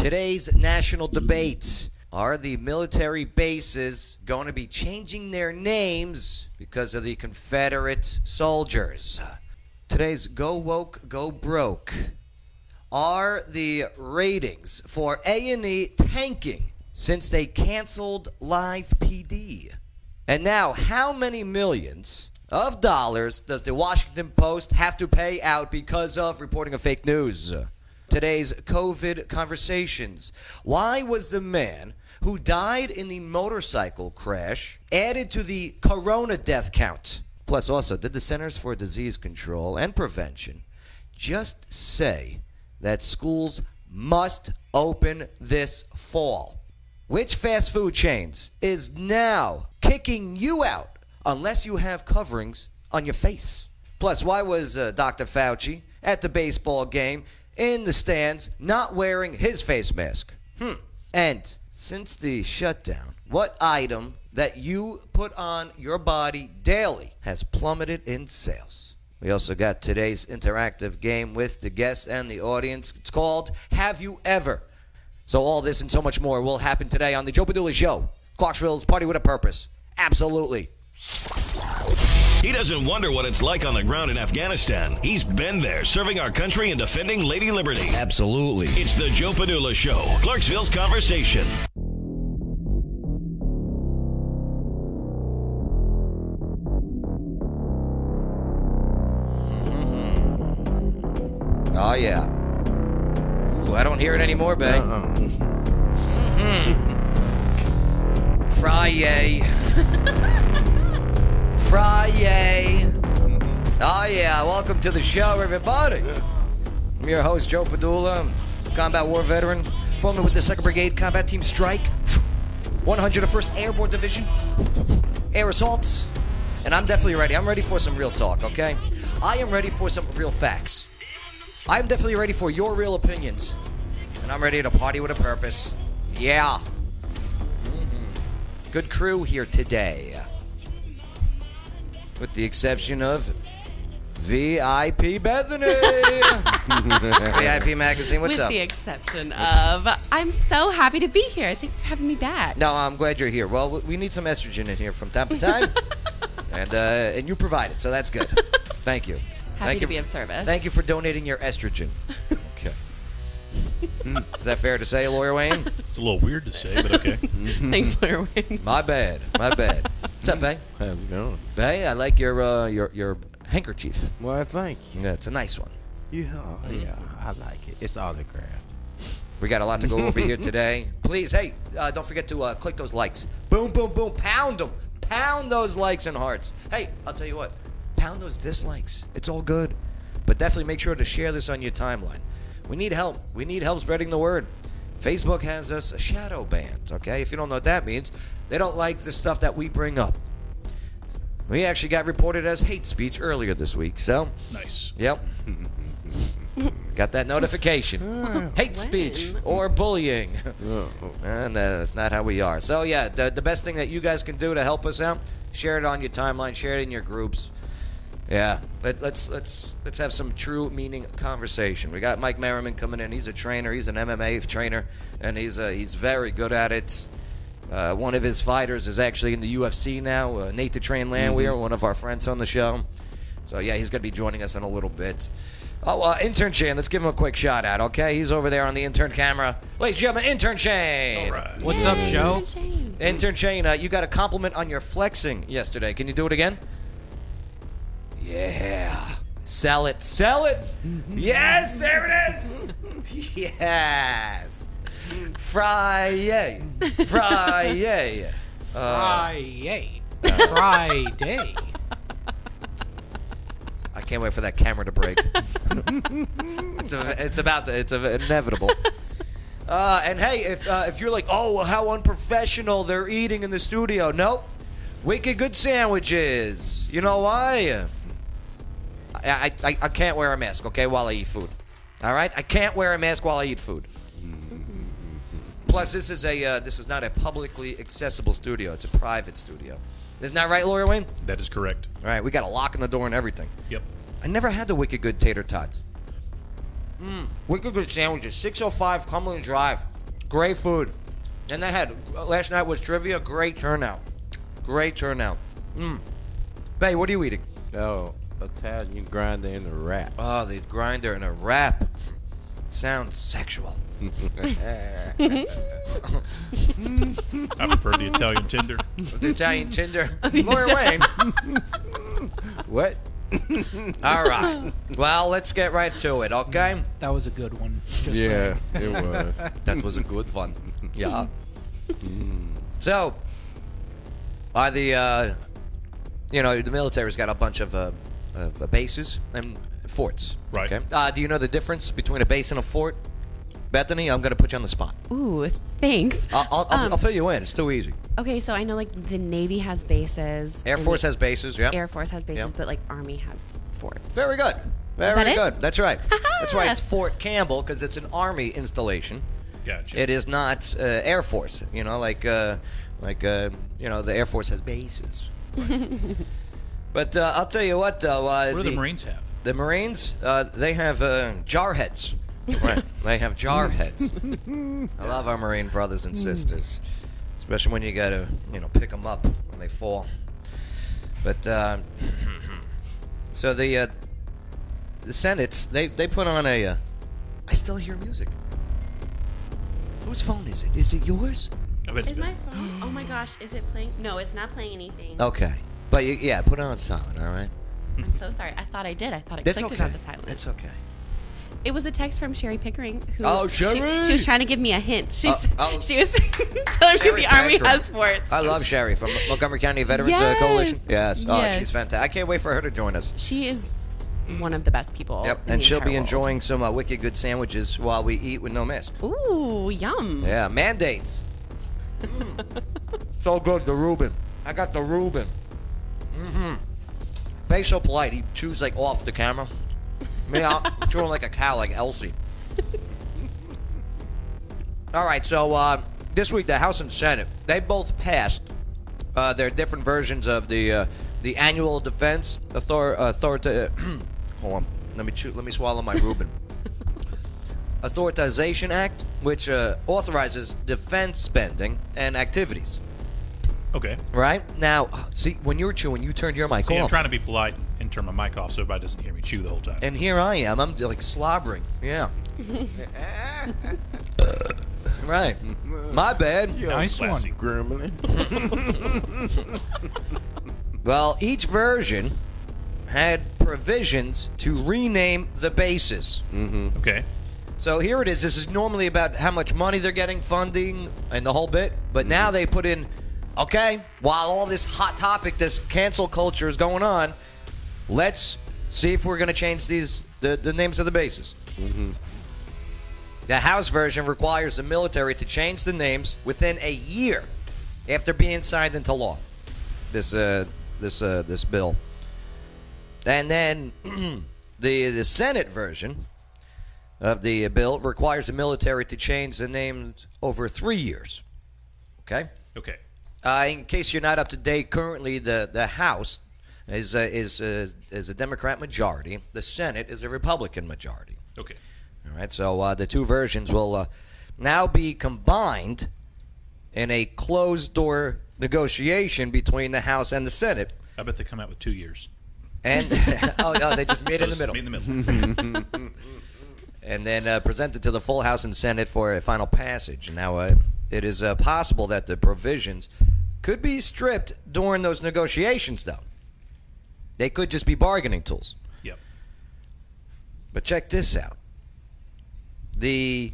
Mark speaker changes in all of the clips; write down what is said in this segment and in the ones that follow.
Speaker 1: Today's national debates are the military bases going to be changing their names because of the Confederate soldiers? Today's Go Woke, Go Broke are the ratings for A&E tanking since they canceled live PD. And now, how many millions of dollars does the Washington Post have to pay out because of reporting of fake news? Today's COVID conversations. Why was the man who died in the motorcycle crash added to the corona death count? Plus, also, did the Centers for Disease Control and Prevention just say that schools must open this fall? Which fast food chains is now kicking you out unless you have coverings on your face? Plus, why was uh, Dr. Fauci at the baseball game in the stands not wearing his face mask? Hmm. And since the shutdown, what item that you put on your body daily has plummeted in sales? We also got today's interactive game with the guests and the audience. It's called Have You Ever? So all this and so much more will happen today on the Joe Padula Show. Clarksville's Party with a Purpose. Absolutely.
Speaker 2: He doesn't wonder what it's like on the ground in Afghanistan. He's been there serving our country and defending Lady Liberty.
Speaker 3: Absolutely.
Speaker 2: It's the Joe Panula Show, Clarksville's Conversation.
Speaker 1: Oh yeah. Uh-uh. Ooh, I don't hear it anymore, babe. Mhm. Friday. Friday. Oh yeah. Welcome to the show, everybody. I'm your host, Joe Padula, combat war veteran, formerly with the 2nd Brigade Combat Team Strike, 101st Airborne Division, air assaults, and I'm definitely ready. I'm ready for some real talk, okay? I am ready for some real facts. I'm definitely ready for your real opinions. And I'm ready to party with a purpose. Yeah. Mhm. Good crew here today. With the exception of VIP Bethany. VIP Magazine, what's
Speaker 4: With
Speaker 1: up?
Speaker 4: the exception of, I'm so happy to be here. Thanks for having me back.
Speaker 1: No, I'm glad you're here. Well, we need some estrogen in here from time to time, and uh, and you provide it, so that's good. Thank you.
Speaker 4: Happy
Speaker 1: Thank
Speaker 4: to
Speaker 1: you.
Speaker 4: be of service.
Speaker 1: Thank you for donating your estrogen. Okay. Hmm, Is that fair to say, Lawyer Wayne?
Speaker 5: It's a little weird to say, but okay.
Speaker 4: Thanks, Lawyer Wayne.
Speaker 1: My bad. My bad. What's up, Bay?
Speaker 6: How's it going?
Speaker 1: Bay, I like your uh, your your handkerchief.
Speaker 6: Why, thank you.
Speaker 1: Yeah, it's a nice one.
Speaker 6: Yeah, yeah, I like it. It's autographed.
Speaker 1: We got a lot to go over here today. Please, hey, uh, don't forget to uh, click those likes. Boom, boom, boom. Pound them. Pound those likes and hearts. Hey, I'll tell you what. Pound those dislikes. It's all good. But definitely make sure to share this on your timeline. We need help. We need help spreading the word. Facebook has us shadow banned, okay? If you don't know what that means, they don't like the stuff that we bring up. We actually got reported as hate speech earlier this week, so
Speaker 5: Nice.
Speaker 1: Yep. Got that notification. Hate speech or bullying. and uh, that's not how we are. So, yeah, the, the best thing that you guys can do to help us out, share it on your timeline, share it in your groups. Yeah, Let, let's let's let's have some true meaning conversation. We got Mike Merriman coming in. He's a trainer. He's an MMA trainer, and he's uh, he's very good at it. Uh, one of his fighters is actually in the UFC now. Uh, Nate the Train Landwehr,
Speaker 3: Mm-hmm.
Speaker 1: one of our friends on the show. So yeah, he's going to be joining us in a little bit. Oh, uh, intern Shane, let's give him a quick shout out, okay? He's over there on the intern camera. Ladies and gentlemen, intern Shane.
Speaker 5: All right.
Speaker 3: What's up, Joe?
Speaker 1: Intern Shane, uh, you got a compliment on your flexing yesterday. Can you do it again? Yeah. Sell it. Sell it. yes, there it is. yes. Friday. Friday.
Speaker 4: Uh,
Speaker 3: Friday. Friday.
Speaker 1: I can't wait for that camera to break. it's, a, it's about to, it's a, inevitable. Uh, and hey, if uh, if you're like, oh, well, how unprofessional they're eating in the studio, nope. Wicked good sandwiches. You know why? I, I, I, I can't wear a mask, okay, while I eat food. All right, I can't wear a mask while I eat food. Plus, this is a uh, this is not a publicly accessible studio. It's a private studio. Isn't that right, Lawyer Wayne?
Speaker 5: That is correct.
Speaker 1: All right, we got a lock on the door and everything.
Speaker 5: Yep.
Speaker 1: I never had the Mm. Wicked Good tater tots. Mmm, Wicked Good sandwiches, 605 Cumberland Drive. Great food. And I had uh, last night was trivia. Great turnout. Great turnout. Mm. Bay, what are you eating?
Speaker 6: Oh, Italian grinder in the wrap.
Speaker 1: Oh, the grinder and a wrap. Sounds sexual.
Speaker 7: Uh,
Speaker 5: I prefer the Italian Tinder.
Speaker 1: The Italian Tinder. Lori Wayne.
Speaker 6: What?
Speaker 1: All right. Well, let's get right to it, okay?
Speaker 3: That was a good one. Just
Speaker 6: Yeah,
Speaker 3: saying.
Speaker 6: it was.
Speaker 1: That was a good one. Yeah. Mm. so, by the, uh, you know, the military's got a bunch of, uh, of uh, bases and forts.
Speaker 5: Right.
Speaker 1: Okay. Uh, do you know the difference between a base and a fort? Bethany, I'm going to put you on the spot.
Speaker 4: Ooh, thanks.
Speaker 1: I'll, I'll, I'll,
Speaker 4: Um,
Speaker 1: I'll fill you in. It's too easy.
Speaker 4: Okay, so I know like the Navy has bases.
Speaker 1: Air
Speaker 4: and
Speaker 1: Force
Speaker 4: the
Speaker 1: has bases, yeah.
Speaker 4: Air Force has bases,
Speaker 1: Yeah.
Speaker 4: but like Army has forts.
Speaker 1: Very good. Very
Speaker 4: that it?
Speaker 1: good. That's right. That's why it's Fort Campbell because it's an Army installation.
Speaker 5: Gotcha.
Speaker 1: It is not uh, Air Force. You know, like uh, like uh, you know, the Air Force has bases. but uh, I'll tell you what, though. Uh,
Speaker 5: What do the Marines have?
Speaker 1: The Marines, uh, they have uh, jar heads. Right. they have jar heads. I love our Marine brothers and sisters, especially when you gotta, you know, pick them up when they fall. But uh, so the uh, the Senate, they they put on a. Uh, I still hear music. Whose phone is it? Is it yours?
Speaker 5: I bet it's
Speaker 4: Is my
Speaker 5: been-
Speaker 4: phone? Oh my gosh, is it playing? No, it's not playing anything.
Speaker 1: Okay, but you, yeah, put it on silent. All right.
Speaker 4: I'm so sorry. I thought I did. I thought I
Speaker 1: That's
Speaker 4: clicked
Speaker 1: okay.
Speaker 4: it onto silent.
Speaker 1: That's okay.
Speaker 4: It was a text from Sherry Pickering. Who
Speaker 1: Oh,
Speaker 4: she-
Speaker 1: Sherry!
Speaker 4: She, was trying to give me a hint. She, s-
Speaker 1: oh.
Speaker 4: she was telling
Speaker 1: Sherry
Speaker 4: me the Army
Speaker 1: Pickering.
Speaker 4: has forts.
Speaker 1: I love Sherry from Montgomery County Veterans
Speaker 4: Yes.
Speaker 1: uh, Coalition. Yes. Oh,
Speaker 4: Yes.
Speaker 1: she's fantastic. I can't wait for her to join us.
Speaker 4: she is one of the best people.
Speaker 1: Yep.
Speaker 4: in
Speaker 1: And
Speaker 4: the
Speaker 1: she'll
Speaker 4: entire
Speaker 1: be
Speaker 4: world.
Speaker 1: enjoying some uh, wicked good sandwiches while we eat with no mask.
Speaker 4: Ooh, yum.
Speaker 1: Yeah. Mandates. Mm. so good. The Reuben. I got the Reuben. Mm-hmm. Bay's so polite. He chews like off the camera. Me, I'm chewing like a cow, like Elsie. All right, so uh, this week the House and Senate they both passed uh, their different versions of the uh, the annual defense author authorita. hold on, let me chew, let me swallow my Reuben. Authorization Act, which uh, authorizes defense spending and activities.
Speaker 5: Okay.
Speaker 1: Right now, see when you were chewing, you turned your mic
Speaker 5: See,
Speaker 1: off.
Speaker 5: I'm trying to be polite and turn my mic off so everybody doesn't hear me chew the whole time.
Speaker 1: And here I am. I'm like slobbering. Yeah. right. My bad.
Speaker 3: Nice one.
Speaker 5: Classy.
Speaker 6: Grumbling.
Speaker 1: Well, each version had provisions to rename the bases.
Speaker 5: Okay.
Speaker 1: So here it is. This is normally about how much money they're getting, funding, and the whole bit. But now they put in, okay, while all this hot topic, this cancel culture is going on, let's see if we're going to change these the, the names of the bases. The House version requires the military to change the names within a year after being signed into law. This uh, this uh, this bill, and then the the Senate version of the bill requires the military to change the names over three years. Okay.
Speaker 5: Okay.
Speaker 1: Uh, in case you're not up to date, currently the, the House is a, is a, is a Democrat majority. The Senate is a Republican majority.
Speaker 5: Okay.
Speaker 1: All right. So uh, the two versions will uh, now be combined in a closed door negotiation between the House and the Senate.
Speaker 5: I bet they come out with two years.
Speaker 1: And oh, oh, they just made it in the
Speaker 5: Just
Speaker 1: middle.
Speaker 5: meet in the middle.
Speaker 1: and then uh, presented to the full House and Senate for a final passage. Now, uh, it is uh, possible that the provisions could be stripped during those negotiations, though. They could just be bargaining tools.
Speaker 5: yep.
Speaker 1: But check this out. The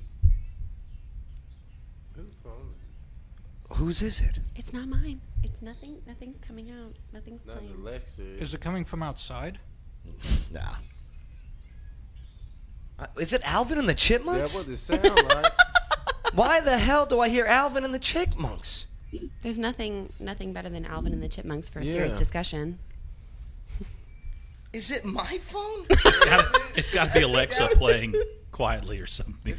Speaker 1: whose is it?
Speaker 4: It's not mine. It's nothing. Nothing's coming out. Nothing's playing.
Speaker 3: Is it coming from outside?
Speaker 1: Nah. Uh, Is it Alvin and the Chipmunks?
Speaker 6: what it sound like.
Speaker 1: Why the hell do I hear Alvin and the Chipmunks?
Speaker 4: There's nothing. Nothing better than Alvin and the Chipmunks for a serious
Speaker 6: Yeah.
Speaker 4: discussion.
Speaker 1: Is it my phone?
Speaker 5: It's got to be Alexa playing quietly or something.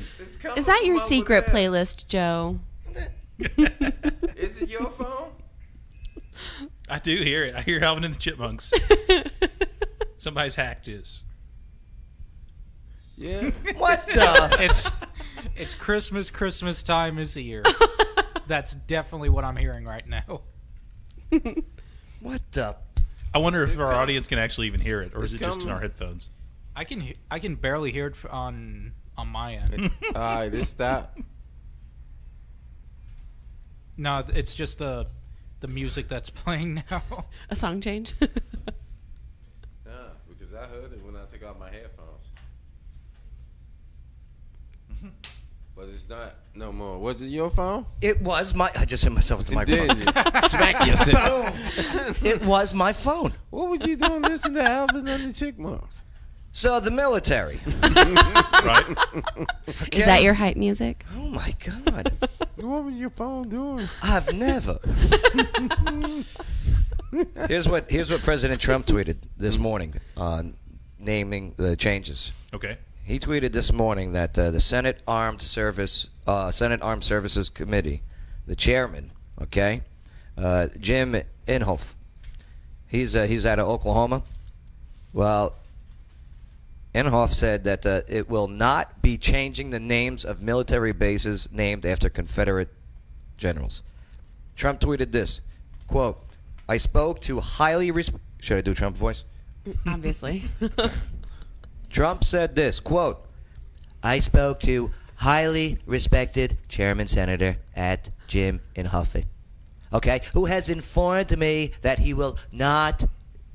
Speaker 4: Is that your secret playlist, Joe?
Speaker 6: Is it your phone?
Speaker 5: I do hear it. I hear Alvin and the Chipmunks. Somebody's hacked his.
Speaker 6: Yeah.
Speaker 1: what the?
Speaker 3: It's It's Christmas. Christmas time is here. That's definitely what I'm hearing right now.
Speaker 1: What the?
Speaker 5: I wonder if our audience can actually even hear it, or is it
Speaker 6: It's
Speaker 5: just in
Speaker 6: coming.
Speaker 5: our headphones?
Speaker 3: I can he- I can barely hear it f- on on my end.
Speaker 6: All right, this stop.
Speaker 3: No, th- it's just the the music that's playing now.
Speaker 4: A song change.
Speaker 6: Nah, because I heard it when I took off my headphones. But it's not no more. Was it your phone?
Speaker 1: It was my. I just hit myself with the microphone.
Speaker 6: Did you?
Speaker 1: Smack you. Boom. It was my phone.
Speaker 6: What was you doing listening to Alvin and the Chipmunks?
Speaker 1: So the military.
Speaker 5: Right?
Speaker 4: Is that your hype music?
Speaker 1: Oh my God.
Speaker 6: What was your phone doing?
Speaker 1: I've never. here's what here's what President Trump tweeted this morning on naming the changes.
Speaker 5: okay.
Speaker 1: He tweeted this morning that uh, the Senate Armed Service uh, Senate Armed Services Committee, the chairman, okay, uh, Jim Inhofe, he's uh, he's out of Oklahoma. Well, Inhofe said that uh, it will not be changing the names of military bases named after Confederate generals. Trump tweeted this quote: "I spoke to highly res- should I do Trump voice?"
Speaker 4: Obviously.
Speaker 1: Uh, Trump said this quote, I spoke to highly respected chairman senator at Jim Inhofe, okay, who has informed me that he will not,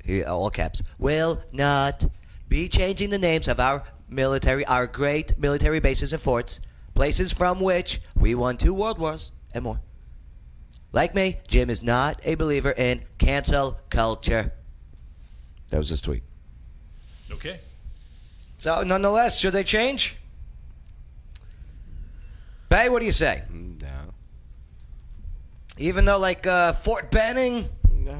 Speaker 1: he- all caps, will not be changing the names of our military, our great military bases and forts, places from which we won two world wars and more. Like me, Jim is not a believer in cancel culture. That was his tweet.
Speaker 5: Okay.
Speaker 1: So, nonetheless, should they change? Bay, what do you say?
Speaker 6: No.
Speaker 1: Even though, like uh, Fort Benning,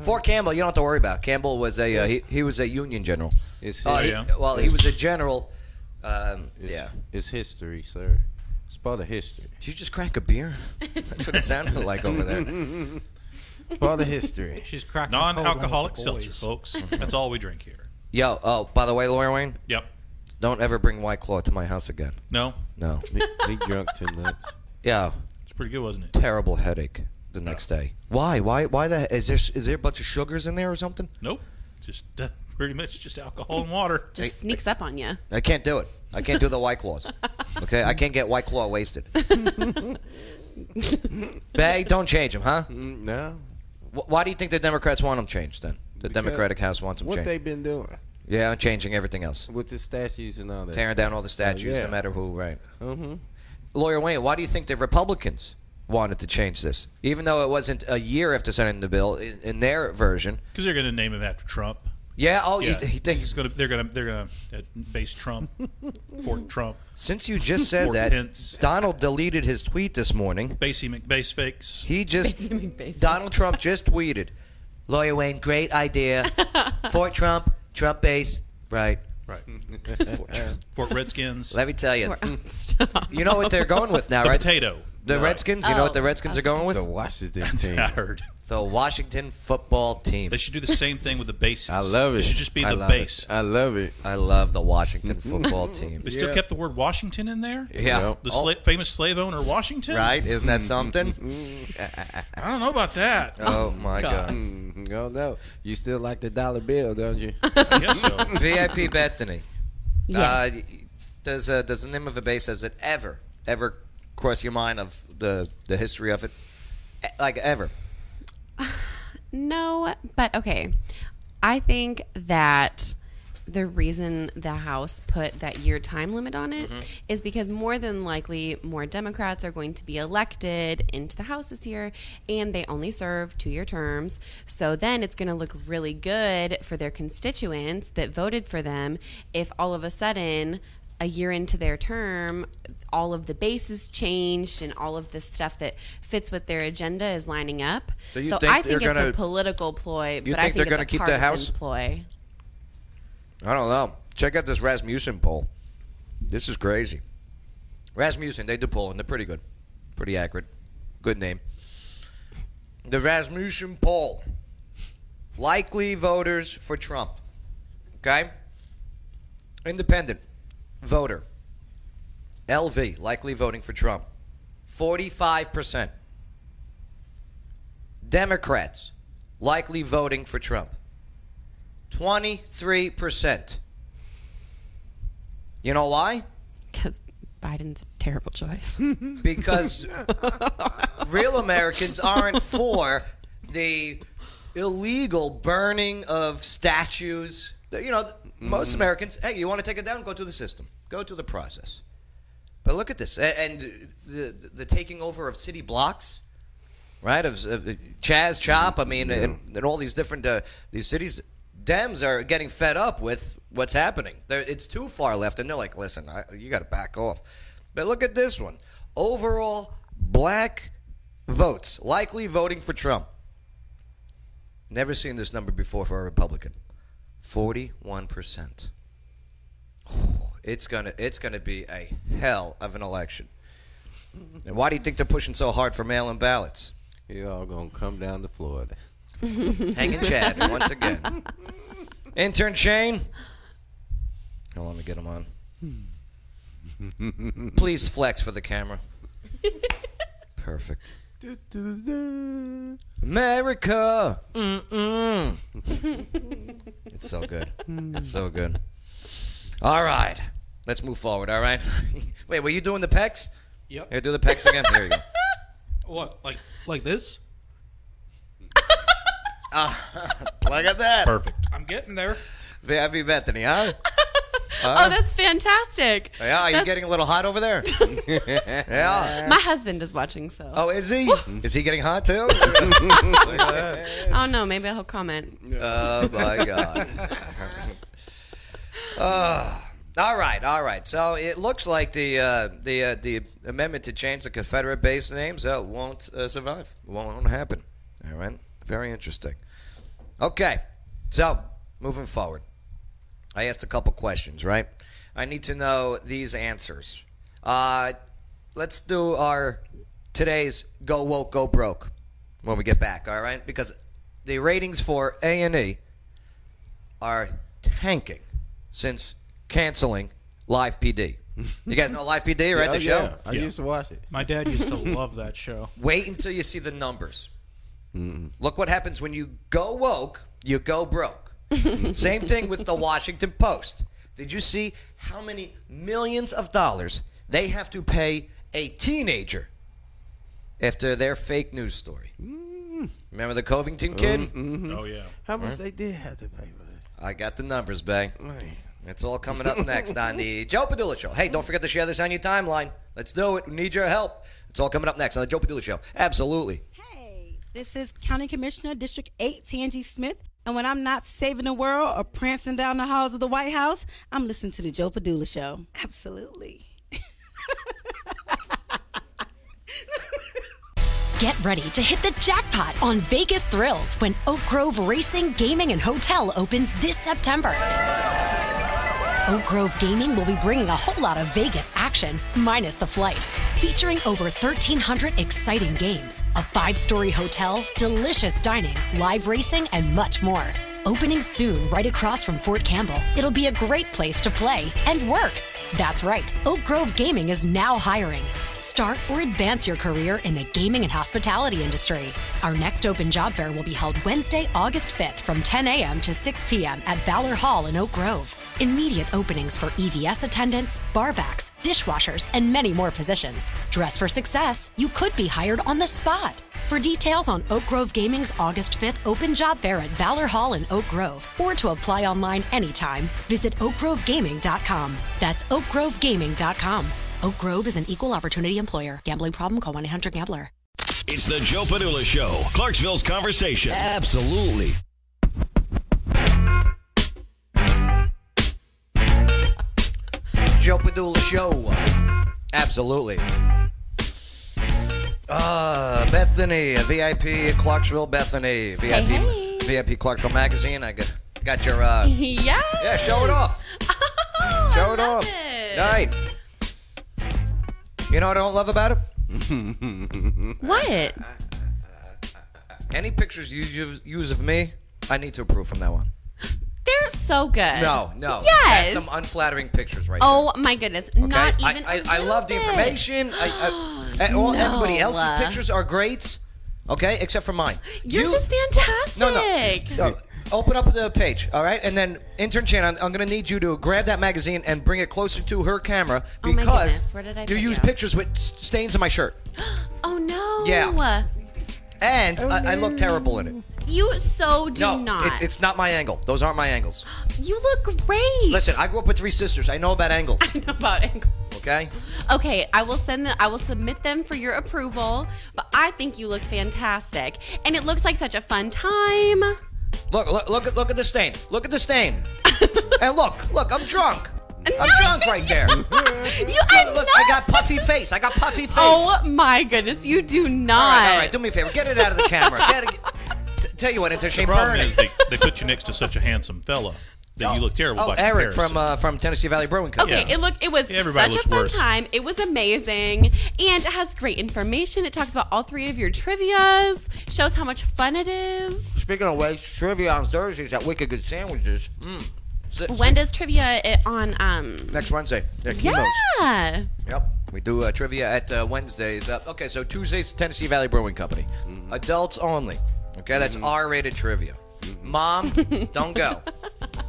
Speaker 1: Fort Campbell, you don't have to worry about. Campbell was a uh, he, he was a Union general.
Speaker 6: It's
Speaker 1: Uh, he-
Speaker 5: yeah.
Speaker 1: well, he was a general. Um,
Speaker 6: It's,
Speaker 1: yeah.
Speaker 6: It's history, sir. It's part of history.
Speaker 1: Did you just crack a beer? That's what it sounded like over there.
Speaker 6: Part of history.
Speaker 3: She's cracking a cold one with the
Speaker 5: Non-alcoholic seltzer,
Speaker 3: boys.
Speaker 5: folks. That's all we drink here.
Speaker 1: Yo, oh, by the way, Lawyer Wayne,
Speaker 5: Yep.
Speaker 1: don't ever bring White Claw to my house again.
Speaker 5: No,
Speaker 1: No.
Speaker 6: he, he drunk too much.
Speaker 1: Yeah,
Speaker 5: it's pretty good, wasn't it?
Speaker 1: terrible headache the next day. Why? Why? Why the? Is there is there a bunch of sugars in there or something?
Speaker 5: Nope. Just uh, pretty much just alcohol and water.
Speaker 4: Just sneaks up on you.
Speaker 1: I can't do it. I can't do the white claws. Okay, I can't get white claw wasted. Bay, don't change them, huh?
Speaker 6: Mm, No.
Speaker 1: Wh- Why do you think the Democrats want them changed then? The
Speaker 6: Because
Speaker 1: Democratic House wants them
Speaker 6: What
Speaker 1: changed.
Speaker 6: they been doing
Speaker 1: yeah, changing everything else,
Speaker 6: with the statues and all that?
Speaker 1: tearing down all the statues,
Speaker 6: Uh, yeah.
Speaker 1: no matter who. Right,
Speaker 6: Mm-hmm.
Speaker 1: lawyer Wayne. Why do you think the Republicans wanted to change this, even though it wasn't a year after sending the bill in, in their version?
Speaker 5: Because they're going to name him after Trump.
Speaker 1: Yeah. Oh, you,
Speaker 5: Yeah.
Speaker 1: you think
Speaker 5: he's going to? They're going to. They're going to base Trump,
Speaker 4: Mm-hmm.
Speaker 5: Fort Trump,
Speaker 1: since you just said
Speaker 5: More
Speaker 1: that,
Speaker 5: hints.
Speaker 1: Donald deleted his tweet this morning.
Speaker 5: Basie McBase fakes.
Speaker 1: He just
Speaker 4: Basically, basically.
Speaker 1: Donald Trump just tweeted, "Lawyer Wayne, great idea. Fort Trump, Trump base, right?
Speaker 5: Right. Fort Redskins.
Speaker 1: Let me tell you,
Speaker 4: Stop.
Speaker 1: you know what they're going with now,
Speaker 5: the
Speaker 1: right?
Speaker 5: potato.
Speaker 1: The
Speaker 5: No,
Speaker 1: Redskins. You know what the
Speaker 4: Oh,
Speaker 1: Redskins are
Speaker 4: okay.
Speaker 1: going
Speaker 6: The
Speaker 1: with?
Speaker 6: Washington
Speaker 5: I
Speaker 6: team.
Speaker 5: heard.
Speaker 1: The Washington Football Team.
Speaker 5: They should do the same thing with the bases.
Speaker 6: I love it.
Speaker 5: They should just be
Speaker 1: I
Speaker 5: the
Speaker 1: love it.
Speaker 5: base.
Speaker 6: I love it.
Speaker 1: I love the Washington Football Team.
Speaker 5: They still
Speaker 6: Yeah.
Speaker 5: kept the word Washington in there.
Speaker 1: Yeah.
Speaker 6: Yep.
Speaker 5: The
Speaker 1: Oh,
Speaker 5: sla- famous slave owner Washington.
Speaker 1: Right? Isn't that something?
Speaker 5: I don't know about that.
Speaker 1: Oh my
Speaker 5: God.
Speaker 1: God!
Speaker 6: Mm, Oh no, you still like the dollar bill, don't you?
Speaker 5: I guess so.
Speaker 1: VIP Bethany.
Speaker 4: Yes.
Speaker 1: Uh, does uh, does the name of a base does it ever ever cross your mind of the the history of it? E- Like ever?
Speaker 4: No, but okay. I think that the reason the House put that year time limit on it is
Speaker 8: Mm-hmm.
Speaker 4: because more than likely more Democrats are going to be elected into the House this year and they only serve two year terms. So then it's going to look really good for their constituents that voted for them if all of a sudden a year into their term, all of the bases changed and all of this stuff that fits with their agenda is lining up.
Speaker 1: Do you
Speaker 4: so
Speaker 1: think
Speaker 4: I think it's
Speaker 1: they're gonna-
Speaker 4: a political ploy,
Speaker 1: You
Speaker 4: but I
Speaker 1: think
Speaker 4: think
Speaker 1: they're
Speaker 4: it's
Speaker 1: gonna
Speaker 4: a
Speaker 1: keep the
Speaker 4: partisan
Speaker 1: House?
Speaker 4: ploy.
Speaker 1: I don't know. Check out this Rasmussen poll. This is crazy. Rasmussen, they do poll, and they're pretty good. Pretty accurate. Good name. The Rasmussen poll. Likely voters for Trump. Okay? Independent voter. LV likely voting for Trump. 45%. Democrats likely voting for Trump. 23%. You know why?
Speaker 4: Because Biden's a terrible choice.
Speaker 1: because real Americans aren't for the illegal burning of statues. Mm. You know, most Americans, hey, you want to take it down? Go through the system, go through the process. But look at this, A- and the the taking over of city blocks, right? Of, of uh, Chaz Chop, I mean, and, and all these different uh, these cities. Dems are getting fed up with what's happening. They're, it's too far left, and they're like, "Listen, I, you got to back off." But look at this one: overall black votes likely voting for Trump. Never seen this number before for a Republican. Forty-one percent it's gonna it's gonna be a hell of an election. And why do you think they're pushing so hard for mail-in ballots?
Speaker 6: You all gonna come down to Florida.
Speaker 1: Hanging Chad once again. Intern Shane, oh, let me get him on. Please flex for the camera. Perfect. America. Mm-mm. it's so good. It's so good. All right. Let's move forward, all right? Wait, were you doing the pecs?
Speaker 5: Yep.
Speaker 1: Here, do the pecs again. Here you go.
Speaker 5: What? Like like this?
Speaker 1: Look at that.
Speaker 5: Perfect. I'm getting there.
Speaker 1: Happy Bethany, huh? uh,
Speaker 4: oh, that's fantastic.
Speaker 1: Yeah, you're getting a little hot over there. yeah.
Speaker 4: My husband is watching, so.
Speaker 1: Oh, is he? Is he getting hot too?
Speaker 4: Oh, no, maybe he'll comment.
Speaker 1: Oh my god. Ah, all right, all right. So it looks like the uh, the uh, the amendment to change the Confederate base names uh, won't uh, survive. Won't, won't happen. All right. Very interesting. Okay. So moving forward, I asked a couple questions. Right. I need to know these answers. Uh, let's do our today's go woke go broke when we get back. All right. Because the ratings for A and E are tanking since canceling Live PD. You guys know Live PD, right?
Speaker 6: Oh,
Speaker 1: the show.
Speaker 6: yeah. I used to watch it.
Speaker 3: My dad used to love that show.
Speaker 1: Wait until you see the numbers. Look what happens when you go woke, you go broke. Same thing with the Washington Post. Did you see how many millions of dollars they have to pay a teenager after their fake news story? Remember the Covington kid?
Speaker 5: Oh yeah.
Speaker 6: Mm. Mm-hmm. How much they did have to pay for that?
Speaker 1: I got the numbers, Bay.
Speaker 6: Man.
Speaker 1: It's all coming up next on the Joe Padula Show. Hey, don't forget to share this on your timeline. Let's do it. We need your help. It's all coming up next on the Joe Padula Show. Absolutely.
Speaker 9: Hey, this is County Commissioner District 8, Tangi Smith. And when I'm not saving the world or prancing down the halls of the White House, I'm listening to The Joe Padula Show. Absolutely.
Speaker 8: Get ready to hit the jackpot on Vegas Thrills when Oak Grove Racing, Gaming, and Hotel opens this September. Oak Grove Gaming will be bringing a whole lot of Vegas action, minus the flight. Featuring over 1,300 exciting games, a five story hotel, delicious dining, live racing, and much more. Opening soon, right across from Fort Campbell, it'll be a great place to play and work. That's right, Oak Grove Gaming is now hiring. Start or advance your career in the gaming and hospitality industry. Our next open job fair will be held Wednesday, August 5th from 10 a.m. to 6 p.m. at Valor Hall in Oak Grove. Immediate openings for E EVS attendants, barbacks, dishwashers, and many more positions. Dress for success. You could be hired on the spot. For details on Oak Grove Gaming's August 5th open job fair at Valor Hall in Oak Grove, or to apply online anytime, visit oakgrovegaming.com. That's oakgrovegaming.com. Oak Grove is an equal opportunity employer. Gambling problem? Call 1 800 Gambler.
Speaker 2: It's the Joe Padula Show, Clarksville's conversation. Absolutely.
Speaker 1: Joe Padula Show. Absolutely. Uh, Bethany, VIP Clarksville Bethany, VIP
Speaker 4: hey.
Speaker 1: VIP Clarksville Magazine. I got, got your uh,
Speaker 4: yes.
Speaker 1: yeah, show it off.
Speaker 4: Oh,
Speaker 1: Show
Speaker 4: I
Speaker 1: it
Speaker 4: love
Speaker 1: off.
Speaker 4: it.
Speaker 1: Night. You know what I don't love about it?
Speaker 4: What?
Speaker 1: Any pictures you use- use of me, I need to approve from now on.
Speaker 4: They're so good.
Speaker 1: No, no. That's
Speaker 4: Uh, Yes.
Speaker 1: some unflattering pictures right
Speaker 4: oh my goodness.
Speaker 1: there.
Speaker 4: Not
Speaker 1: I-
Speaker 4: even.
Speaker 1: I,
Speaker 4: a
Speaker 1: I,
Speaker 4: little
Speaker 1: love the
Speaker 4: bit.
Speaker 1: information. I, I, and all, Everybody else's
Speaker 4: No. uh,
Speaker 1: pictures are great, okay, except for mine.
Speaker 4: Yours
Speaker 1: You-
Speaker 4: is fantastic.
Speaker 1: No, no. no. Open up the page, all right? And then, intern Chan, I'm, I'm going to need you to grab that magazine and bring it closer to her camera
Speaker 4: Oh my
Speaker 1: because
Speaker 4: goodness, where did I
Speaker 1: you
Speaker 4: put
Speaker 1: use
Speaker 4: you?
Speaker 1: pictures with s- stains on my shirt.
Speaker 4: Oh no.
Speaker 1: Yeah. And I, I look terrible in it.
Speaker 4: You so Oh, do
Speaker 1: no,
Speaker 4: not.
Speaker 1: it- it's not my angle. Those aren't my angles.
Speaker 4: you look great.
Speaker 1: Listen, I grew up with three sisters. I know about angles,
Speaker 4: I know about ankles.
Speaker 1: okay?
Speaker 4: Okay, I will send them. I will submit them for your approval. But I think you look fantastic, and it looks like such a fun time.
Speaker 1: Look, look, look at look at the stain. Look at the stain. and look, look, I'm drunk. I'm drunk right there.
Speaker 4: You, I
Speaker 1: Look,
Speaker 4: know-
Speaker 1: I got puffy face. I got puffy face.
Speaker 4: Oh my goodness, you do not.
Speaker 1: all right, all right. Do me a favor. Get it out of the camera. Get it, t- tell you what, into
Speaker 5: The
Speaker 1: shape.
Speaker 5: problem
Speaker 1: burn it.
Speaker 5: is they, they put you next to such a handsome fella that you look terrible
Speaker 1: Oh,
Speaker 5: by
Speaker 1: Eric
Speaker 5: comparison.
Speaker 1: from uh, from Tennessee Valley Brewing Company.
Speaker 4: Okay,
Speaker 5: Yeah.
Speaker 4: it look it was
Speaker 5: Everybody
Speaker 4: such
Speaker 5: looks
Speaker 4: a fun
Speaker 5: worse.
Speaker 4: time. It was amazing, and it has great information. It talks about all three of your trivia's, shows how much fun it is.
Speaker 1: Speaking of which, trivia on Thursdays at Wicked Good Sandwiches. Mm. Sit-
Speaker 4: When
Speaker 1: sit-
Speaker 4: does trivia it on? Um,
Speaker 1: next Wednesday? Yeah. Kimo's.
Speaker 4: yeah,
Speaker 1: Yep. We do uh, trivia at uh, Wednesdays. Uh, okay, so Tuesdays, Tennessee Valley Brewing Company.
Speaker 6: Mm-hmm.
Speaker 1: Adults only. Okay, that's R-rated trivia. Mom, don't go.
Speaker 6: Mm-hmm.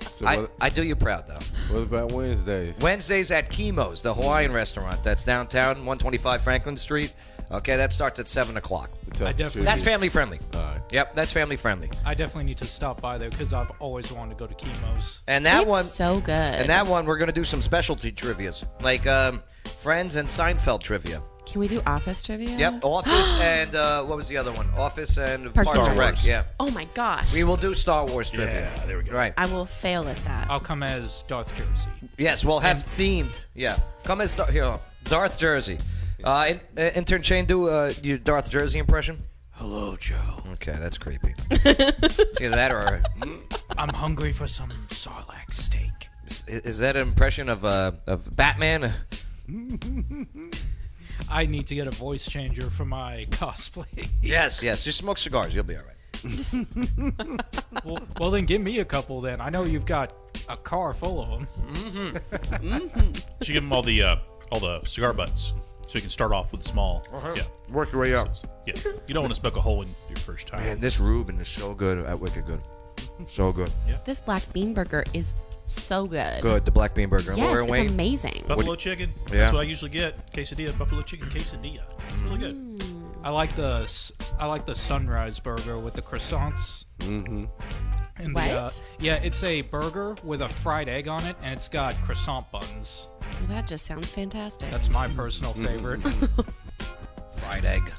Speaker 6: So
Speaker 1: I,
Speaker 6: what,
Speaker 1: I do you proud though.
Speaker 6: what about Wednesdays?
Speaker 1: Wednesdays at Chemo's, the Hawaiian restaurant that's downtown, 125 Franklin Street. Okay, that starts at seven o'clock.
Speaker 6: Tell
Speaker 3: I
Speaker 6: the
Speaker 3: definitely-
Speaker 6: truth.
Speaker 1: That's family friendly.
Speaker 6: right.
Speaker 1: Yep, that's family friendly.
Speaker 3: I definitely need to stop by though because I've always wanted to go to chemo's.
Speaker 1: And that
Speaker 4: it's
Speaker 1: one,
Speaker 4: so good.
Speaker 1: and that one, we're gonna do some specialty trivia's like um, Friends and Seinfeld trivia.
Speaker 4: Can we do office trivia?
Speaker 1: Yep, Oh. Office and uh, what was the other one? Office and
Speaker 4: Parks
Speaker 1: Parks
Speaker 4: and
Speaker 1: and
Speaker 4: Rec.
Speaker 1: Rec. Yeah.
Speaker 4: Oh my gosh.
Speaker 1: We will do Star Wars trivia.
Speaker 5: Yeah, there we go.
Speaker 1: Right.
Speaker 4: I will fail at that.
Speaker 3: I'll come as Darth Jersey.
Speaker 1: Yes, we'll have themed. Yeah. Come as Star- here, Darth Jersey. Uh, in- uh, intern Shane, do uh, your Darth Jersey impression.
Speaker 5: Hello, Joe.
Speaker 1: Okay, that's creepy. it's either that or
Speaker 3: I'm hungry for some Sarlacc steak.
Speaker 1: is, is that an impression of uh, of Batman?
Speaker 3: I need to get a voice changer for my cosplay.
Speaker 1: Yes, yes. Just smoke cigars. You'll be all right.
Speaker 3: well, well, then give me a couple. Then I know you've got a car full of them.
Speaker 1: Mm-hmm.
Speaker 5: She give him all the uh, all the cigar butts, so you can start off with small. Yeah,
Speaker 1: Uh-huh. Work your way up.
Speaker 5: yeah. You don't want to smoke a hole in your first time.
Speaker 1: And this Reuben is so good at Wicked Good. So good.
Speaker 4: This black bean burger is so good.
Speaker 1: Good. The black bean burger.
Speaker 4: Yes,
Speaker 1: We're
Speaker 4: it's
Speaker 1: waiting.
Speaker 4: amazing.
Speaker 5: Buffalo chicken.
Speaker 1: Yeah.
Speaker 5: That's what I usually get. Quesadilla, buffalo chicken quesadilla. Really good.
Speaker 1: Mm.
Speaker 3: I like the s- I like the sunrise burger with the croissants. Mm-hmm. And The, uh,
Speaker 4: What?
Speaker 3: yeah, it's a burger with a fried egg on it, and it's got croissant buns.
Speaker 4: Well, that just sounds fantastic.
Speaker 3: That's
Speaker 1: Mm.
Speaker 3: my personal
Speaker 1: Mm-hmm.
Speaker 3: favorite.
Speaker 1: fried egg.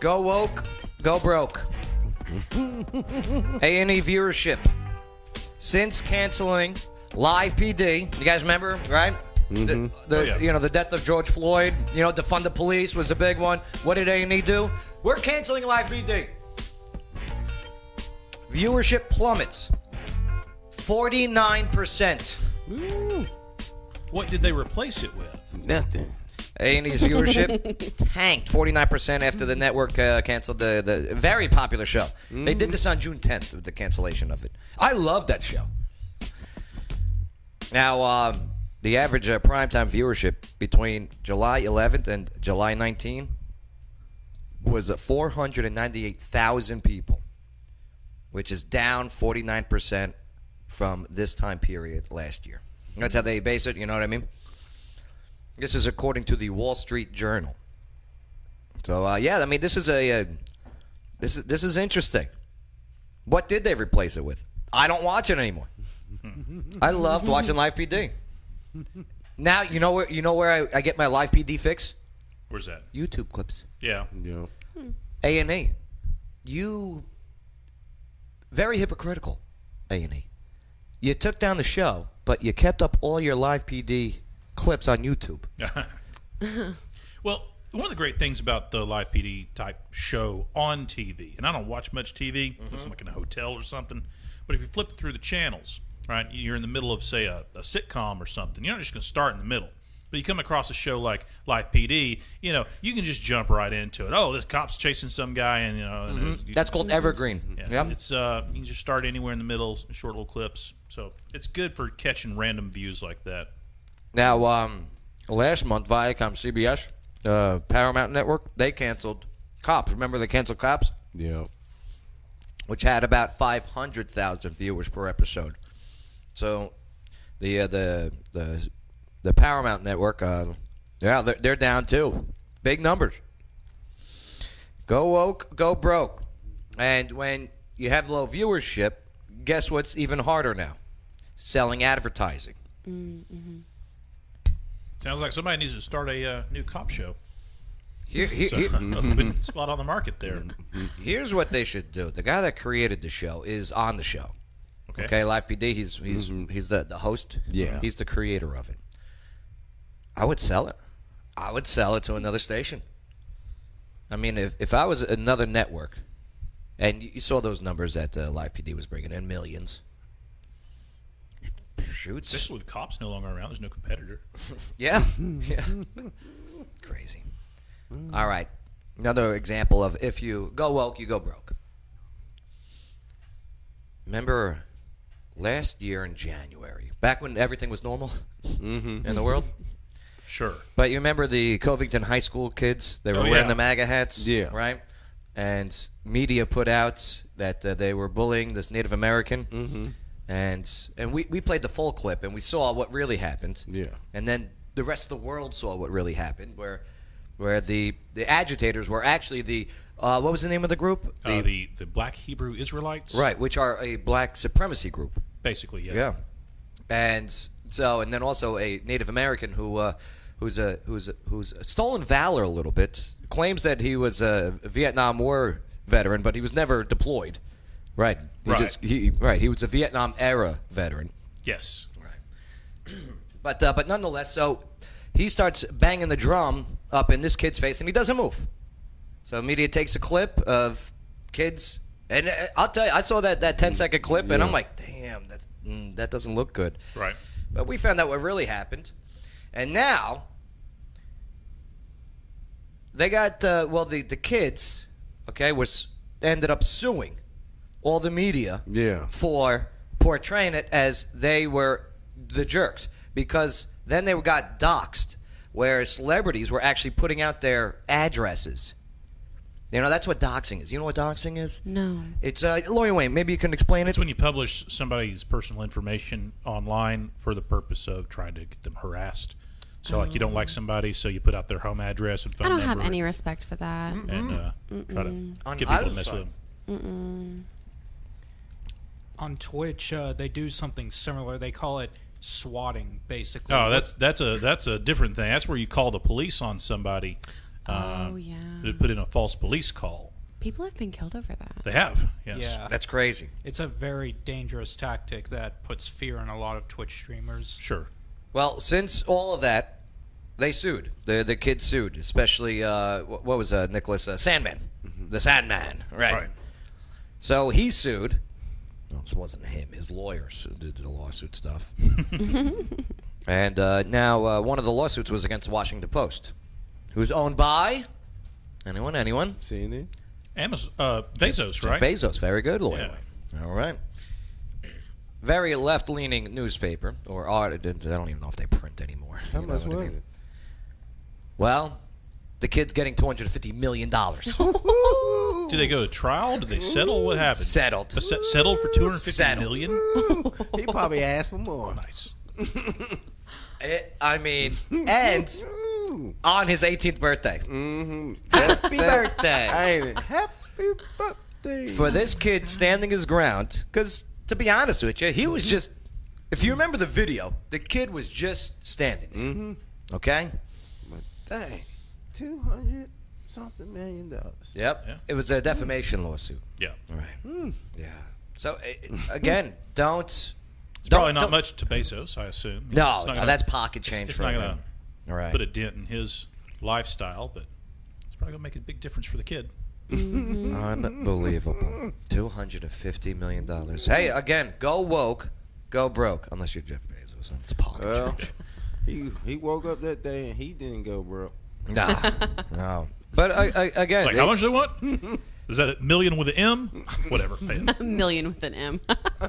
Speaker 1: Go woke, go broke.
Speaker 6: Mm-hmm.
Speaker 1: A and E viewership. Since canceling live PD, you guys remember, right? The, the-
Speaker 5: Oh, yeah.
Speaker 1: you know the death of George Floyd. You know defund the police was a big one. What did A and E do? We're canceling live PD. Viewership plummets. Forty nine percent.
Speaker 5: What did they replace it with?
Speaker 6: Nothing.
Speaker 1: A&E's viewership tanked 49% after the network uh, canceled the, the very popular show. They did this on June 10th with the cancellation of it. I love that show. Now, um, the average uh, primetime viewership between July 11th and July 19th was uh, 498,000 people, which is down 49% from this time period last year. That's how they base it, you know what I mean? This is according to the Wall Street Journal. So uh, yeah, I mean this is a uh, this is this is interesting. What did they replace it with? I don't watch it anymore. Hmm. I loved watching Live PD. Now you know where you know where I, I get my Live PD fix?
Speaker 5: Where's that?
Speaker 1: YouTube clips.
Speaker 5: Yeah.
Speaker 6: Yeah.
Speaker 1: A and E. You very hypocritical, A and E. You took down the show, but you kept up all your Live PD clips on YouTube.
Speaker 5: Well, one of the great things about the live PD type show on TV, and I don't watch much TV,
Speaker 1: Mm-hmm.
Speaker 5: unless I'm like in a hotel or something, but if you flip through the channels, right, you're in the middle of, say, a, a sitcom or something, you're not just going to start in the middle. But you come across a show like Life PD, you know, you can just jump right into it. Oh, this cop's chasing some guy, and you know, and it's-
Speaker 1: Mm-hmm. That's called evergreen.
Speaker 5: yeah,
Speaker 1: Yep.
Speaker 5: it's uh, you can just start anywhere in the middle, short little clips. So it's good for catching random views like that.
Speaker 1: Now, um, last month, Viacom, CBS, uh, Paramount Network, they canceled Cops. Remember they canceled Cops,
Speaker 6: Yeah.
Speaker 1: which had about five hundred thousand viewers per episode. So, the uh, the the the Paramount Network, uh, yeah, they're, they're down too. Big numbers. Go woke, go broke, and when you have low viewership, guess what's even harder now? Selling advertising.
Speaker 4: Mm-hmm.
Speaker 5: Sounds like somebody needs to start a uh, new cop show.
Speaker 1: Here, here,
Speaker 5: So,
Speaker 1: here-
Speaker 5: open spot on the market there.
Speaker 1: Here's what they should do. The guy that created the show is on the show.
Speaker 5: Okay.
Speaker 1: Okay, Live PD. He's he's he's the, the host.
Speaker 6: Yeah.
Speaker 1: he's the creator of it. I would sell it. I would sell it to another station. I mean, if if I was another network, and you you saw those numbers that uh, Live PD was bringing in millions. Shoots.
Speaker 5: Especially with cops no longer around, there's no competitor.
Speaker 1: Yeah. yeah. Crazy. Mm. All right. Another example of if you go woke, you go broke. Remember last year in January, back when everything was normal in the world?
Speaker 5: Sure.
Speaker 1: But you remember the Covington High School kids? They were
Speaker 5: Oh,
Speaker 1: wearing
Speaker 5: yeah.
Speaker 1: the MAGA hats.
Speaker 6: Yeah.
Speaker 1: Right? And media put out that uh, they were bullying this Native American. Mm-hmm. And and we, we played the full clip and we saw what really happened.
Speaker 6: Yeah.
Speaker 1: And then the rest of the world saw what really happened, where where the, the agitators were actually the uh, what was the name of the group?
Speaker 5: uh, the the black Hebrew Israelites.
Speaker 1: right, which are a black supremacy group.
Speaker 5: Basically, yeah.
Speaker 1: Yeah, and so and then also a Native American who uh, who's a who's a, who's a stolen valor a little bit claims that he was a Vietnam War veteran, but he was never deployed. Right. He
Speaker 5: Right.
Speaker 1: he, right. He was a Vietnam era veteran.
Speaker 5: Yes.
Speaker 1: But uh, but nonetheless, so he starts banging the drum up in this kid's face, and he doesn't move. So media takes a clip of kids, and uh, I'll tell you, I saw that that 10 second clip, and I'm like, damn, that's, mm, that doesn't look good.
Speaker 5: Right.
Speaker 1: But we found out what really happened, and now they got uh, well the the kids, okay, was ended up suing all the media
Speaker 6: Yeah.
Speaker 1: for portraying it as they were the jerks because then they got doxxed where celebrities were actually putting out their addresses. You know, that's what doxing is. You know what doxing is?
Speaker 4: No.
Speaker 1: It's uh, Lawyer Wayne. Maybe you can explain it.
Speaker 5: It's when you publish somebody's personal information online for the purpose of trying to get them harassed. So, like, you don't
Speaker 1: Oh.
Speaker 5: like somebody, so you put out their home address and phone
Speaker 4: I don't
Speaker 5: number
Speaker 4: have any respect for that.
Speaker 5: and uh, try to
Speaker 1: On
Speaker 5: get people
Speaker 1: either
Speaker 5: to mess
Speaker 1: side.
Speaker 5: with them.
Speaker 3: On Twitch, uh, they do something similar. They call it swatting, basically.
Speaker 5: No, Oh, that's that's a that's a different thing. That's where you call the police on somebody
Speaker 4: oh yeah.
Speaker 5: that put in a false police call.
Speaker 4: People have been killed over that.
Speaker 5: They have, yes.
Speaker 3: yeah.
Speaker 1: That's crazy.
Speaker 3: It's a very dangerous tactic that puts fear in a lot of Twitch streamers.
Speaker 5: Sure.
Speaker 1: Well, since all of that, they sued. The the kids sued, especially uh, wh- what was uh, Nicholas uh, Sandman, the Sandman, right?
Speaker 5: Mm-hmm. Right.
Speaker 1: So he sued. Well, it wasn't him. His lawyers did the lawsuit stuff. and uh, now uh, one of the lawsuits was against Washington Post, who's owned by anyone, anyone,
Speaker 6: Seeing it?
Speaker 5: Amazon, uh, Bezos, right?
Speaker 1: Bezos. Very good lawyer.
Speaker 5: Yeah.
Speaker 1: All right. Very left-leaning newspaper or art. I don't even know if they print anymore.
Speaker 6: How
Speaker 1: You know
Speaker 6: much
Speaker 1: what I
Speaker 6: was
Speaker 1: mean?
Speaker 6: it?
Speaker 1: Well, the kid's getting two hundred fifty million dollars
Speaker 5: Did they go to trial? Did they settle? What happened?
Speaker 1: settled.
Speaker 5: Uh, se- settled for two hundred fifty
Speaker 1: Settled.
Speaker 5: million.
Speaker 6: He probably asked for more.
Speaker 5: Nice.
Speaker 1: It- Eh, I mean, and
Speaker 6: Ooh.
Speaker 1: on his eighteenth birthday.
Speaker 6: Mm-hmm. Happy
Speaker 1: birthday.
Speaker 6: I ain't it. Happy birthday.
Speaker 1: For this kid standing his ground, because to be honest with you, he was just. If you remember the video, the kid was just standing. Mm-hmm. Okay.
Speaker 6: Dang. 200 something million dollars.
Speaker 1: Yep.
Speaker 5: Yeah.
Speaker 1: It was a defamation lawsuit.
Speaker 5: Yeah.
Speaker 1: All right.
Speaker 6: Hmm.
Speaker 1: Yeah. So uh, again, don't.
Speaker 5: It's
Speaker 1: don't-
Speaker 5: probably not
Speaker 1: don't-
Speaker 5: much to Bezos, I assume. You know,
Speaker 1: No,
Speaker 5: it's not
Speaker 1: no,
Speaker 5: gonna-
Speaker 1: that's pocket change.
Speaker 5: It's
Speaker 1: for
Speaker 5: not
Speaker 1: him.
Speaker 5: going
Speaker 1: All right.
Speaker 5: to put a dent in his lifestyle, but it's probably going to make a big difference for the kid.
Speaker 1: Unbelievable. Two hundred and fifty million dollars. Hey, again, go woke, go broke. Unless you're Jeff Bezos, it's pocket
Speaker 6: He
Speaker 1: change.
Speaker 6: he woke up that day and he didn't go broke.
Speaker 1: No, no. But I, I, again,
Speaker 5: Like, how much do they want? Is that a million with an M? Whatever. Pay it.
Speaker 4: A million with an M.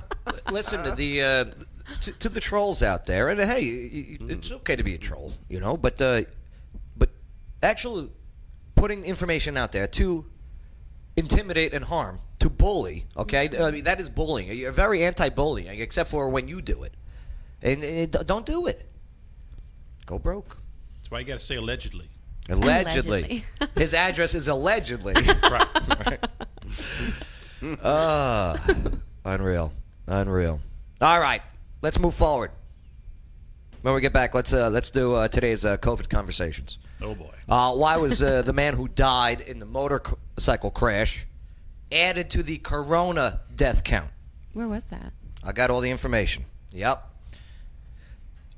Speaker 1: listen to the uh, to, to the trolls out there, and hey, y- y- it's okay to be a troll, you know. But uh, but actually, putting information out there to intimidate and harm, to bully, okay, I mean that is bullying. You're very anti-bullying, except for when you do it, and, and d- don't do it. Go broke.
Speaker 5: That's why you got to say allegedly.
Speaker 1: Allegedly, his address is allegedly
Speaker 5: Right.
Speaker 1: Ah, unreal, unreal. All right, let's move forward. When we get back, let's uh, let's do uh, today's uh, COVID conversations.
Speaker 5: Oh boy.
Speaker 1: Uh, why was uh, the man who died in the motorcycle crash added to the corona death count?
Speaker 4: Where was that?
Speaker 1: I got all the information. Yep.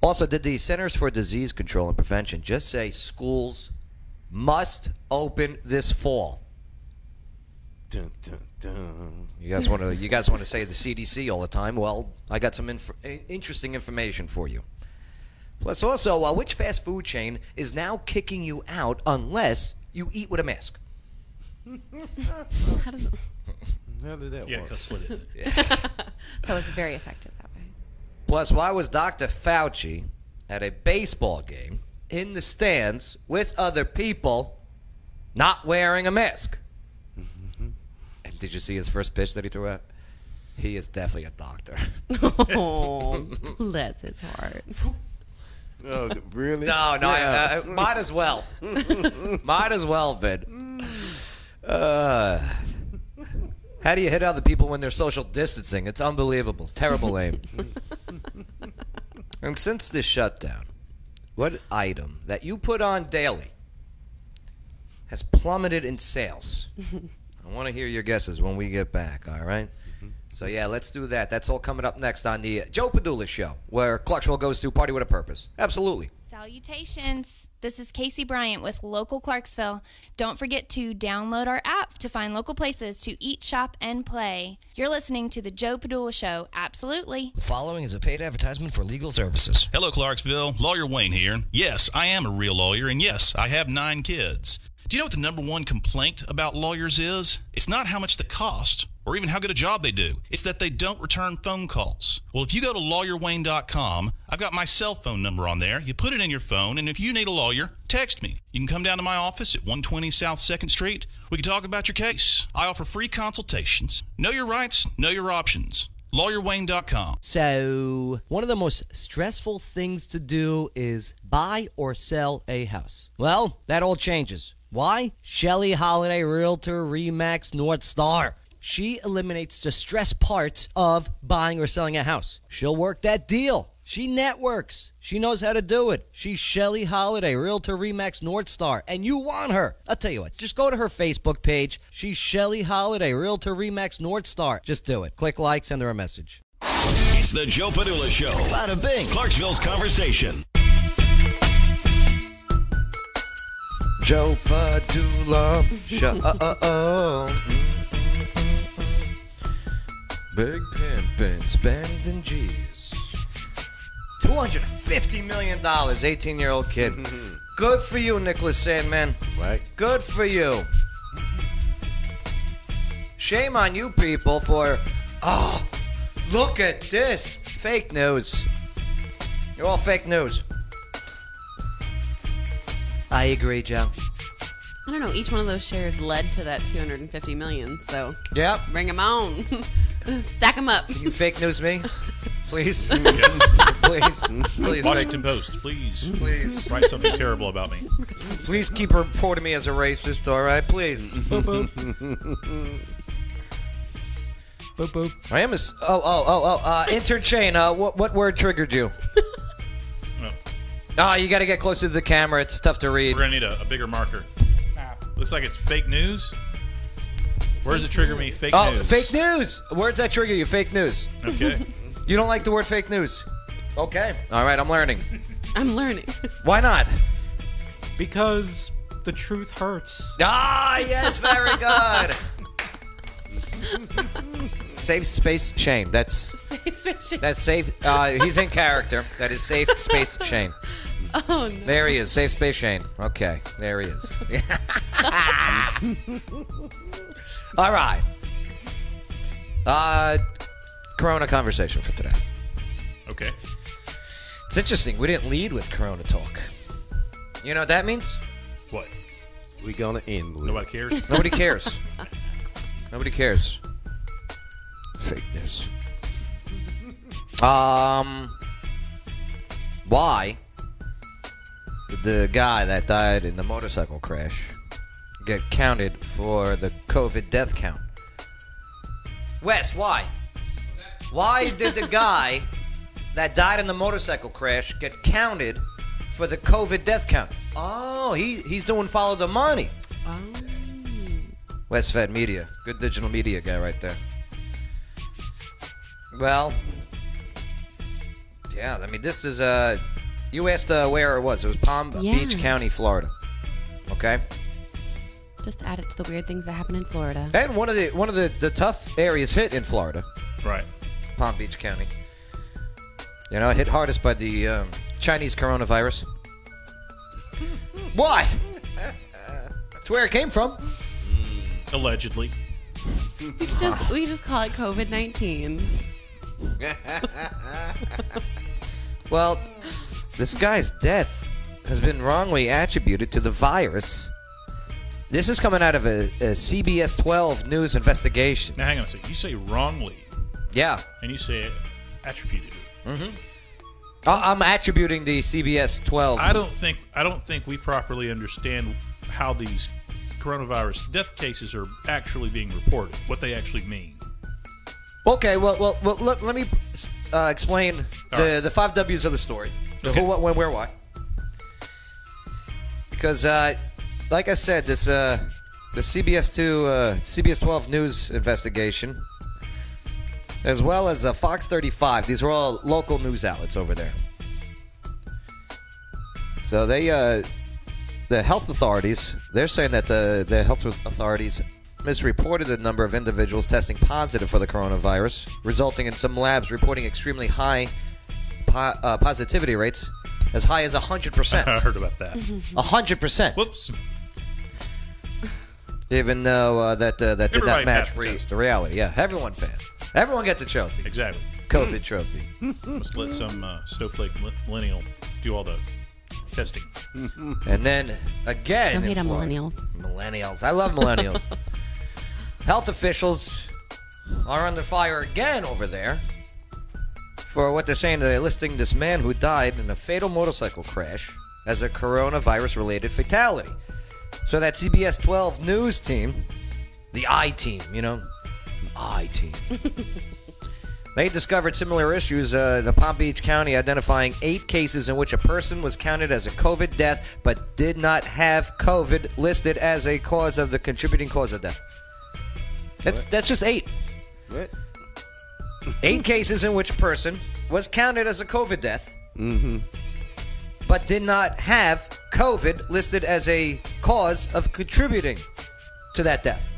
Speaker 1: Also, did the Centers for Disease Control and Prevention just say schools must open this fall?
Speaker 6: Dun, dun, dun.
Speaker 1: You guys want to you guys want to say the CDC all the time? Well, I got some inf- in- interesting information for you. Plus, also, uh, which fast food chain is now kicking you out unless you eat with a mask?
Speaker 4: How does?
Speaker 6: How did that
Speaker 5: Yeah,
Speaker 6: work?
Speaker 5: 'cause slit it.
Speaker 4: So it's very effective that way.
Speaker 1: Plus, why was Dr. Fauci at a baseball game in the stands with other people not wearing a mask? and did you see his first pitch that he threw out? He is definitely a doctor.
Speaker 4: Oh, bless his heart.
Speaker 6: Oh, th- really?
Speaker 1: No, no, I, I, might as well. might as well, Ben. Uh, how do you hit other people when they're social distancing? It's unbelievable. Terrible aim. and since this shutdown, what item that you put on daily has plummeted in sales? I want to hear your guesses when we get back, all right? So, yeah, let's do that. That's all coming up next on the uh, Joe Padula Show, where Clarksville goes to Party with a Purpose. Absolutely.
Speaker 10: Salutations. This is Casey Bryant with Local Clarksville. Don't forget to download our app to find local places to eat, shop, and play. You're listening to The Joe Padula Show. Absolutely.
Speaker 1: Following is a paid advertisement for legal services.
Speaker 2: Hello, Clarksville. Lawyer Wayne here. Yes, I am a real lawyer, and yes, I have nine kids. Do you know what the number one complaint about lawyers is? It's not how much they cost or even how good a job they do. It's that they don't return phone calls. Well, if you go to lawyerwayne.com, I've got my cell phone number on there. You put it in your phone, and if you need a lawyer, text me. You can come down to my office at 120 South 2nd Street. We can talk about your case. I offer free consultations. Know your rights, know your options. LawyerWayne.com.
Speaker 11: So, one of the most stressful things to do is buy or sell a house. Well, that all changes. Why? Shelley Holiday Realtor Remax North Star. She eliminates the stress parts of buying or selling a house. She'll work that deal. She networks. She knows how to do it. She's Shelly Holiday, Realtor Remax North Star, and you want her. I'll tell you what, just go to her Facebook page. She's Shelly Holiday, Realtor Remax North Star. Just do it. Click like, send her a message.
Speaker 2: It's the Joe Padula Show. Bada bing. Clarksville's conversation.
Speaker 1: Joe Padula. Show. Uh, uh, oh. Mm, mm, mm, mm. Big pimpin', spending G's. $250 million, 18 year old kid. Good for you, Nicholas Sandman.
Speaker 6: Right.
Speaker 1: Good for you. Shame on you people for, oh, look at this. Fake news. You're all fake news. I agree, Joe.
Speaker 4: I don't know. Each one of those shares led to that 250 million. So
Speaker 1: Yep.
Speaker 4: bring them on. Stack them up.
Speaker 1: You fake news me? Please.
Speaker 5: Yes.
Speaker 1: please. Please. fake-
Speaker 5: Washington Post, please
Speaker 1: please.
Speaker 5: write something terrible about me.
Speaker 1: Please keep reporting me as a racist, all right? Please.
Speaker 3: Boop boop.
Speaker 1: I am a. s- Oh, oh, oh, oh. Uh, interchain. Uh, what, what word triggered you?
Speaker 5: No,
Speaker 1: Ah, you got to get closer to the camera. It's tough to read.
Speaker 5: we're gonna need a, a bigger marker.
Speaker 3: Ah.
Speaker 5: Looks like it's fake news. Where does it trigger me? Fake
Speaker 1: Oh,
Speaker 5: news.
Speaker 1: fake news. Words that trigger you. Fake news.
Speaker 5: Okay.
Speaker 1: You don't like the word fake news. Okay. All right, I'm learning.
Speaker 4: I'm learning.
Speaker 1: Why not?
Speaker 3: Because the truth hurts.
Speaker 1: Ah, yes, very good. Safe space shame. That's
Speaker 4: Safe space.
Speaker 1: That's safe. Uh, he's in character. That is safe space Shane.
Speaker 4: Oh, no.
Speaker 1: There he is. Safe space, Shane. Okay, there he is. All right. Uh, Corona conversation for today.
Speaker 5: Okay.
Speaker 1: It's interesting. We didn't lead with Corona talk. You know what that means?
Speaker 5: What?
Speaker 1: We gonna end. With
Speaker 5: Nobody cares.
Speaker 1: Nobody cares. Nobody cares. Fakeness. Um, why did the guy that died in the motorcycle crash get counted for the COVID death count? Wes, why? Why did the guy that died in the motorcycle crash get counted for the COVID death count? Oh, he, he's doing follow the money. West Fed Media. Good digital media guy right there. Well, yeah, I mean, this is, uh, you asked uh, where it was. It was Palm
Speaker 4: Yeah.
Speaker 1: Beach County, Florida. Okay?
Speaker 4: Just add it to the weird things that happen in Florida.
Speaker 1: And one of the one of the, the tough areas hit in Florida.
Speaker 5: Right.
Speaker 1: Palm Beach County. You know, hit hardest by the um, Chinese coronavirus. Why? It's where it came from.
Speaker 5: Mm, Allegedly.
Speaker 4: We could just we could just call it COVID nineteen.
Speaker 1: Well, this guy's death has been wrongly attributed to the virus. This is coming out of a, a CBS 12 news investigation.
Speaker 5: Now, hang on a second. You say wrongly,
Speaker 1: Yeah.
Speaker 5: and you say it attributed.
Speaker 1: Mm-hmm. I'm attributing the CBS 12.
Speaker 5: I don't think I don't think we properly understand how these coronavirus death cases are actually being reported. What they actually mean.
Speaker 1: Okay, well, well, well let, let me uh, explain the, the five W's of the story the who, what, when, where, why. Because, uh, like I said, this uh, the CBS two uh, CBS twelve news investigation, as well as uh, Fox thirty five. These are all local news outlets over there. So they, uh, the health authorities, they're saying that the, the health authorities misreported the number of individuals testing positive for the coronavirus, resulting in some labs reporting extremely high po- uh, positivity rates, as high as 100%.
Speaker 5: I heard about that.
Speaker 1: hundred percent.
Speaker 5: Whoops.
Speaker 1: Even though uh, that uh, that did not
Speaker 5: Everybody
Speaker 1: match
Speaker 5: passed the
Speaker 1: re- the reality. Yeah, everyone passed. Everyone gets a trophy.
Speaker 5: Exactly.
Speaker 1: COVID trophy.
Speaker 5: Must let some uh, snowflake mil- millennial do all the testing.
Speaker 1: And then again,
Speaker 4: Don't
Speaker 1: in
Speaker 4: hate on
Speaker 1: Florida-
Speaker 4: millennials.
Speaker 1: Millennials. I love millennials. Health officials are under fire again over there for what they're saying. They're listing this man who died in a fatal motorcycle crash as a coronavirus related fatality. So that CBS 12 news team, the I team, you know, I team. They discovered similar issues uh, in Palm Beach County, identifying eight cases in which a person was counted as a COVID death but did not have COVID listed as a cause of the contributing cause of death. That's, that's just eight.
Speaker 6: What?
Speaker 1: Eight cases in which a person was counted as a COVID death
Speaker 6: Mm-hmm.
Speaker 1: but did not have COVID listed as a cause of contributing to that death.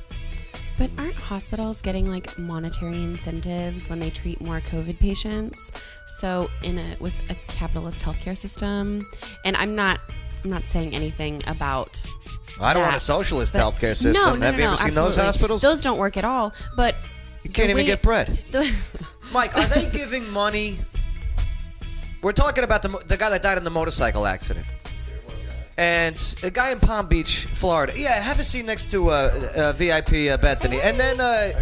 Speaker 4: But aren't hospitals getting like monetary incentives when they treat more COVID patients? So in a with a capitalist healthcare system, and I'm not I'm not saying anything about.
Speaker 1: I don't want
Speaker 4: that,
Speaker 1: a socialist
Speaker 4: but-
Speaker 1: healthcare system.
Speaker 4: No, no,
Speaker 1: Have
Speaker 4: no,
Speaker 1: you
Speaker 4: no,
Speaker 1: ever seen those
Speaker 4: absolutely.
Speaker 1: hospitals?
Speaker 4: Those don't work at all. But
Speaker 1: You can't even get bread. Mike, are they giving money? We're talking about the, mo- the guy that died in the motorcycle accident. And a guy in Palm Beach, Florida. Yeah, have a seat next to uh, uh, VIP uh, Bethany, and then uh,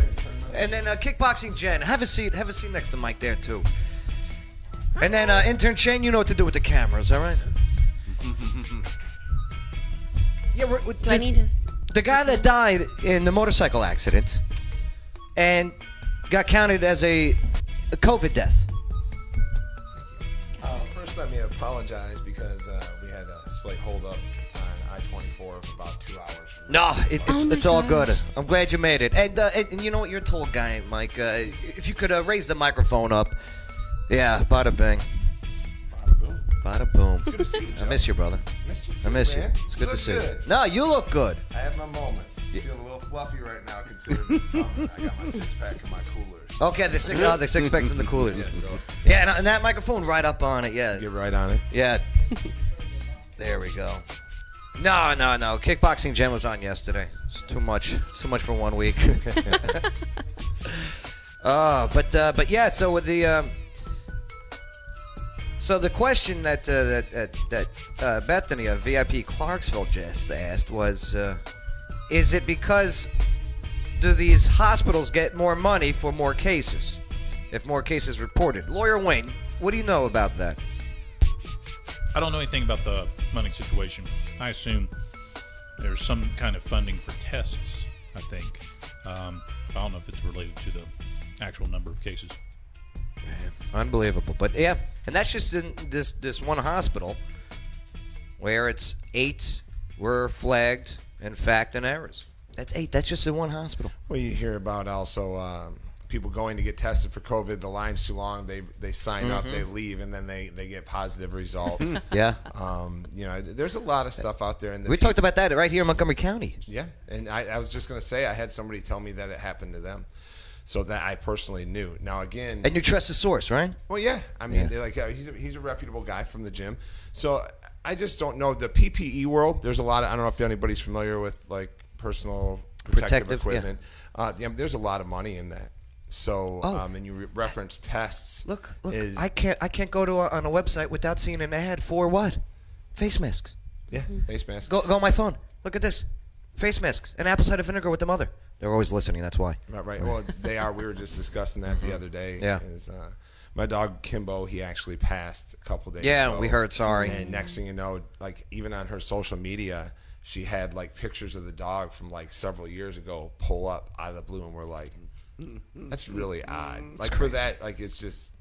Speaker 1: and then uh, kickboxing Jen. Have a seat. Have a seat next to Mike there too. And then uh, intern Shane, you know what to do with the cameras, all right? Yeah, we're, we're,
Speaker 4: do I need to?
Speaker 1: the guy that died in the motorcycle accident and got counted as a, a COVID death.
Speaker 7: Uh, first, let me apologize because uh, we had a slight holdup on I 24 of about two hours.
Speaker 1: No, it, it's,
Speaker 7: Oh my
Speaker 1: it's all good.
Speaker 7: gosh.
Speaker 1: I'm glad you made it. And, uh, and, and you know what? You're a tall guy, Mike. Uh, if you could uh, raise the microphone up. Yeah, bada bang. Bada boom. Bada boom.
Speaker 7: to see you,
Speaker 1: I miss you, brother.
Speaker 7: Missed you
Speaker 1: I
Speaker 7: too,
Speaker 1: miss
Speaker 7: man.
Speaker 1: you. It's
Speaker 7: You
Speaker 1: good to
Speaker 7: look
Speaker 1: see
Speaker 7: good.
Speaker 1: you. No, you look good.
Speaker 7: I have my moments. I feel a little fluffy right now considering the summer. I got my six pack in my cooler.
Speaker 1: Okay, the six, oh, the six packs in the coolers.
Speaker 7: Yeah, so
Speaker 1: Yeah, and, and that microphone right up on it. Yeah. Get
Speaker 7: right on it.
Speaker 1: Yeah. There we go. No, no, no. Kickboxing Jen was on yesterday. It's too much. It's too much for one week. uh, but uh, but yeah. So with the um, so the question that uh, that that, that uh, Bethany of VIP Clarksville just asked was, uh, is it because do these hospitals get more money for more cases if more cases reported? Lawyer Wayne, what do you know about that?
Speaker 5: I don't know anything about the money situation. I assume there's some kind of funding for tests, I think. Um, I don't know if it's related to the actual number of cases.
Speaker 1: Unbelievable. But yeah, and that's just in this this one hospital where it's eight were flagged in fact and errors. That's eight. That's just in one hospital.
Speaker 7: Well, you hear about also um, people going to get tested for COVID. The line's too long. They they sign up,
Speaker 1: Mhm.
Speaker 7: they leave, and then they, they get positive results.
Speaker 1: Yeah.
Speaker 7: Um, you know, there's a lot of stuff out there. In the
Speaker 1: We talked about that right here in Montgomery County.
Speaker 7: Yeah, and I, I was just gonna say I had somebody tell me that it happened to them, so that I personally knew. Now again,
Speaker 1: And you trust the source, right?
Speaker 7: Well, yeah, I mean,
Speaker 1: Yeah.
Speaker 7: they're like uh, he's a, he's a reputable guy from the gym, so I just don't know the PPE world. There's a lot of I don't know if anybody's familiar with like personal protective,
Speaker 1: Protective, yeah.
Speaker 7: equipment. Uh, yeah, there's a lot of money in that. So,
Speaker 1: Oh.
Speaker 7: um, and you re- reference tests. Look,
Speaker 1: Look,
Speaker 7: is,
Speaker 1: I can't I can't go to a, on a website without seeing an ad for what? Face masks.
Speaker 7: Yeah, face masks.
Speaker 1: Go go on my phone. Look at this. Face masks and apple cider vinegar with the mother. They're always listening. That's why.
Speaker 7: Right, right. Well, they are. We were just discussing that the other day.
Speaker 1: Mm-hmm. Yeah.
Speaker 7: Is, uh, my dog Kimbo, he actually passed a couple days.
Speaker 1: Yeah,
Speaker 7: ago.
Speaker 1: we heard, sorry.
Speaker 7: And next thing you know, like even on her social media, she had like pictures of the dog from like several years ago pull up out of the blue, and we're like, that's really odd. Like for
Speaker 1: crazy.
Speaker 7: that, like it's just,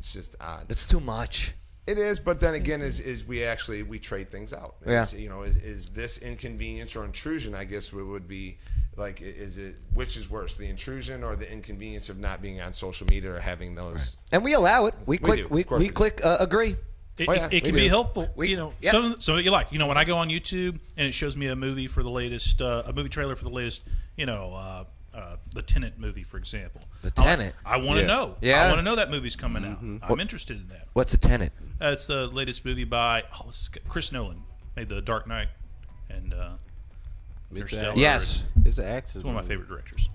Speaker 7: it's just odd.
Speaker 1: It's too much.
Speaker 7: It is, but then again, is is we actually we trade things out.
Speaker 1: Yeah.
Speaker 7: Is, you know, is, is this inconvenience or intrusion? I guess it would be like, i- is it which is worse, the intrusion or the inconvenience of not being on social media or having those?
Speaker 1: And we allow it.
Speaker 7: We
Speaker 1: We,
Speaker 7: do,
Speaker 1: click
Speaker 7: of
Speaker 1: we,
Speaker 7: course
Speaker 1: we,
Speaker 7: we do.
Speaker 1: click uh, agree.
Speaker 5: It,
Speaker 7: Oh, yeah,
Speaker 5: it- it
Speaker 7: we
Speaker 5: can be
Speaker 7: do.
Speaker 5: helpful. you know,
Speaker 1: yeah.
Speaker 5: some some that you like. You know, when I go on YouTube and it shows me a movie for the latest, uh, a movie trailer for the latest, you know, uh, uh, the Tenant movie, for example.
Speaker 1: The
Speaker 5: I-
Speaker 1: Tenet.
Speaker 5: I, want to
Speaker 1: Yeah.
Speaker 5: know.
Speaker 1: Yeah. Mm-hmm.
Speaker 5: I want to know that movie's coming out. I'm
Speaker 1: What-
Speaker 5: interested in that.
Speaker 1: What's the tenant?
Speaker 5: Uh, it's the latest movie by oh, it's Chris Nolan. Made the Dark Knight and uh, Interstellar.
Speaker 1: Yes.
Speaker 6: It's the Axis.
Speaker 5: It's one of my
Speaker 6: movie.
Speaker 5: favorite directors.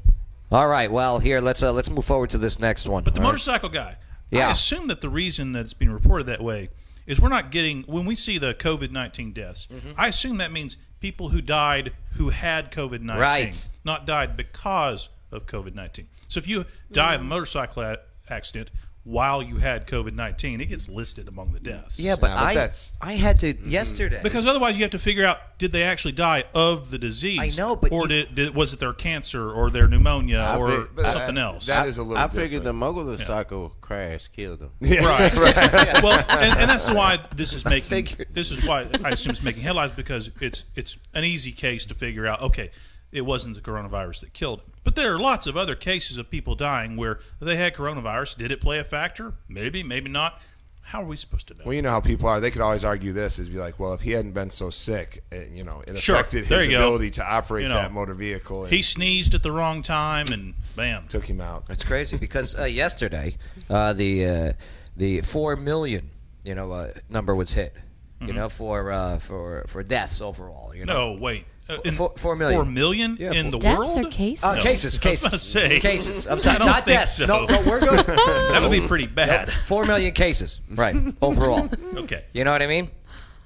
Speaker 1: All right. Well, here let's uh, let's move forward to this next one.
Speaker 5: But the motorcycle guy.
Speaker 1: Yeah.
Speaker 5: I assume that the reason that it's being reported that way is we're not getting when we see the COVID nineteen deaths. I assume that means people who died who had COVID nineteen,
Speaker 1: Right.
Speaker 5: not died because of COVID nineteen. So if you die of a motorcycle a- accident while you had COVID nineteen, it gets listed among the deaths.
Speaker 1: Yeah, but, I I had to Mm-hmm. yesterday
Speaker 5: Because otherwise, you have to figure out did they actually die of the disease?
Speaker 1: I know, but
Speaker 5: or did, did was it their cancer or their pneumonia
Speaker 6: I
Speaker 5: or
Speaker 6: fig- but
Speaker 5: something
Speaker 6: I-
Speaker 5: else?
Speaker 6: I- I figured the motorcycle crash killed him.
Speaker 5: Right. Well, and, and that's why this is making this is why I assume it's making headlines because it's it's an easy case to figure out. Okay, it wasn't the coronavirus that killed him, but there are lots of other cases of people dying where they had coronavirus. Did it play a factor? Maybe, maybe not. How are we supposed to know?
Speaker 7: Well, you know how people are. They could always argue this is be like, well, if he hadn't been so sick, it, you know, it
Speaker 5: Sure.
Speaker 7: affected
Speaker 5: There
Speaker 7: his
Speaker 5: you go.
Speaker 7: ability to operate
Speaker 5: You know,
Speaker 7: that motor vehicle. And
Speaker 5: He sneezed at the wrong time, and bam,
Speaker 7: took him out.
Speaker 1: It's crazy because uh, yesterday uh, the uh, the four million you know uh, number was hit. You
Speaker 5: Mhm.
Speaker 1: know for uh, for for deaths overall. You know.
Speaker 5: No, wait. Uh,
Speaker 1: F-
Speaker 5: in-
Speaker 1: four- four million.
Speaker 5: Four million
Speaker 1: Yeah,
Speaker 5: in
Speaker 1: four-
Speaker 5: the
Speaker 1: Deaths
Speaker 5: world?
Speaker 1: or cases? Uh, cases,
Speaker 5: I was
Speaker 1: cases.
Speaker 5: gonna say.
Speaker 1: Cases. I'm sorry,
Speaker 5: I don't
Speaker 1: not
Speaker 5: think
Speaker 1: deaths.
Speaker 5: So.
Speaker 1: No, no, we're good.
Speaker 5: that would be pretty bad.
Speaker 1: Nope. Four million cases, right? Overall.
Speaker 5: Okay.
Speaker 1: You know what I mean?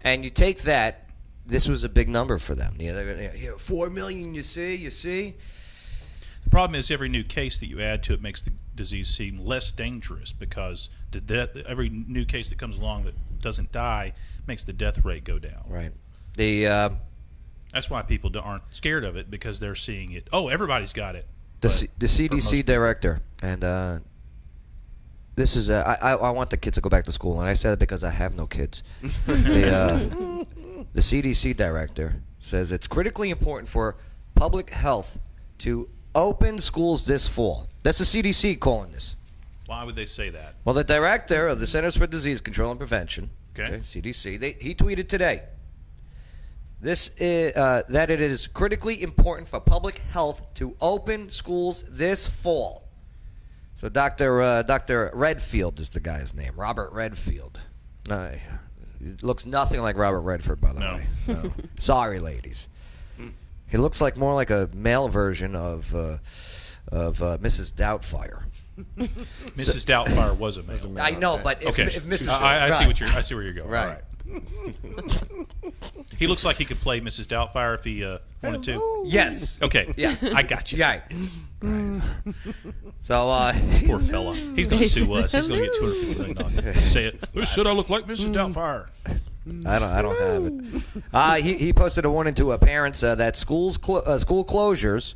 Speaker 1: And you take that. This was a big number for them. You know, they're gonna- here, four million. You see, you see.
Speaker 5: The problem is every new case that you add to it makes the desease seem less dangerous because the death, every new case that comes along that doesn't die makes the death rate go down.
Speaker 1: Right. The uh,
Speaker 5: That's why people don't, aren't scared of it because they're seeing it. Oh, everybody's got it.
Speaker 1: the, C- the CDC director and uh, this is uh, I, I I want the kids to go back to school and I said it because I have no kids. the, uh, the CDC director says it's critically important for public health to open schools this fall. That's the CDC calling this.
Speaker 5: Why would they say that?
Speaker 1: Well, the director of the Centers for Disease Control and Prevention,
Speaker 5: Okay.
Speaker 1: CDC, they, he tweeted today. This i uh, that it is critically important for public health to open schools this fall. So, Doctor uh, Doctor Redfield is the guy's name, Robert Redfield. Uh, It looks nothing like Robert Redford, by the way. No. Sorry, ladies. He looks like more like a male version of uh, of uh, Mrs. Doubtfire.
Speaker 5: Mrs. Doubtfire was a male.
Speaker 1: I know, but if,
Speaker 5: okay.
Speaker 1: if Mrs.
Speaker 5: I, I see
Speaker 1: Right.
Speaker 5: what you're. I see where you're going.
Speaker 1: Right.
Speaker 5: All right. He looks like he could play Mrs. Doubtfire if he uh, wanted to.
Speaker 1: Yes.
Speaker 5: Okay.
Speaker 1: Yeah.
Speaker 5: I got you.
Speaker 1: Yeah. So uh,
Speaker 5: poor fella, he's going to sue us. He's going to get two hundred fifty million dollars. Say it. Who said I look like Mrs. Doubtfire?
Speaker 1: I don't. I don't have it. Uh, he, he posted a warning to uh, parents uh, that schools clo- uh, school closures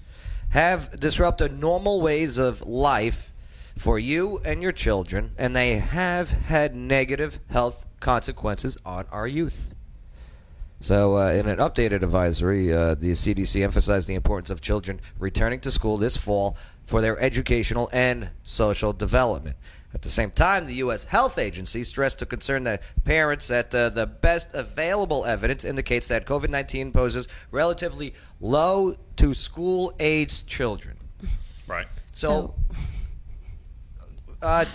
Speaker 1: have disrupted normal ways of life for you and your children, and they have had negative health consequences on our youth. So, uh, in an updated advisory, uh, the CDC emphasized the importance of children returning to school this fall for their educational and social development. At the same time, the U.S. Health Agency stressed to concern that parents that uh, the best available evidence indicates that COVID 19 poses relatively low to school aged children.
Speaker 5: Right.
Speaker 1: So, uh,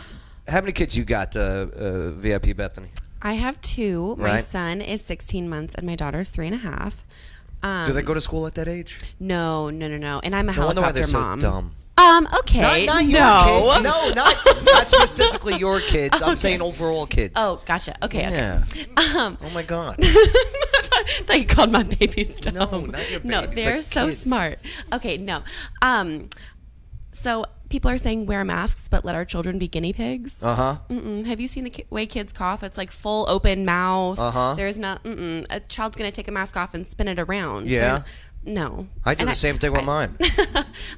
Speaker 1: how many kids you got, uh, uh, VIP Bethany?
Speaker 4: I have two. My
Speaker 1: Right.
Speaker 4: son is 16 months and my daughter's three and a half. Um,
Speaker 1: Do they go to school at that age?
Speaker 4: No, no, no, no. And I'm a
Speaker 1: No wonder
Speaker 4: helicopter
Speaker 1: why they're so
Speaker 4: mom.
Speaker 1: dumb.
Speaker 4: Um. Okay.
Speaker 1: Not, not
Speaker 4: no.
Speaker 1: your kids. No, not not specifically your kids. I'm saying overall kids.
Speaker 4: Oh, gotcha. Okay.
Speaker 1: Yeah.
Speaker 4: Okay. Um.
Speaker 1: Oh my god.
Speaker 4: They called my babies dumb. No,
Speaker 1: not your
Speaker 4: No,
Speaker 1: babies,
Speaker 4: they're
Speaker 1: they're
Speaker 4: so
Speaker 1: kids.
Speaker 4: smart. Okay, no. Um, so people are saying wear masks, but let our children be guinea pigs.
Speaker 1: Uh-huh.
Speaker 4: Mm-mm. Have you seen the ki- way kids cough? It's like full open mouth.
Speaker 1: Uh-huh.
Speaker 4: There's not. Mm-mm. A child's gonna take a mask off and spin it around.
Speaker 1: Yeah.
Speaker 4: No.
Speaker 1: I do
Speaker 4: And
Speaker 1: the same thing with mine.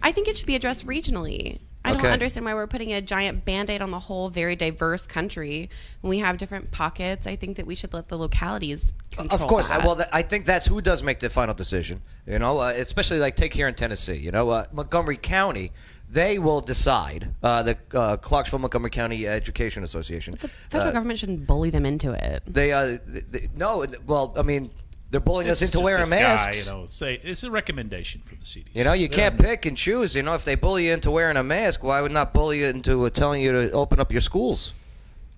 Speaker 4: I think it should be addressed regionally. I don't
Speaker 1: Okay.
Speaker 4: understand why we're putting a giant band-aid on the whole very diverse country when we have different pockets. I think that we should let the localities control
Speaker 1: Of course. I
Speaker 4: that.
Speaker 1: Well, th- I think that's who does make the final decision. You know, uh, especially like take here in Tennessee. You know, uh, Montgomery County. They will decide. Uh, the uh, Clarksville Montgomery County Education Association.
Speaker 4: Federal
Speaker 1: Uh,
Speaker 4: government shouldn't bully them into it.
Speaker 1: They, uh, th th- no. Well, I mean, they're bullying us
Speaker 5: This is
Speaker 1: into
Speaker 5: just
Speaker 1: wearing
Speaker 5: this guy,
Speaker 1: masks.
Speaker 5: you know, say it's a recommendation from the CDC.
Speaker 1: You know, you can't pick and choose. You know, if they bully you into wearing a mask, why would not bully you into uh, telling you to open up your schools?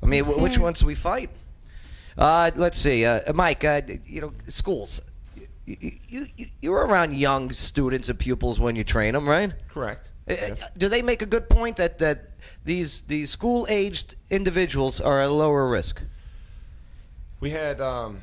Speaker 1: I mean,
Speaker 6: That's
Speaker 1: wh- which
Speaker 7: Hmm.
Speaker 6: fair.
Speaker 1: ones we fight? Uh, let's see, uh, Mike. Uh, d- you know, schools. You, you, you, you're around young students and pupils when you train them, right?
Speaker 7: Correct.
Speaker 1: Uh, uh, Do they make a good point that, that these these school aged individuals are at lower risk?
Speaker 7: We had. Um,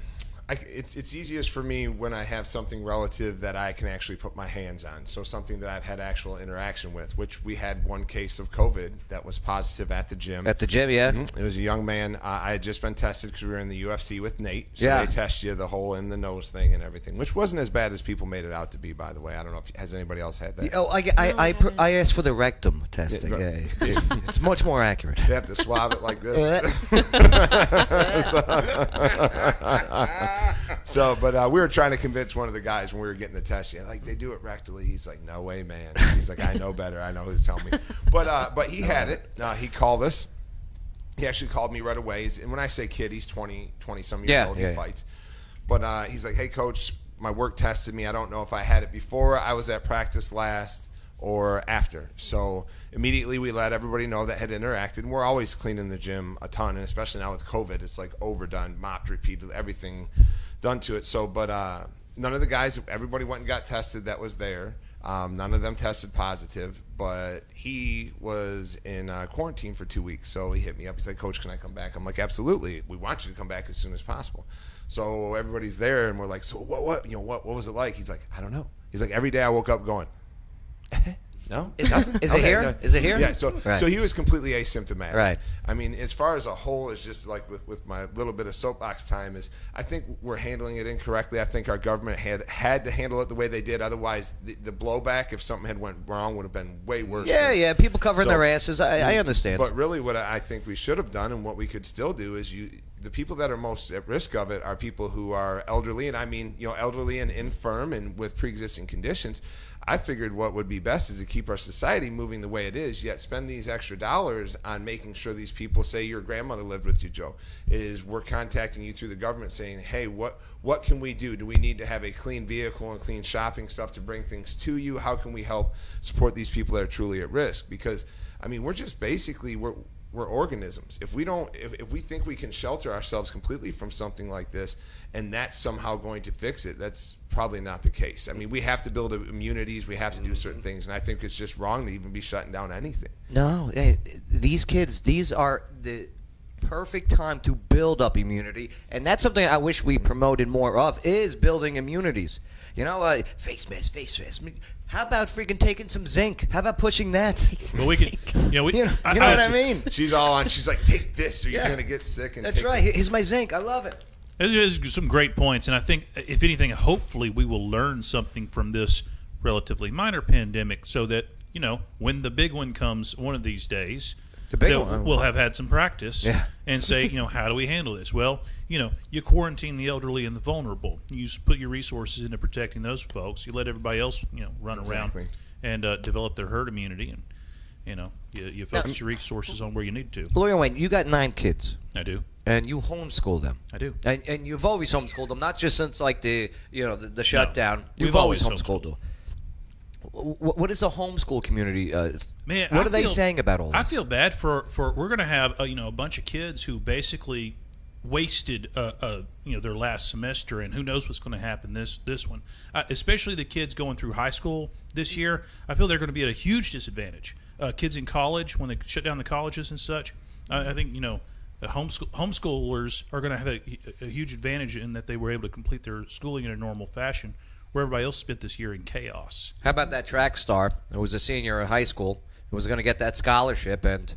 Speaker 7: I, it's it's easiest for me when I have something relative that I can actually put my hands on. So something that I've had actual interaction with, which we had one case of COVID that was positive at the gym.
Speaker 1: At the gym, yeah.
Speaker 7: Mhm. It was a young man. Uh, I had just been tested because we were in the UFC with Nate. So
Speaker 1: Yeah.
Speaker 7: they test you the whole in the nose thing and everything, which wasn't as bad as people made it out to be. By the way, I don't know if has anybody else had that.
Speaker 1: Oh, I, I, I, per- I asked for the rectum testing.
Speaker 7: Yeah,
Speaker 1: Yeah,
Speaker 7: right.
Speaker 1: it's much more accurate.
Speaker 7: They have to swab it like this. so, but uh, we were trying to convince one of the guys when we were getting the test. Yeah, like they do it rectally. He's like, no way, man. He's like, I know better. I know who's telling me. But uh, but he had it. Uh, he called us. He actually called me right away. He's- And when I say kid, he's 20, 20 some years
Speaker 1: Yeah,
Speaker 7: old.
Speaker 1: yeah,
Speaker 7: he
Speaker 1: yeah.
Speaker 7: fights. But uh, he's like, hey, coach, my work tested me. I don't know if I had it before I was at practice last or after. So immediately we let everybody know that had interacted. And we're always cleaning the gym a ton. And especially now with COVID, it's like overdone, mopped, repeated, everything done to it. So, but uh, none of the guys, everybody went and got tested that was there. Um, none of them tested positive, but he was in uh, quarantine for two weeks. So he hit me up. He's like, Coach, can I come back? I'm like, Absolutely. We want you to come back as soon as possible. So everybody's there, and we're like, So what? What? You know, what? What was it like? He's like, I don't know. He's like, Every day I woke up going, No,
Speaker 1: Is-
Speaker 7: Nothing?
Speaker 1: is it here? Is it here?
Speaker 7: Yeah. So
Speaker 1: Right.
Speaker 7: so he was completely asymptomatic.
Speaker 1: Right.
Speaker 7: I mean, as far as a whole, is just like with, with my little bit of soapbox time is I think we're handling it incorrectly. I think our government had had to handle it the way they did. Otherwise, the, the blowback if something had went wrong would have been way worse.
Speaker 1: Yeah,
Speaker 7: than-
Speaker 1: yeah, people covering their asses. I- I understand.
Speaker 7: But really, what I I think we should have done and what we could still do is you the people that are most at risk of it are people who are elderly, and I mean you know elderly and infirm and with pre-existing conditions. I figured what would be best is to keep our society moving the way it is, yet spend these extra dollars on making sure these people say your grandmother lived with you, Joe, is we're contacting you through the government saying, hey, what what can we do? Do we need to have a clean vehicle and clean shopping stuff to bring things to you? How can we help support these people that are truly at risk? Because I mean, we're just basically we're we're organisms. If we don't, if, if we think we can shelter ourselves completely from something like this, and that's somehow going to fix it, that's probably not the case. I mean, we have to build immunities, we have to do certain things, and I think it's just wrong to even be shutting down anything.
Speaker 1: No, hey, these kids, these are the perfect time to build up immunity, and that's something I wish we promoted more of is building immunities. You know, uh, face mask, face mask. How about freaking taking some zinc? How about pushing that?
Speaker 5: Well, we can. Yeah, we.
Speaker 1: You know, you know what I mean?
Speaker 7: She's all on. She's like, take this, or you're gonna get sick. And
Speaker 1: that's
Speaker 7: take
Speaker 1: right. Here- Here's my zinc. I love it.
Speaker 5: There's, there's some great points, and I think, if anything, hopefully we will learn something from this relatively minor pandemic, so that you know when the big one comes one of these days,
Speaker 7: The big
Speaker 5: that
Speaker 7: one.
Speaker 5: we'll have had some practice
Speaker 7: Yeah.
Speaker 5: and say, you know, how do we handle this? Well, you know, you quarantine the elderly and the vulnerable. You s- put your resources into protecting those folks. You let everybody else, you know, run
Speaker 7: Exactly.
Speaker 5: around and uh, develop their herd immunity, and you know, you, you focus your resources on where you need to.
Speaker 1: Lawyer Wayne, you got nine kids.
Speaker 5: I do.
Speaker 1: And you homeschool them.
Speaker 5: I do.
Speaker 1: And, and you've always homeschooled them, not just since like the you know the, the shutdown.
Speaker 5: We've
Speaker 1: You've always
Speaker 5: always
Speaker 1: homeschooled them. Wh- What is the homeschool community? Uh,
Speaker 5: Man,
Speaker 1: what
Speaker 5: I
Speaker 1: are they
Speaker 5: feel-
Speaker 1: saying about all this?
Speaker 5: I feel bad for for we're gonna have uh, you know a bunch of kids who basically wasted uh, uh, you know their last semester, and who knows what's going to happen this this one. Uh, especially the kids going through high school this year, I feel they're going to be at a huge disadvantage. Uh, kids in college when they shut down the colleges and such, I, I think you know. The homeschool, homeschoolers are going to have a, a huge advantage in that they were able to complete their schooling in a normal fashion, where everybody else spent this year in chaos.
Speaker 1: How about that track star who was a senior in high school who was going to get that scholarship and,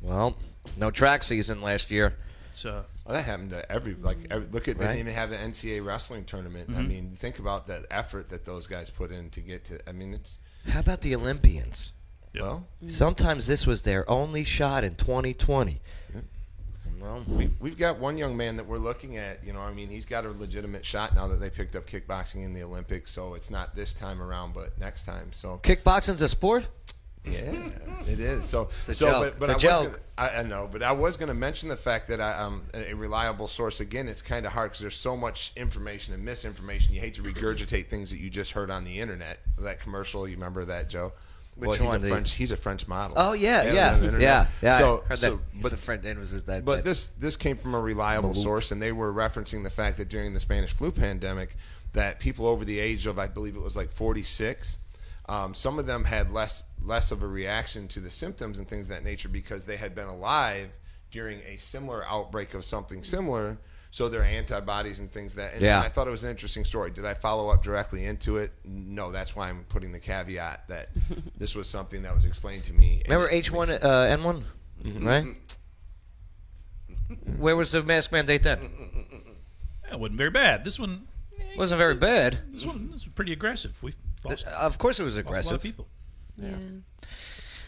Speaker 1: well, no track season last year.
Speaker 5: So
Speaker 7: Well, that happened to every like. Every, look at they
Speaker 1: Right.
Speaker 7: didn't even have the NCAA wrestling tournament. I
Speaker 1: Mhm.
Speaker 7: mean, think about that effort that those guys put in to get to. I mean, it's
Speaker 1: How about the Olympians?
Speaker 7: well.
Speaker 1: Mm. Sometimes this was their only shot in 2020. Well,
Speaker 7: we, we've got one young man that we're looking at. You know, I mean, he's got a legitimate shot now that they picked up kickboxing in the Olympics. So it's not this time around, but next time. So
Speaker 1: Kickboxing's a sport?
Speaker 7: Yeah, it is. So,
Speaker 1: It's a
Speaker 7: so,
Speaker 1: joke.
Speaker 7: but, but
Speaker 1: It's a
Speaker 7: I was
Speaker 1: joke.
Speaker 7: Gonna, I, I know, but I was going to mention the fact that I, um, a a reliable source. Again, it's kind of hard because there's so much information and misinformation. You hate to regurgitate things that you just heard on the internet. That commercial, you remember that, Joe?
Speaker 1: Which
Speaker 7: well,
Speaker 1: one?
Speaker 7: He's a
Speaker 1: The-
Speaker 7: French. He's a French model.
Speaker 1: Oh, yeah,
Speaker 7: it was
Speaker 1: yeah,
Speaker 7: on the internet.
Speaker 1: yeah, yeah, I
Speaker 7: So,
Speaker 1: heard
Speaker 7: so
Speaker 1: that. He's
Speaker 7: but
Speaker 1: a French- and was his- that-
Speaker 7: But
Speaker 1: that-
Speaker 7: this this came from a reliable
Speaker 1: Malouk.
Speaker 7: source, and they were referencing the fact that during the Spanish flu pandemic, that people over the age of I believe it was like 46 um, some of them had less less of a reaction to the symptoms and things of that nature because they had been alive during a similar outbreak of something similar. So their antibodies and things that. And
Speaker 1: Yeah.
Speaker 7: I thought it was an interesting story. Did I follow up directly into it? No. That's why I'm putting the caveat that this was something that was explained to me. and
Speaker 1: Remember
Speaker 7: it makes
Speaker 1: H1,
Speaker 7: sense.
Speaker 1: uh, N1?
Speaker 7: Mm-hmm.
Speaker 1: Right? Where was the mask mandate then?
Speaker 5: That wasn't very bad. This one
Speaker 1: Wasn't very bad. uh,
Speaker 5: This one this was pretty aggressive. We've lost,
Speaker 1: Of course it was
Speaker 5: lost a lot
Speaker 1: aggressive.
Speaker 5: of people.
Speaker 1: Yeah.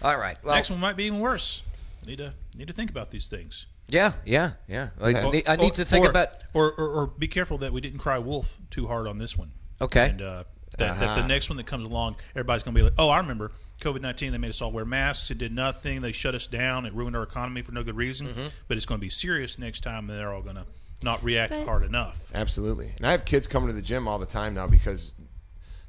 Speaker 1: All right. Well,
Speaker 5: Next one might be even worse. Need to need to think about these things.
Speaker 1: yeah, yeah, yeah. I,
Speaker 5: Or-
Speaker 1: need, I need
Speaker 5: or-
Speaker 1: to think
Speaker 5: or-
Speaker 1: about.
Speaker 5: or, or or be careful that we didn't cry wolf too hard on this one.
Speaker 1: Okay.
Speaker 5: And uh, that, that
Speaker 1: Uh-huh.
Speaker 5: the next one that comes along, everybody's going to be like, "Oh, I remember COVID nineteen. They made us all wear masks. It did nothing. They shut us down. It ruined our economy for no good reason."
Speaker 1: Mm-hmm.
Speaker 5: But it's going to be serious next time, and they're all going to not react
Speaker 10: But-
Speaker 5: hard enough.
Speaker 7: Absolutely. And I have kids coming to the gym all the time now because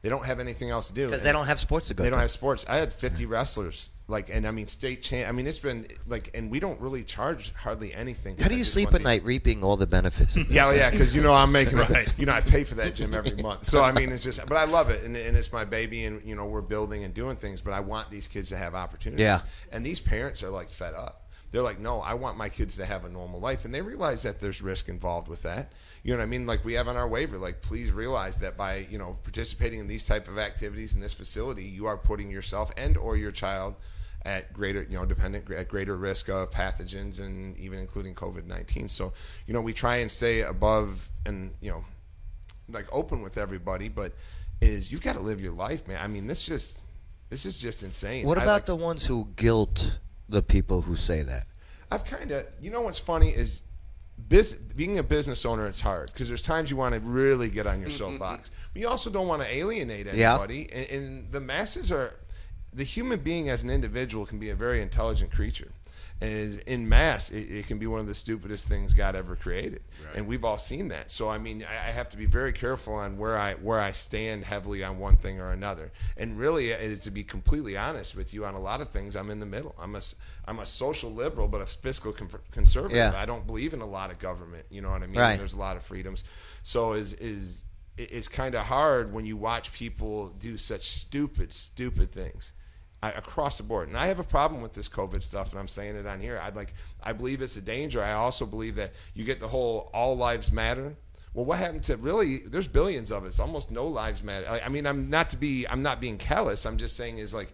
Speaker 7: they don't have anything else to do.
Speaker 1: 'Cause they don't have sports to go
Speaker 7: They don't
Speaker 1: to.
Speaker 7: have sports. I had 50 wrestlers. Like, and I mean, state champ. I mean, it's been like, and we don't really charge hardly anything.
Speaker 1: How do you sleep at night reaping all the benefits? of this?
Speaker 7: Yeah, well, yeah, because you know I'm making,
Speaker 1: Right.
Speaker 7: you know I pay for that gym every month. So I mean, it's just, but I love it, and, and it's my baby, and you know we're building and doing things, but I want these kids to have opportunities.
Speaker 1: Yeah.
Speaker 7: And these parents are like fed up. They're like, no, I want my kids to have a normal life, and they realize that there's risk involved with that. You know what I mean? Like we have on our waiver, like please realize that by you know participating in these type of activities in this facility, you are putting yourself and or your child at greater, you know, dependent at greater risk of pathogens and even including COVID nineteen. So, you know, we try and stay above and you know, like open with everybody, but is you've got to live your life, man. I mean, this just this is just insane.
Speaker 1: What
Speaker 7: I,
Speaker 1: about
Speaker 7: like,
Speaker 1: the ones who guilt the people who say that?
Speaker 7: I've kind of, you know, what's funny is this being a business owner, it's hard because there's times you want to really get on your soapbox, but you also don't want to alienate
Speaker 1: Yeah.
Speaker 7: anybody. And, and the masses are, the human being as an individual can be a very intelligent creature. is in mass, it, it can be one of the stupidest things God ever created, and we've all seen that. So I mean, I, I have to be very careful on where I where I stand heavily on one thing or another. And really, uh, to be completely honest with you, on a lot of things, I'm in the middle. I'm a s- I'm a social liberal, but a fiscal con- conservative.
Speaker 1: Yeah.
Speaker 7: I don't believe in a lot of government. You know what I mean?
Speaker 1: Right.
Speaker 7: There's a lot of freedoms. So is is it- it's kind of hard when you watch people do such stupid, stupid things I, across the board. And I have a problem with this COVID stuff, and I'm saying it on here. I'd like, I believe it's a danger. I also believe that you get the whole all lives matter. Well, what happened to really? There's billions of us. Almost no lives matter. Like, I mean, I'm not to be, I'm not being callous. I'm just saying is like,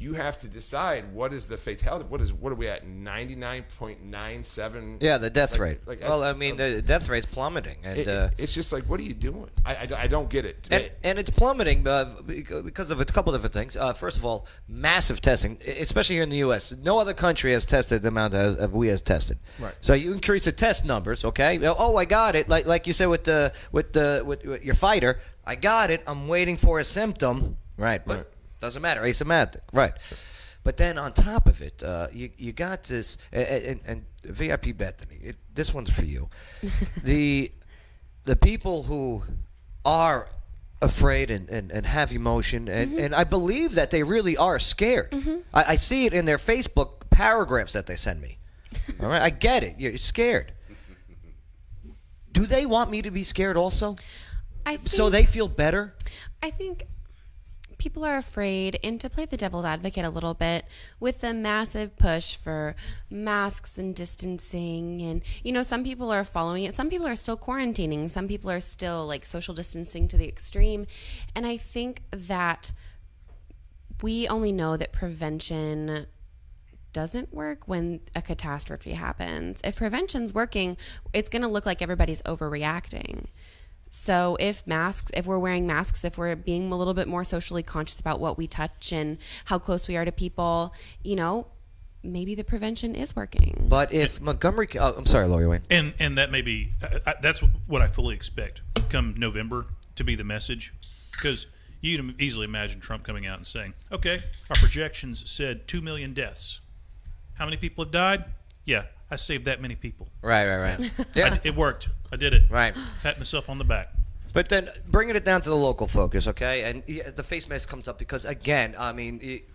Speaker 7: you have to decide what is the fatality. What is what are we at? Ninety nine point nine seven.
Speaker 1: Yeah, the death
Speaker 7: like,
Speaker 1: rate.
Speaker 7: Like um,
Speaker 1: well, I mean, the death rate's plummeting, and
Speaker 7: It- it-
Speaker 1: uh,
Speaker 7: it's just like, what are you doing? I, I, I don't get it.
Speaker 1: and, and it's plummeting uh, beca- because of a couple different things. Uh, first of all, massive testing, e- especially here in the U.S. No other country has tested the amount as, of we has tested.
Speaker 7: Right.
Speaker 1: So you increase the test numbers, okay? Oh, Oh, I got it. Like like you said with the with the with, with your fighter, I got it. I'm waiting for a symptom. Right, but doesn't matter. Asymptomatic, right? But then on top of it, uh, you you got this, a- a- and, and, VIP Bethany, it, this one's for you. the the people who are afraid and, and, and have emotion and, and I believe that they really are scared. I, I see it in their Facebook paragraphs that they send me. All right, I get it. You're scared. Do they want me to be scared also?
Speaker 4: I
Speaker 1: so they feel better?
Speaker 4: I think people are afraid, and to play the devil's advocate a little bit, with the massive push for masks and distancing, and you know, some people are following it. Some people are still quarantining. Some people are still like social distancing to the extreme, and I think that we only know that prevention doesn't work when a catastrophe happens. If prevention's working, it's going to look like everybody's overreacting. So if masks, if we're wearing masks, if we're being a little bit more socially conscious about what we touch and how close we are to people, you know, maybe the prevention is working.
Speaker 1: But if Montgomery, oh, I'm sorry, Lori Wayne.
Speaker 5: And and that may be I, I, that's what I fully expect come November to be the message, because you can easily imagine Trump coming out and saying, "Okay, our projections said two million deaths. How many people have died? Yeah, I saved that many people.
Speaker 1: Right, right, right.
Speaker 5: Yeah. I- it worked. I did it.
Speaker 1: Right.
Speaker 5: Pat myself on the back.
Speaker 1: But then bringing it down to the local focus, okay? And yeah, the face mask comes up because, again, I mean, it-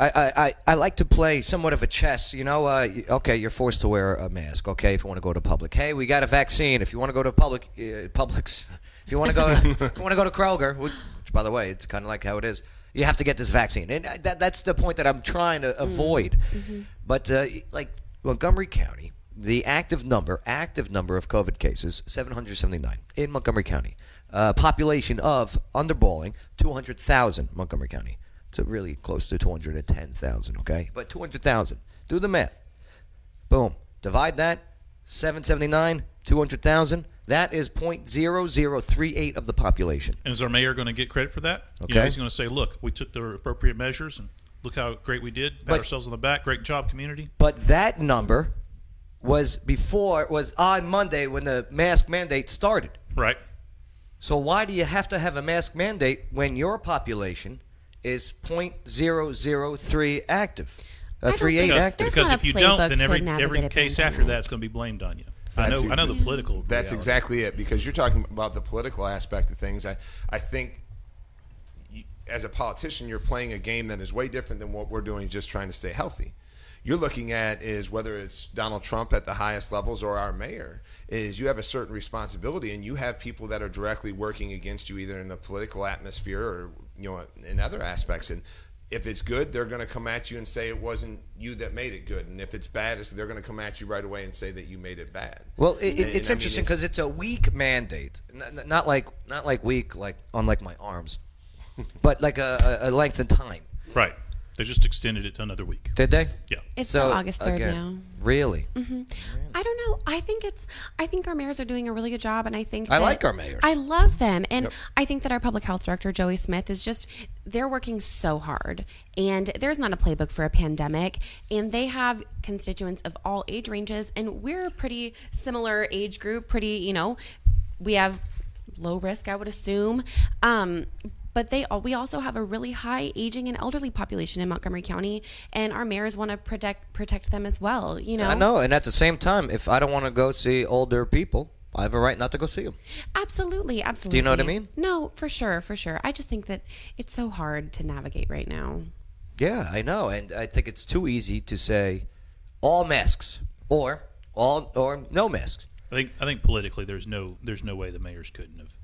Speaker 1: I, I, I, I like to play somewhat of a chess. You know, uh, y- okay, you're forced to wear a mask, okay, if you want to go to public. Hey, we got a vaccine. If you want to go to public, uh, Publix, if you want to go to, if you want to go to Kroger, which, which, by the way, it's kind of like how it is, you have to get this vaccine. And I- that, that's the point that I'm trying to avoid. But uh, like Montgomery County, the active number, active number of COVID cases, 779 in Montgomery County. Uh, population of underballing 200,000 Montgomery County. So really close to 210,000. Okay, but 200,000. Do the math. Boom. Divide that. 779, 200,000. That is 0.0038 of the population.
Speaker 5: And is our mayor going to get credit for that? You
Speaker 1: Okay.
Speaker 5: know, he's going to say, "Look, we took the appropriate measures, and look how great we did. Pat
Speaker 1: But-
Speaker 5: ourselves on the back. Great job, community."
Speaker 1: But that number was before was on Monday when the mask mandate started.
Speaker 5: Right.
Speaker 1: So why do you have to have a mask mandate when your population is 0.003 active? Uh, three eight
Speaker 5: because,
Speaker 1: active.
Speaker 5: because if you don't, then every
Speaker 7: navigate
Speaker 5: every
Speaker 7: a
Speaker 5: case after that's going to be blamed on you. I know. I know the political.
Speaker 7: That's
Speaker 5: reality.
Speaker 7: exactly it because you're talking about the political aspect of things. I, I think you, as a politician, you're playing a game that is way different than what we're doing, just trying to stay healthy. You're looking at is whether it's Donald Trump at the highest levels or our mayor is you have a certain responsibility and you have people that are directly working against you either in the political atmosphere or you know in other aspects and if it's good, they're going to come at you and say it wasn't you that made it good, and if it's bad, it's, they're going to come at you right away and say that you made it bad.
Speaker 1: Well, it,
Speaker 7: And-
Speaker 1: it, it's
Speaker 7: and I mean,
Speaker 1: interesting because it's a weak mandate, N- n- not like not like weak like on like my arms, but like a, a, a length in time.
Speaker 5: Right. They just extended it to another week.
Speaker 1: Did they?
Speaker 5: Yeah.
Speaker 4: It's till August 3rd now.
Speaker 1: Really?
Speaker 4: hmm I don't know. I think it's. I think our mayors are doing a really good job, and I think
Speaker 1: I
Speaker 4: that-
Speaker 1: like our mayors.
Speaker 4: I love them, and
Speaker 1: Yep.
Speaker 4: I think that our public health director Joey Smith is just. They're working so hard, and there's not a playbook for a pandemic, and they have constituents of all age ranges, and we're a pretty similar age group. Pretty, you know, we have low risk, I would assume. Um, But they all, we also have a really high aging and elderly population in Montgomery County, and our mayors want to protect protect them as well. You know,
Speaker 1: I know, and at the same time, if I don't want to go see older people, I have a right not to go see them.
Speaker 4: Absolutely, absolutely.
Speaker 1: Do you know what I mean?
Speaker 4: No, for sure, for sure. I just think that it's so hard to navigate right now.
Speaker 1: Yeah, I know, and I think it's too easy to say all masks or all or no masks.
Speaker 5: I think I think politically, there's no there's no way the mayors couldn't have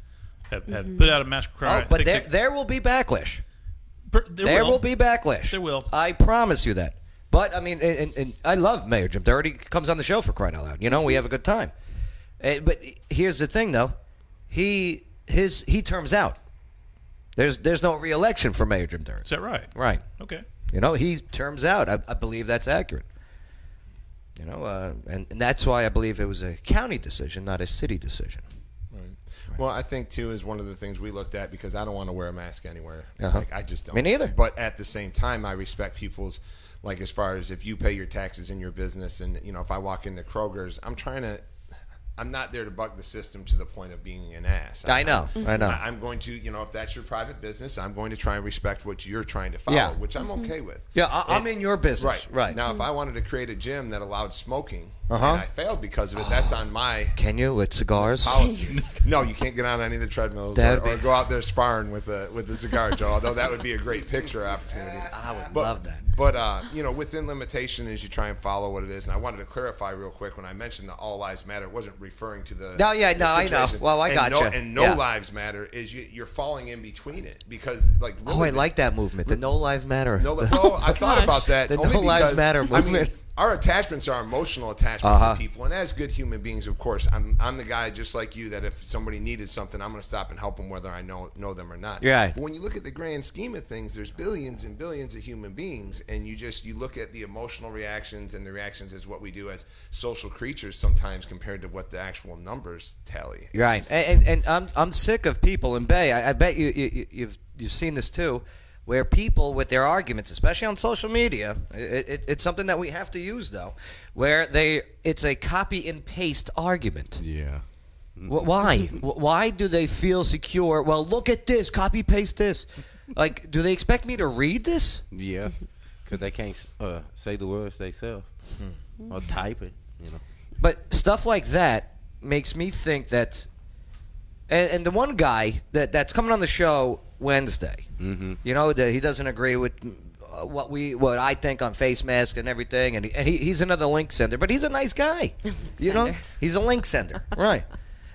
Speaker 5: have, have
Speaker 1: Mhm.
Speaker 5: Uh, put out a mask cry.
Speaker 1: oh, but there there will be backlash.
Speaker 5: there
Speaker 1: there
Speaker 5: will.
Speaker 1: will. be backlash. There
Speaker 5: will.
Speaker 1: I promise you that. But I mean, and, and, and I love Mayor Jim Doherty. He comes on the show for crying out loud. You know, we have a good time. Eh, but here's the thing, though. He his he terms out. There's there's no reelection for Mayor Jim Doherty. Is
Speaker 5: that right?
Speaker 1: Right.
Speaker 5: Okay.
Speaker 1: You know, he terms out. I, I believe that's accurate. You know, uh, and, and that's why I believe it was a county decision, not a city decision.
Speaker 7: Well, I think too is one of the things we looked at because I don't want to wear a mask anywhere.
Speaker 1: Uh-huh.
Speaker 7: Like I just don't.
Speaker 1: Me neither.
Speaker 7: But at the same time, I respect people's like as far as if you pay your taxes in your business, and you know if I walk into Kroger's, I'm trying to. I'm not there to buck the system to the point of being an ass.
Speaker 1: I know, I know.
Speaker 7: I'm going to, you know, if that's your private business, I'm going to try and respect what you're trying to follow,
Speaker 1: Yeah.
Speaker 7: which I'm
Speaker 1: Mhm.
Speaker 7: okay with.
Speaker 1: Yeah, I- I'm
Speaker 7: And-
Speaker 1: in your business, right.
Speaker 7: Now, if I wanted to create a gym that allowed smoking
Speaker 1: Uh-huh.
Speaker 7: and I failed because of it, that's on my
Speaker 1: Can you with cigars?
Speaker 7: policy. no, you can't get on any of the treadmills or,
Speaker 1: That'd
Speaker 7: or go out there sparring with a with a cigar, Joe. Although that would be a great picture opportunity. I would
Speaker 1: love that.
Speaker 7: But uh, you know, within limitation, is you try and follow what it is. And I wanted to clarify real quick when I mentioned that all lives matter, it wasn't referring to the.
Speaker 1: No, yeah,
Speaker 7: the
Speaker 1: no, I know.
Speaker 7: situation.
Speaker 1: Well, I
Speaker 7: and
Speaker 1: gotcha.
Speaker 7: No, and no
Speaker 1: Yeah.
Speaker 7: lives matter is you, you're falling in between it because like.
Speaker 1: Oh, I like that movement. The No Lives Matter.
Speaker 7: No, li- no, I thought about that.
Speaker 1: The No
Speaker 7: only
Speaker 1: Lives
Speaker 7: because,
Speaker 1: Matter
Speaker 7: I
Speaker 1: movement.
Speaker 7: mean, our attachments are emotional attachments
Speaker 1: Uh-huh.
Speaker 7: to people, and as good human beings, of course, I'm I'm the guy just like you that if somebody needed something, I'm going to stop and help them whether I know know them or not.
Speaker 1: Yeah.
Speaker 7: But when you look at the grand scheme of things, there's billions and billions of human beings, and you just you look at the emotional reactions and the reactions as what we do as social creatures sometimes compared to what the actual numbers tally. It's
Speaker 1: Right,
Speaker 7: just-
Speaker 1: and, and and I'm I'm sick of people in Bay. I, I bet you, you you- you've you've seen this too, where people with their arguments, especially on social media, it, it, it's something that we have to use though, where they it's a copy and paste argument.
Speaker 6: Yeah.
Speaker 1: Why? Wh- Why do they feel secure? Well, look at this. Copy paste this. Like, do they expect me to read this?
Speaker 6: Yeah, because they can't s- uh, say the words themselves or type it. You know.
Speaker 1: But stuff like that makes me think that. And, and the one guy that that's coming on the show Wednesday,
Speaker 6: Mhm.
Speaker 1: you know, that he doesn't agree with uh, what we what I think on face mask and everything, and, he, and he, he's another link sender, but he's a nice guy, you know, he's a link sender, right?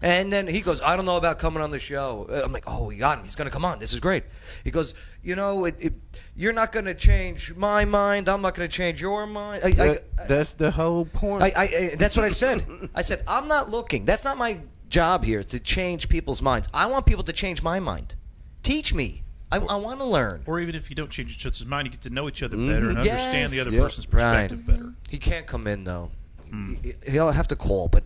Speaker 1: And then he goes, I don't know about coming on the show. Uh, I'm like, oh, we got him. He's gonna come on. This is great. He goes, you know, it, it, you're not gonna change my mind. I'm not gonna change your mind. I- I-
Speaker 6: That- that's the whole point.
Speaker 1: I, I, I that's what I said. I said I'm not looking. That's not my job here to change people's minds. I want people to change my mind. Teach me. I, I want to learn.
Speaker 5: Or even if you don't change each other's mind, you get to know each other
Speaker 1: Mhm.
Speaker 5: better and
Speaker 7: Mm-hmm.
Speaker 5: understand the
Speaker 1: Yes.
Speaker 5: other
Speaker 1: Yeah.
Speaker 5: person's perspective
Speaker 1: Right.
Speaker 5: better. Hmm.
Speaker 1: He can't come in though. He, he'll have to call, but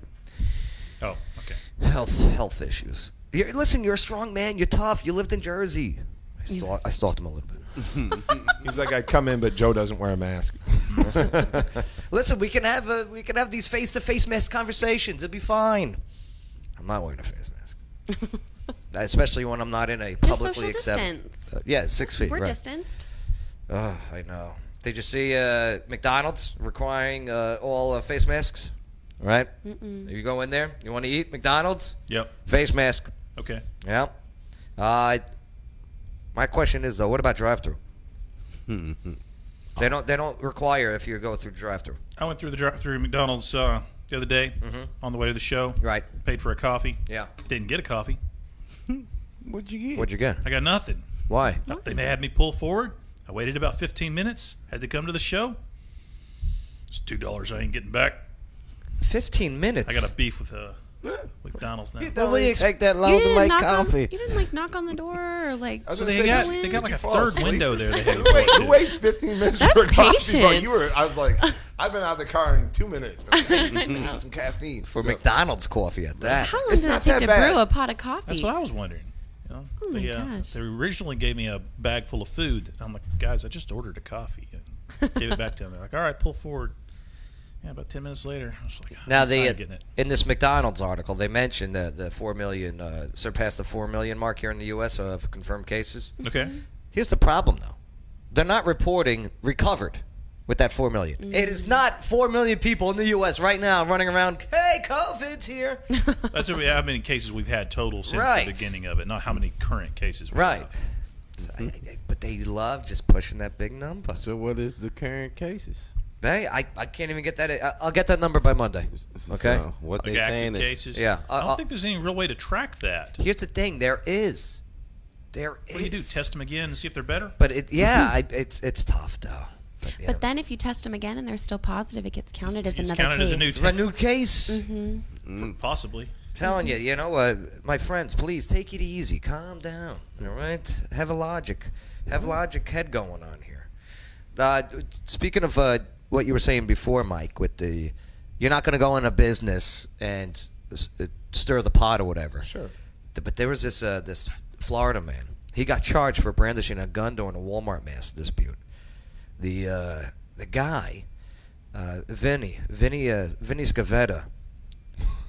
Speaker 5: Oh, okay.
Speaker 1: health health issues. You're, listen, you're a strong man. You're tough. You lived in Jersey. I, stalk, I stalked him a little bit.
Speaker 7: He's like, I'd come in, but Joe doesn't wear a mask.
Speaker 1: listen, we can have a, we can have these face to face mask conversations. It'll be fine. I'm not wearing a face mask. Especially when I'm not in a
Speaker 4: Just
Speaker 1: publicly
Speaker 4: social
Speaker 1: accept-
Speaker 4: distance.
Speaker 1: uh, yeah, six feet.
Speaker 4: We're
Speaker 1: right.
Speaker 4: distanced.
Speaker 1: Oh, I know. Did you see uh, McDonald's requiring uh, all uh, face masks? Right?
Speaker 4: Mm-mm.
Speaker 1: You go in there, you want to eat McDonald's?
Speaker 5: Yep.
Speaker 1: Face mask.
Speaker 5: Okay.
Speaker 1: Yep. Uh, my question is though, what about drive-through? They don't. They don't require if you go through drive-through.
Speaker 5: I went through the drive-through McDonald's uh, the other day on the way to the show.
Speaker 1: Mm-hmm. Right.
Speaker 5: Paid for a coffee.
Speaker 1: Yeah.
Speaker 5: Didn't get a coffee.
Speaker 6: What'd you get?
Speaker 1: What'd you get?
Speaker 5: I got nothing.
Speaker 1: Why?
Speaker 5: They had me pull forward. I waited about 15 minutes. Had to come to the show. It's two dollars I ain't getting back.
Speaker 1: Fifteen minutes.
Speaker 5: I got a beef with uh, McDonald's now.
Speaker 6: take that
Speaker 4: You
Speaker 6: long
Speaker 4: didn't
Speaker 6: to make
Speaker 4: knock on-
Speaker 6: coffee.
Speaker 4: you didn't like knock on the door or like.
Speaker 7: I was
Speaker 5: So
Speaker 7: gonna
Speaker 5: they
Speaker 7: say,
Speaker 5: got
Speaker 7: did
Speaker 5: they
Speaker 7: you
Speaker 5: got like a
Speaker 7: fall
Speaker 5: third
Speaker 7: asleep
Speaker 5: window
Speaker 7: or
Speaker 5: there. They
Speaker 7: something?
Speaker 5: had
Speaker 7: who, wait,
Speaker 5: to push
Speaker 7: who
Speaker 5: it.
Speaker 7: waits 15 minutes
Speaker 4: That's
Speaker 7: for coffee? But
Speaker 4: patience.
Speaker 7: you were, I was like, I've been out of the car in two minutes. But I need some caffeine.
Speaker 1: for McDonald's coffee at that.
Speaker 4: How long
Speaker 7: It's
Speaker 4: did it
Speaker 7: not
Speaker 4: take
Speaker 7: that
Speaker 4: to
Speaker 7: bad.
Speaker 4: brew a pot of coffee?
Speaker 5: That's what I was wondering. You know,
Speaker 4: Oh my
Speaker 5: they, uh,
Speaker 4: gosh.
Speaker 5: they originally gave me a bag full of food. And I'm like, guys, I just ordered a coffee. And gave it back to them. They're like, all right, pull forward. Yeah, about ten minutes later, I was like,
Speaker 1: Now
Speaker 5: I'm
Speaker 1: the
Speaker 5: not getting it.
Speaker 1: in this McDonald's article they mentioned that the four million uh, surpassed the four million mark here in the U.S. of confirmed cases.
Speaker 5: Okay.
Speaker 1: Here's the problem though, they're not reporting recovered with that four million.
Speaker 4: Mm.
Speaker 1: It is not four million people in the U.S. right now running around. Hey, COVID's here.
Speaker 5: That's what we- how many cases we've had total since
Speaker 1: Right.
Speaker 5: the beginning of it, not how many current cases. We
Speaker 1: Right. But they love just pushing that big number.
Speaker 6: Hmm. So what is the current cases?
Speaker 1: Hey, I, I can't even get that. I, I'll get that number by Monday.
Speaker 6: so
Speaker 1: Okay.
Speaker 6: uh, what they
Speaker 5: Like active cases.
Speaker 1: Yeah.
Speaker 5: I don't
Speaker 1: Uh, uh,
Speaker 5: think there's any real way to track that.
Speaker 1: Here's the thing. There is. There
Speaker 5: What do you do? Test them again and see if they're better.
Speaker 1: But it, yeah, I, it's it's tough though.
Speaker 4: But then if you test them again and they're still positive, it gets counted as
Speaker 5: It's
Speaker 4: another
Speaker 5: counted
Speaker 4: case.
Speaker 5: as a new
Speaker 1: It's a new case.
Speaker 4: hmm
Speaker 5: Possibly.
Speaker 1: Telling you, you know, uh, my friends, please take it easy, calm down. All right, have a logic, have logic head going on here. Uh, speaking of uh, what you were saying before, Mike, with the, you're not going to go in a business and s- uh, stir the pot or whatever. Sure. But there was this uh, this Florida man. He got charged for brandishing a gun during a Walmart mass dispute. The uh, the guy, uh, Vinny, Vinny, uh, Vinny Scavetta.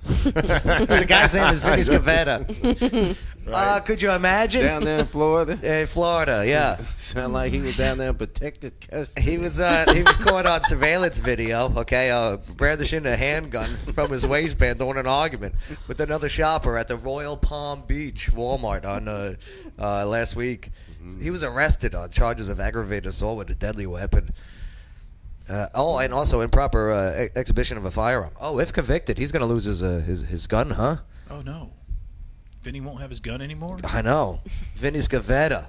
Speaker 1: the guy's name is Vinny Scavetta. Uh, could you imagine?
Speaker 6: Down there in Florida?
Speaker 1: In Florida, yeah.
Speaker 6: Sound like he was down there in protected custody.
Speaker 1: He was uh, he was caught on surveillance video. Okay, uh, brandishing a handgun from his waistband during an argument with another shopper at the Royal Palm Beach Walmart on uh, uh, last week. He was arrested on charges of aggravated assault with a deadly weapon. Uh, oh, and also improper uh, e- exhibition of a firearm. Oh, if convicted, he's going to lose his, uh, his his gun, huh?
Speaker 5: Oh no. Vinny won't have his gun anymore.
Speaker 1: I know. Vinny Scavetta.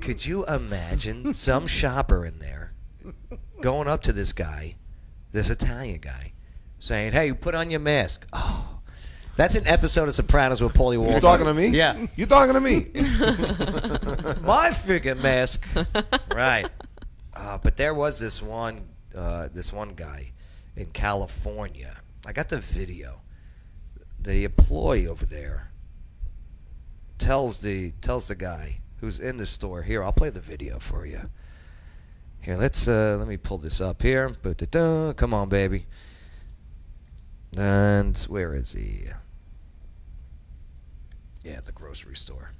Speaker 1: Could you imagine some shopper in there going up to this guy, this Italian guy, saying, "Hey, put on your mask." Oh, that's an episode of Sopranos with Paulie Walker.
Speaker 7: You talking to me?
Speaker 1: Yeah.
Speaker 7: You talking to me?
Speaker 1: My freaking mask. Right. Uh, but there was this one, uh, this one guy in California. I got the video. The employee over there tells the tells the guy who's in the store here. I'll play the video for you. Here, let's uh, let me pull this up here. Ba-da-da. Come on, baby. And where is he? Yeah, the grocery store.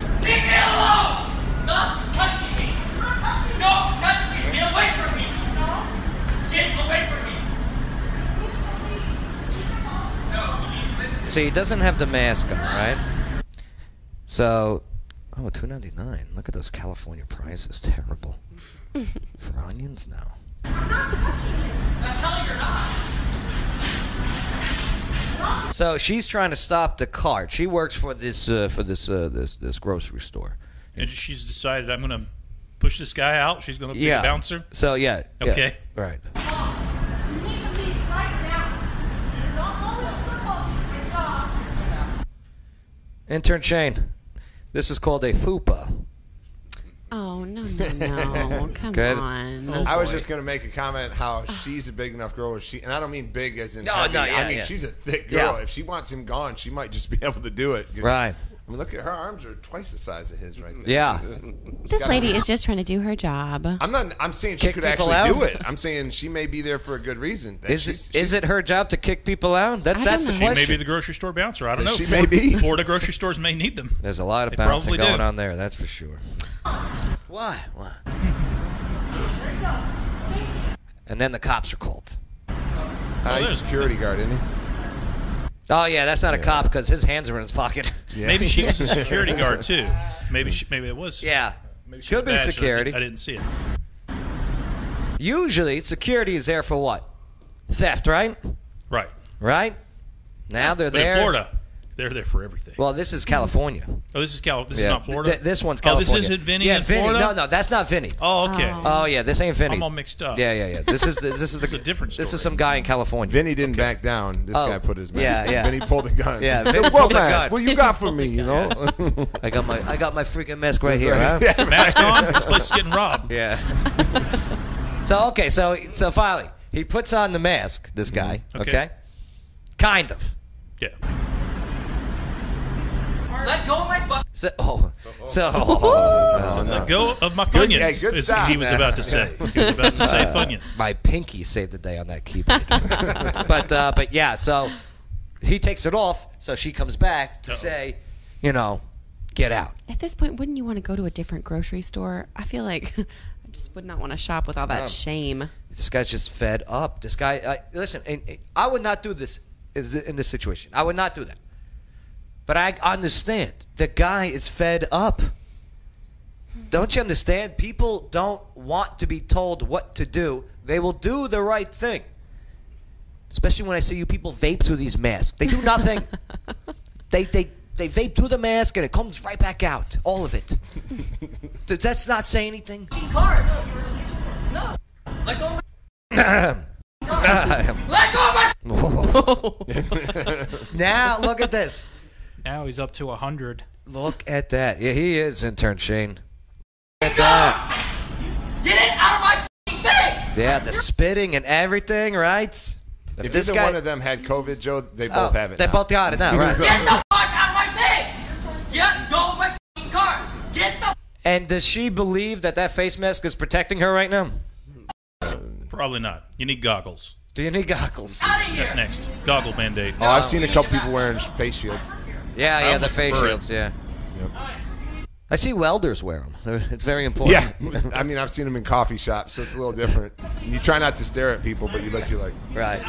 Speaker 12: Leave me alone! Stop touching me! Don't touch me! Get away from me! Get away from me! No, you need to listen.
Speaker 1: So he doesn't have the mask on, right? So, oh, two ninety nine. Look at those California prices. Terrible for onions now.
Speaker 12: The hell you're not!
Speaker 1: So she's trying to stop the cart. She works for this uh, for this uh, this this grocery store.
Speaker 5: And she's decided I'm gonna push this guy out. She's gonna be a bouncer.
Speaker 1: So yeah. yeah.
Speaker 5: Okay.
Speaker 1: Right. Intern Shane, this is called a fupa.
Speaker 4: Oh no no no! Come
Speaker 1: Okay.
Speaker 4: on.
Speaker 1: Oh,
Speaker 7: I was just gonna make a comment how she's a big enough girl. As she and I don't mean big as in
Speaker 1: No,
Speaker 7: heavy.
Speaker 1: no, yeah,
Speaker 7: I mean
Speaker 1: yeah.
Speaker 7: she's a thick girl.
Speaker 1: Yeah.
Speaker 7: If she wants him gone, she might just be able to do it. 'Cause-
Speaker 1: Right.
Speaker 7: I mean, look at her arms are twice the size of his right there.
Speaker 1: Yeah.
Speaker 4: This lady is just trying to do her job.
Speaker 7: I'm not. I'm saying she
Speaker 4: Kick
Speaker 7: could
Speaker 4: people
Speaker 7: actually do
Speaker 4: out?
Speaker 7: it. I'm saying she may be there for a good reason. That
Speaker 1: Is
Speaker 7: she's-
Speaker 1: it, is it her job to kick people out? That's that's the
Speaker 5: she
Speaker 1: question.
Speaker 5: may be the grocery store bouncer. I don't know.
Speaker 7: She may be.
Speaker 5: Florida grocery stores may need them.
Speaker 1: There's a lot of
Speaker 5: They
Speaker 1: bouncing
Speaker 5: probably do.
Speaker 1: going on there, that's for sure. Why? Why? And then the cops are called.
Speaker 7: Uh, he's a security guard, isn't he?
Speaker 1: Oh yeah, that's not a cop because his hands are in his pocket.
Speaker 5: Maybe she was a security guard too. Maybe she, maybe it was.
Speaker 1: Yeah.
Speaker 5: Maybe she
Speaker 1: Could
Speaker 5: had a
Speaker 1: be
Speaker 5: badge and I
Speaker 1: security.
Speaker 5: di- I didn't see it.
Speaker 1: Usually, security is there for what? Theft, right?
Speaker 5: Right.
Speaker 1: Right. Now they're
Speaker 5: But
Speaker 1: there.
Speaker 5: in Florida, they're there for everything.
Speaker 1: Well, this is California.
Speaker 5: Oh, this is Cal. This is
Speaker 1: Yeah.
Speaker 5: not Florida.
Speaker 1: Th- this one's
Speaker 5: Oh,
Speaker 1: California.
Speaker 5: this isn't Vinny
Speaker 1: Yeah,
Speaker 5: in
Speaker 1: Vinny.
Speaker 5: Florida.
Speaker 1: No, no, that's not Vinny.
Speaker 5: Oh, okay.
Speaker 1: Oh yeah, this ain't Vinny.
Speaker 5: I'm all mixed up.
Speaker 1: Yeah, yeah, yeah. This is the, this is the
Speaker 5: It's a different
Speaker 1: This is some guy in California.
Speaker 7: Vinny didn't back down. This
Speaker 1: Oh.
Speaker 7: guy put his mask.
Speaker 1: Yeah,
Speaker 7: on.
Speaker 1: yeah.
Speaker 7: Vinny pulled the gun.
Speaker 1: Yeah,
Speaker 7: He said,
Speaker 1: Vinny
Speaker 7: "What
Speaker 1: pulled the
Speaker 7: mask?
Speaker 1: gun."
Speaker 7: What you got for me? You know."
Speaker 1: I got my I got my freaking mask right
Speaker 7: That's
Speaker 1: here.
Speaker 7: right.
Speaker 1: Huh?
Speaker 5: Mask on. This place is getting robbed.
Speaker 1: Yeah. so okay, so so finally he puts on the mask. This
Speaker 5: Mm-hmm.
Speaker 1: guy,
Speaker 5: Okay.
Speaker 1: okay, kind of.
Speaker 5: Yeah.
Speaker 12: Let go of my fuck.
Speaker 1: So, oh, so
Speaker 5: So let go of my Funyuns, is what he was about to say. He was about to say Funyuns.
Speaker 1: Uh, My pinky saved the day on that keyboard. but uh, but yeah, so he takes it off. So she comes back to say, you know, get out.
Speaker 4: At this point, wouldn't you want to go to a different grocery store? I feel like I just would not want to shop with all that
Speaker 1: No.
Speaker 4: shame.
Speaker 1: This guy's just fed up. This guy, uh, listen, and, and I would not do this is- in this situation. I would not do that. But I understand the guy is fed up. Don't you understand? People don't want to be told what to do. They will do the right thing. Especially when I see you people vape through these masks. They do nothing. they they they vape through the mask and it comes right back out. All of it. Does that not say anything?
Speaker 12: Cards. No. Let go of my. Let go of my.
Speaker 1: now look at this.
Speaker 3: Now he's up to a hundred.
Speaker 1: Look at that. Yeah, he is intern Shane. Look at that.
Speaker 12: Get it out of my fucking face.
Speaker 1: Yeah, the spitting and everything, right? If,
Speaker 7: If
Speaker 1: this
Speaker 7: either
Speaker 1: guy,
Speaker 7: one of them had COVID, Joe, they both
Speaker 1: Oh,
Speaker 7: have it.
Speaker 1: they
Speaker 7: now.
Speaker 1: both got it now, right.
Speaker 12: Get the fuck out of my face. Get go of my fucking car. Get the.
Speaker 1: and does she believe that that face mask is protecting her right now?
Speaker 5: Probably not. You need goggles.
Speaker 1: Do you need goggles?
Speaker 5: That's next. Goggle mandate.
Speaker 7: Oh, I've seen a couple people wearing face shields.
Speaker 1: Yeah,
Speaker 7: I
Speaker 1: yeah, the
Speaker 7: almost
Speaker 1: face
Speaker 7: prefer it.
Speaker 1: shields, yeah. I see welders wear them. It's very important.
Speaker 7: Yeah, I mean, I've seen them in coffee shops, so it's a little different. You try not to stare at people, but you look, you're like,
Speaker 1: right.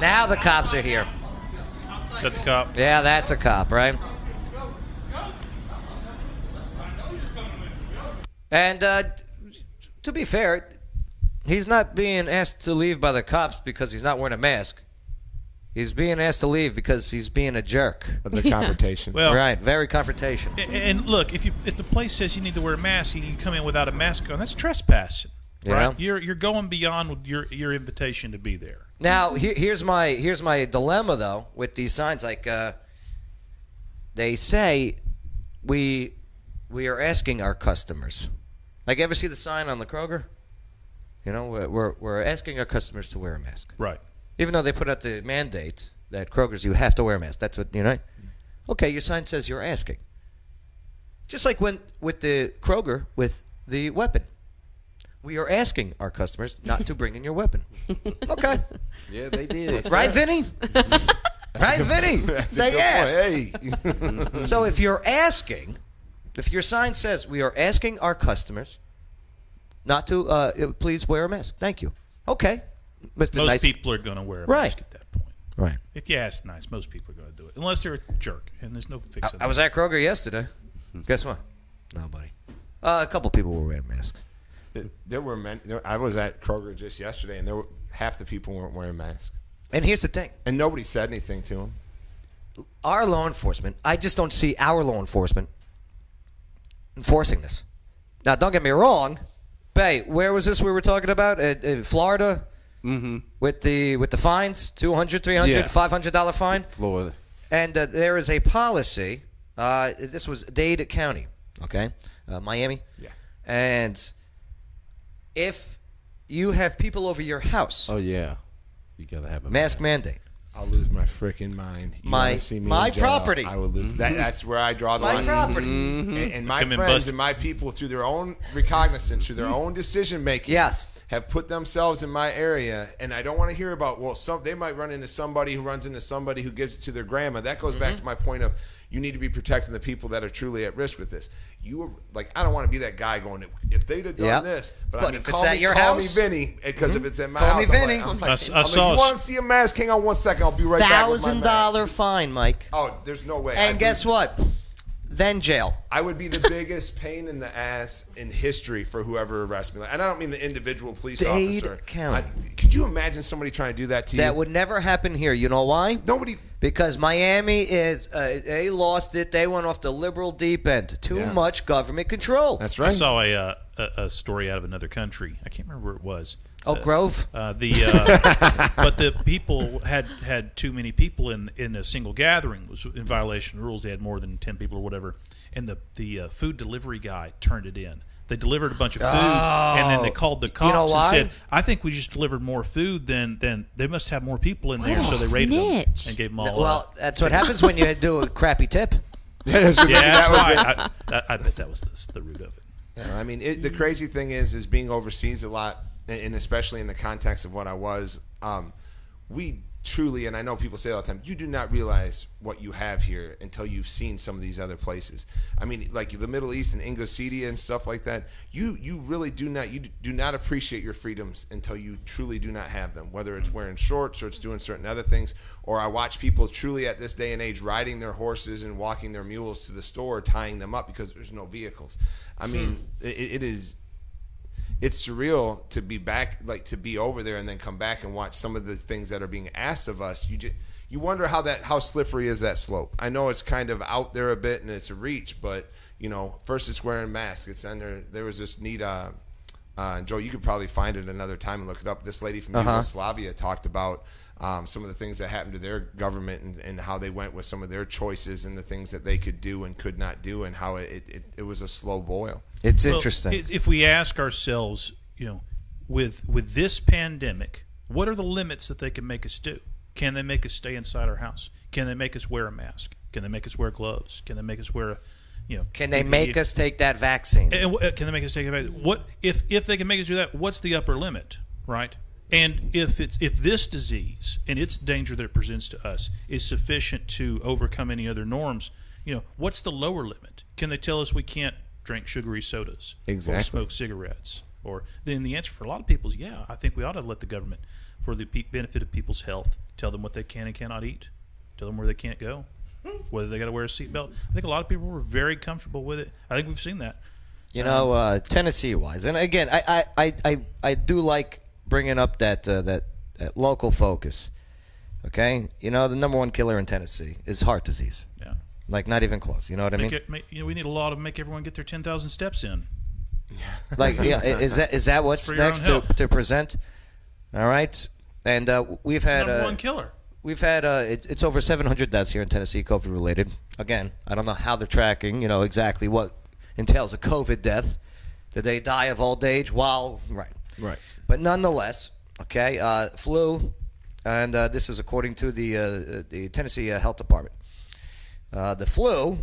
Speaker 1: Now the cops are here.
Speaker 5: Is that the cop?
Speaker 1: Yeah, that's a cop, right? And uh, t- to be fair, he's not being asked to leave by the cops because he's not wearing a mask. He's being asked to leave because he's being a jerk.
Speaker 7: The confrontation.
Speaker 5: Well-
Speaker 1: right, very confrontation.
Speaker 5: And, and look, if you if the place says you need to wear a mask and you come in without a mask on, that's trespassing.
Speaker 1: Yeah.
Speaker 5: Right? You're you're going beyond your your invitation to be there.
Speaker 1: Now here, here's my here's my dilemma though with these signs. Like uh, they say, we we are asking our customers. Like ever see the sign on the Kroger? You know, we're we're, we're asking our customers to wear a mask.
Speaker 5: Right.
Speaker 1: Even though they put out the mandate that Kroger's you have to wear a mask. That's what you know. Okay, your sign says you're asking. Just like when with the Kroger with the weapon. We are asking our customers not to bring in your weapon. Okay.
Speaker 6: Yeah, they did.
Speaker 1: Right, Vinny? right, Vinny?
Speaker 6: That's a
Speaker 1: they
Speaker 6: good
Speaker 1: asked.
Speaker 6: point. Hey.
Speaker 1: so if you're asking, if your sign says we are asking our customers not to, uh, uh, please wear a mask. Thank you. Okay, Mr.
Speaker 5: Most
Speaker 1: nice.
Speaker 5: people are going to wear a
Speaker 1: Right.
Speaker 5: mask at that point.
Speaker 1: Right.
Speaker 5: If you ask nice, most people are going to do it, unless they're a jerk and there's no fix.
Speaker 1: I, I was at Kroger yesterday. Guess what? Nobody. Uh, a couple people were wearing masks.
Speaker 7: There were men. There, I was at Kroger just yesterday, and there were half the people weren't wearing masks.
Speaker 1: And here's the thing.
Speaker 7: And nobody said anything to them.
Speaker 1: Our law enforcement, I just don't see our law enforcement enforcing this. Now, don't get me wrong. Bay, where was this we were talking about? Uh, uh, Florida? Mm-hmm. With the with the fines, 200 300
Speaker 6: Yeah.
Speaker 1: $500 fine.
Speaker 6: Florida.
Speaker 1: And uh, there is a policy. Uh, this was Dade County, okay, uh, Miami. Yeah. And if you have people over your house,
Speaker 6: Oh yeah, you gotta have a
Speaker 1: mask mandate.
Speaker 7: I'll lose my freaking mind. You
Speaker 1: My-
Speaker 7: wanna see me
Speaker 1: my
Speaker 7: in jail,
Speaker 1: property.
Speaker 7: I would lose. That,
Speaker 1: Mhm.
Speaker 7: that's where I draw the
Speaker 1: My
Speaker 7: line. Mm-hmm.
Speaker 1: property.
Speaker 7: And, and my
Speaker 5: Come and
Speaker 7: friends
Speaker 5: bust-
Speaker 7: and my people, through their own recognizance, through their own decision making,
Speaker 1: Mm-hmm. yes,
Speaker 7: have put themselves in my area. And I don't want to hear about well, some they might run into somebody who runs into somebody who gives it to their grandma. That goes
Speaker 1: Mm-hmm.
Speaker 7: back to my point of you need to be protecting the people that are truly at risk with this. You are, like I don't want to be that guy going if they'd have done
Speaker 1: Yeah.
Speaker 7: this, but,
Speaker 1: But
Speaker 7: I mean,
Speaker 1: if
Speaker 7: call
Speaker 1: it's
Speaker 7: me,
Speaker 1: at your
Speaker 7: call
Speaker 1: house- mm-hmm.
Speaker 7: me Vinny, because if it's in my
Speaker 1: Call me
Speaker 7: house, I'm
Speaker 1: Vinny.
Speaker 7: like, I'm
Speaker 1: I- I
Speaker 7: like,
Speaker 1: saw a
Speaker 7: you
Speaker 1: s-
Speaker 7: want to see a mask? Hang on one second. I'll be right back. with my
Speaker 1: thousand
Speaker 7: mask.
Speaker 1: dollar fine, Mike.
Speaker 7: Oh, there's no way.
Speaker 1: and
Speaker 7: I'd
Speaker 1: guess
Speaker 7: be-
Speaker 1: what? Then jail.
Speaker 7: I would be the biggest pain in the ass in history for whoever arrests me. And I don't mean the individual police
Speaker 1: Dade
Speaker 7: officer.
Speaker 1: County.
Speaker 7: I- could you imagine somebody trying to do that to you?
Speaker 1: That would never happen here. You know why?
Speaker 7: Nobody.
Speaker 1: Because Miami is, uh, they lost it. They went off the liberal deep end. Too
Speaker 7: Yeah.
Speaker 1: much government control.
Speaker 7: That's
Speaker 5: I saw a, uh, a a story out of another country. I can't remember where it was.
Speaker 1: Oak Grove?
Speaker 5: Uh, the uh, but the people had had too many people in in a single gathering was in violation of rules. They had more than ten people or whatever, and the the uh, food delivery guy turned it in. They delivered a bunch of food, and then they
Speaker 1: Oh.
Speaker 5: called the
Speaker 1: You
Speaker 5: cops
Speaker 1: know
Speaker 5: and
Speaker 1: why?
Speaker 5: said, "I think we just delivered more food than than they must have more people in there."
Speaker 1: What a
Speaker 5: So they raided them
Speaker 1: snitch.
Speaker 5: and gave them all.
Speaker 1: Th-
Speaker 5: uh,
Speaker 1: well, that's what happens when you do a crappy tip.
Speaker 5: yeah, that's
Speaker 7: That was
Speaker 5: right.
Speaker 7: it.
Speaker 5: I, I, I bet that was the, the root of it.
Speaker 7: Yeah, I mean, it, the crazy thing is, is being overseas a lot, and- and especially in the context of what I was, um, we truly, and I know people say all the time, you do not realize what you have here until you've seen some of these other places. I mean, like the Middle East and Ingoshetia and stuff like that. You you really do not you do not appreciate your freedoms until you truly do not have them. Whether it's wearing shorts or it's doing certain other things, or I watch people truly at this day and age riding their horses and walking their mules to the store, tying them up because there's no vehicles. I mean, it, it is it's surreal to be back like to be over there and then come back and watch some of the things that are being asked of us you just you wonder how that how slippery is that slope i know it's kind of out there a bit and it's a reach but you know first it's wearing masks it's under there was this neat uh uh, Joe, you could probably find it another time and look it up. This lady from
Speaker 1: Uh-huh.
Speaker 7: Yugoslavia talked about um, some of the things that happened to their government and, and how they went with some of their choices and the things that they could do and could not do and how it, it, it was a slow boil.
Speaker 1: It's
Speaker 5: Well, i- If we ask ourselves, you know, with with this pandemic, what are the limits that they can make us do? Can they make us stay inside our house? Can they make us wear a mask? Can they make us wear gloves? Can they make us wear a, you know?
Speaker 1: Can they make us take that vaccine?
Speaker 5: And wh- Uh, can they make us take a vaccine? What if if they can make us do that? What's the upper limit, right? And if it's if this disease and its danger that it presents to us is sufficient to overcome any other norms, you know, what's the lower limit? Can they tell us we can't drink sugary sodas or
Speaker 7: Exactly.
Speaker 5: smoke cigarettes? Or then the answer for a lot of people is yeah. I think we ought to let the government, for the pe- benefit of people's health, tell them what they can and cannot eat, tell them where they can't go, whether they got to wear a seatbelt. I think a lot of people were very comfortable with it. I think we've seen that.
Speaker 1: You know, uh, Tennessee wise, and again, I, I, I, I, I do like bringing up that, uh, that that local focus. Okay, you know, the number one killer in Tennessee is heart disease.
Speaker 5: Yeah.
Speaker 1: like not even close. You know what I
Speaker 5: Make
Speaker 1: mean?
Speaker 5: it- make- you know, we need a law to make everyone get their ten thousand steps in.
Speaker 1: Like, yeah, i- is that is that
Speaker 5: It's
Speaker 1: what's
Speaker 5: for your
Speaker 1: next
Speaker 5: own
Speaker 1: to,
Speaker 5: health.
Speaker 1: to present? All right, and uh, we've had
Speaker 5: Number
Speaker 1: uh,
Speaker 5: one killer.
Speaker 1: We've had uh, it, it's over 700 deaths here in Tennessee, COVID related. Again, I don't know how they're tracking. You know exactly what entails a COVID death. Did they die of old age? While right,
Speaker 6: Right.
Speaker 1: but nonetheless, okay, uh, flu, and uh, this is according to the uh, uh, the Tennessee uh, Health Department. Uh, the flu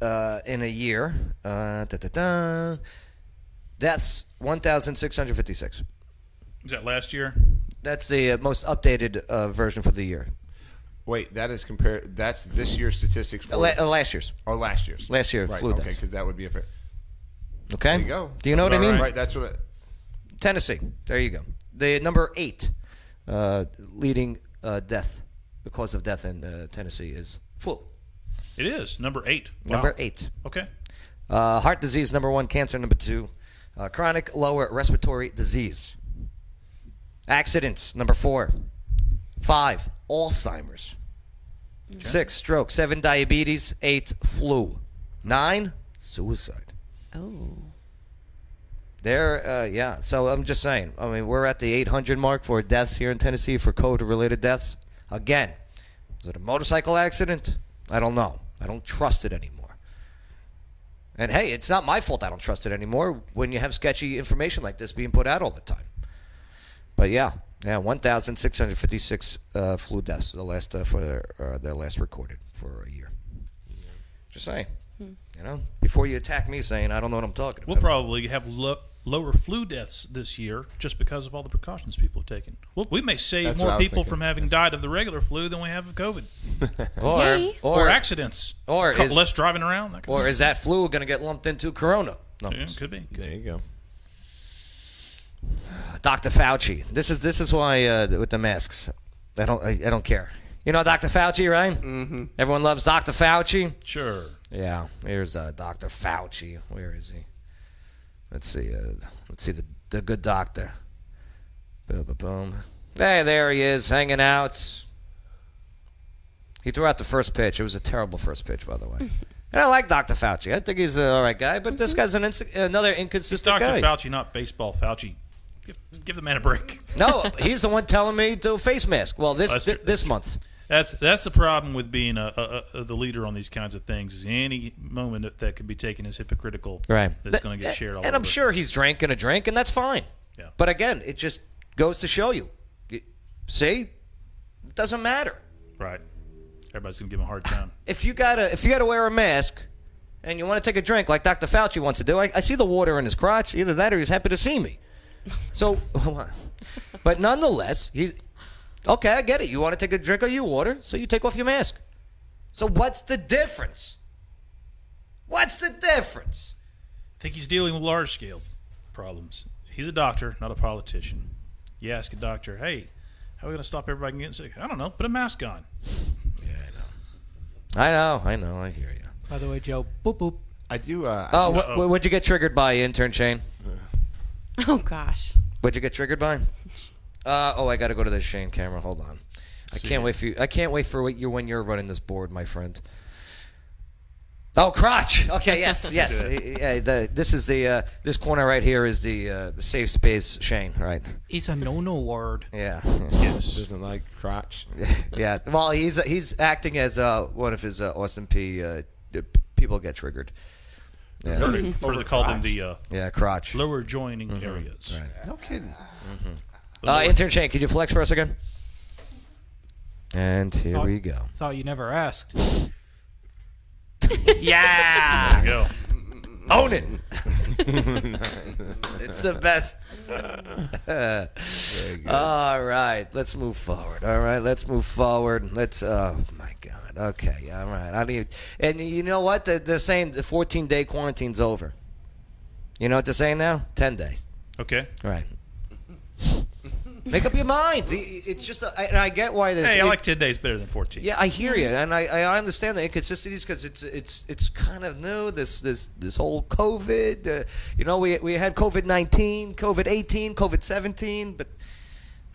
Speaker 1: uh, in a year, uh, da-da-da, deaths 1,656.
Speaker 5: Is that last year?
Speaker 1: That's the uh, most updated uh, version for the year.
Speaker 7: Wait, that is compared. That's this year's statistics for
Speaker 1: La- uh, last year's.
Speaker 7: Or last year's.
Speaker 1: Last year,
Speaker 7: right?
Speaker 1: flu
Speaker 7: okay,
Speaker 1: deaths.
Speaker 7: because that would be a fair.
Speaker 1: Okay.
Speaker 7: There you go.
Speaker 1: Do you know what I
Speaker 7: All
Speaker 1: mean?
Speaker 7: Right. That's what. It,
Speaker 1: Tennessee. There you go. The number eight uh, leading uh, death, the cause of death in uh, Tennessee is flu.
Speaker 5: It is number eight. Wow.
Speaker 1: Number eight.
Speaker 5: Okay.
Speaker 1: Uh, heart disease, number one. Cancer, number two. Uh, chronic lower respiratory disease. Accidents, number four. Five, Alzheimer's. Six, stroke. Seven, diabetes. Eight, flu. Nine, suicide.
Speaker 4: Oh.
Speaker 1: There, uh, yeah. So I'm just saying. I mean, we're at the 800 mark for deaths here in Tennessee for COVID-related deaths. Again, was it a motorcycle accident? I don't know. I don't trust it anymore. And hey, it's not my fault. I don't trust it anymore. When you have sketchy information like this being put out all the time. But yeah, yeah, 1,656 uh, flu deaths the last uh, for uh, the last recorded for a year. Just saying. You know, before you attack me saying I don't know what I'm talking about.
Speaker 5: We'll probably have lo- lower flu deaths this year just because of all the precautions people have taken. Well, we may save
Speaker 7: That's what I
Speaker 5: more
Speaker 7: was
Speaker 5: people
Speaker 7: thinking.
Speaker 5: from having died of the regular flu than we have of COVID.
Speaker 1: Or- Yay. or-
Speaker 5: Or accidents.
Speaker 1: or
Speaker 5: Couple
Speaker 1: is-
Speaker 5: less driving around. kind
Speaker 1: Or
Speaker 5: of
Speaker 1: is that flu going to get lumped into corona? No,
Speaker 5: Yeah, could be.
Speaker 6: There you go.
Speaker 1: Dr. Fauci. This is this is why uh, with the masks, I don't I, I don't care. You know Dr. Fauci, right? Mm-hmm. Everyone loves Dr. Fauci.
Speaker 5: Sure.
Speaker 1: Yeah. Here's uh, Dr. Fauci. Where is he? Let's see. Uh, let's see the the good doctor. Boom, boom, boom. Hey, there he is, hanging out. He threw out the first pitch. It was a terrible first pitch, by the way. and I like Dr. Fauci. I think he's an all right guy, but this guy's an ins- another
Speaker 5: It's
Speaker 1: inconsistent
Speaker 5: Dr.
Speaker 1: guy.
Speaker 5: Fauci, not baseball Fauci. Give, give the man a break.
Speaker 1: No, he's the one telling me to face mask. Well, this
Speaker 5: That's
Speaker 1: thi-
Speaker 5: true.
Speaker 1: this month.
Speaker 5: That's that's the problem with being a, a, a the leader on these kinds of things. Is any moment that, that could be taken as hypocritical,
Speaker 1: Right.
Speaker 5: That's going to get shared. All
Speaker 1: and I'm
Speaker 5: over.
Speaker 1: sure he's drinking a drink, and that's fine.
Speaker 5: Yeah.
Speaker 1: But again, it just goes to show you. You- See, it doesn't matter.
Speaker 5: Right. Everybody's going to give him a hard time.
Speaker 1: If you gotta, if you gotta wear a mask, and you want to take a drink like Dr. Fauci wants to do, I, I see the water in his crotch. Either that, or he's happy to see me. So, but nonetheless, he's okay. I get it. You want to take a drink of your water, so you take off your mask. So what's the difference? What's the difference?
Speaker 5: I think he's dealing with large scale problems. He's a doctor, not a politician. You ask a doctor, hey, how are we going to stop everybody from getting sick? I don't know. Put a mask on.
Speaker 1: I know, I know, I hear you.
Speaker 3: By the way, Joe, boop boop.
Speaker 7: I do. Uh,
Speaker 1: Oh, what, what'd you get triggered by, intern Shane?
Speaker 4: Oh gosh.
Speaker 1: What'd you get triggered by? Uh, oh, I got to go to this Shane camera. Hold on. I can't wait for you. I can't wait for what you when you're running this board, my friend. Oh, crotch. Okay, yes, yes. yeah, the, this is the uh, this corner right here is the uh, the safe space, Shane. Right.
Speaker 3: It's a no-no word.
Speaker 1: Yeah.
Speaker 5: Yes.
Speaker 7: Doesn't like crotch.
Speaker 1: yeah. Well, he's he's acting as uh, one of his uh, Austin P. Uh, d- people get triggered. Yeah.
Speaker 5: Further, further call them the uh,
Speaker 1: yeah crotch Mm-hmm.
Speaker 5: lower joining areas.
Speaker 7: No kidding.
Speaker 5: Mm-hmm.
Speaker 1: Uh, intern Shane, could you flex for us again? And here
Speaker 3: Thought-
Speaker 1: we go.
Speaker 3: Thought you never asked.
Speaker 1: Yeah.
Speaker 5: There you go.
Speaker 1: Own it. it's the best. All right, let's move forward. All right, let's move forward. Let's. Oh my God. Okay. All right. I need. And you know what? They're, they're saying the 14 day quarantine's over. You know what they're saying now? 10 days.
Speaker 5: Okay.
Speaker 1: Right. Make up your mind. It- It's just. A, and I get why this.
Speaker 5: Hey, I
Speaker 1: it-
Speaker 5: like 10 days better than 14.
Speaker 1: Yeah, I hear you, and I, I understand the inconsistencies because it's it's it's kind of new. This this this whole COVID, uh, you know, we we had COVID nineteen, COVID eighteen, COVID seventeen, but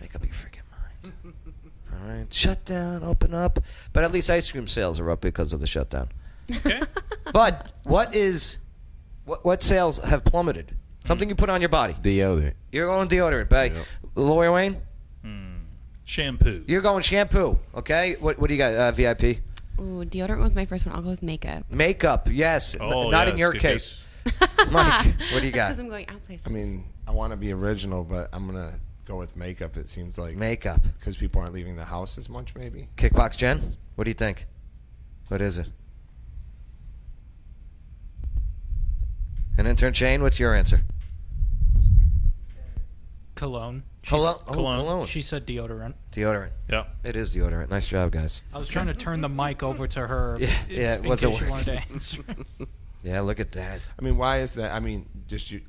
Speaker 1: make up your freaking mind. All right, shut down, open up. But at least ice cream sales are up because of the shutdown.
Speaker 5: Okay.
Speaker 1: But what is what what sales have plummeted? Something you put on your body,
Speaker 6: Deodorant.
Speaker 1: your own deodorant, but Lawyer Wayne,
Speaker 5: Hmm. Shampoo.
Speaker 1: you're going shampoo. Okay, what what do you got? Uh, VIP.
Speaker 4: Ooh, deodorant was my first one. I'll go with makeup.
Speaker 1: Makeup, yes. N-
Speaker 5: Oh,
Speaker 1: not
Speaker 5: yeah,
Speaker 1: in your
Speaker 5: that's a good
Speaker 1: case. Mike, what do you got?
Speaker 4: Because I'm going out places.
Speaker 7: I mean, I want to be original, but I'm gonna go with makeup. It seems like
Speaker 1: Makeup.
Speaker 7: because people aren't leaving the house as much. Maybe
Speaker 1: Kickbox Jen, what do you think? What is it? And intern Shane, what's your answer?
Speaker 3: Cologne. She
Speaker 1: Cologne.
Speaker 3: s-
Speaker 1: Oh,
Speaker 5: cologne.
Speaker 1: cologne.
Speaker 3: She said deodorant.
Speaker 1: Deodorant.
Speaker 5: Yeah.
Speaker 1: It is deodorant. Nice job, guys.
Speaker 3: I was trying to turn the mic over to her.
Speaker 1: Yeah,
Speaker 3: if-
Speaker 1: yeah, it
Speaker 3: in
Speaker 1: wasn't
Speaker 3: case
Speaker 1: working.
Speaker 3: she wanted to answer.
Speaker 1: Yeah, look at that.
Speaker 7: I mean, why is that? I mean, just you.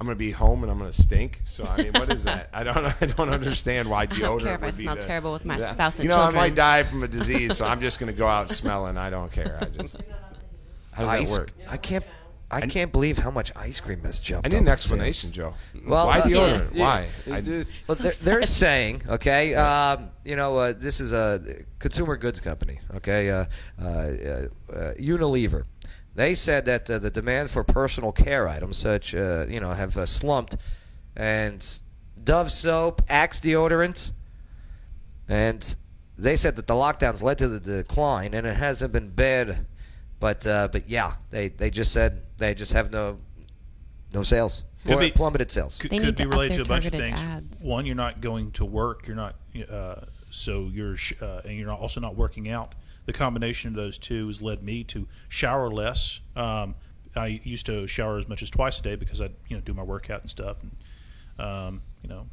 Speaker 7: I'm gonna be home and I'm gonna stink. So I mean, what is that? I don't. I don't understand why deodorant
Speaker 4: don't care if I
Speaker 7: would be
Speaker 4: smell
Speaker 7: the-
Speaker 4: terrible with my
Speaker 7: Yeah.
Speaker 4: spouse and
Speaker 7: You know, I
Speaker 4: children.
Speaker 7: might die from a disease, so I'm just gonna go out smelling. I don't care. I just. How does
Speaker 1: ice,
Speaker 7: that work?
Speaker 1: I can't. I can't believe how much ice cream has jumped.
Speaker 7: I need
Speaker 1: up
Speaker 7: an
Speaker 1: in
Speaker 7: explanation,
Speaker 1: sales.
Speaker 7: Joe.
Speaker 1: Well,
Speaker 7: why
Speaker 1: uh,
Speaker 7: deodorant?
Speaker 6: Yeah,
Speaker 7: Why?
Speaker 6: it
Speaker 7: I
Speaker 6: just-
Speaker 1: Well, they're, they're saying, okay, um, you know, uh, this is a consumer goods company, okay, uh, uh, uh, uh, Unilever. They said that uh, the demand for personal care items, such, uh, you know, have uh, slumped, and Dove soap, Axe deodorant, and they said that the lockdowns led to the decline, and it hasn't been bad, but uh, but yeah, they they just said they just have no no sales
Speaker 5: Could
Speaker 1: or
Speaker 5: be-
Speaker 1: plummeted sales.
Speaker 5: could,
Speaker 4: They
Speaker 5: could
Speaker 4: need
Speaker 5: be
Speaker 4: to up
Speaker 5: related
Speaker 4: their
Speaker 5: to a bunch of
Speaker 4: targeted
Speaker 5: things.
Speaker 4: ads.
Speaker 5: One, you're not going to work. You're not, uh, so you're, sh- uh, and you're also not working out. The combination of those two has led me to shower less. Um, I used to shower as much as twice a day because I, you know, do my workout and stuff, and um, you know,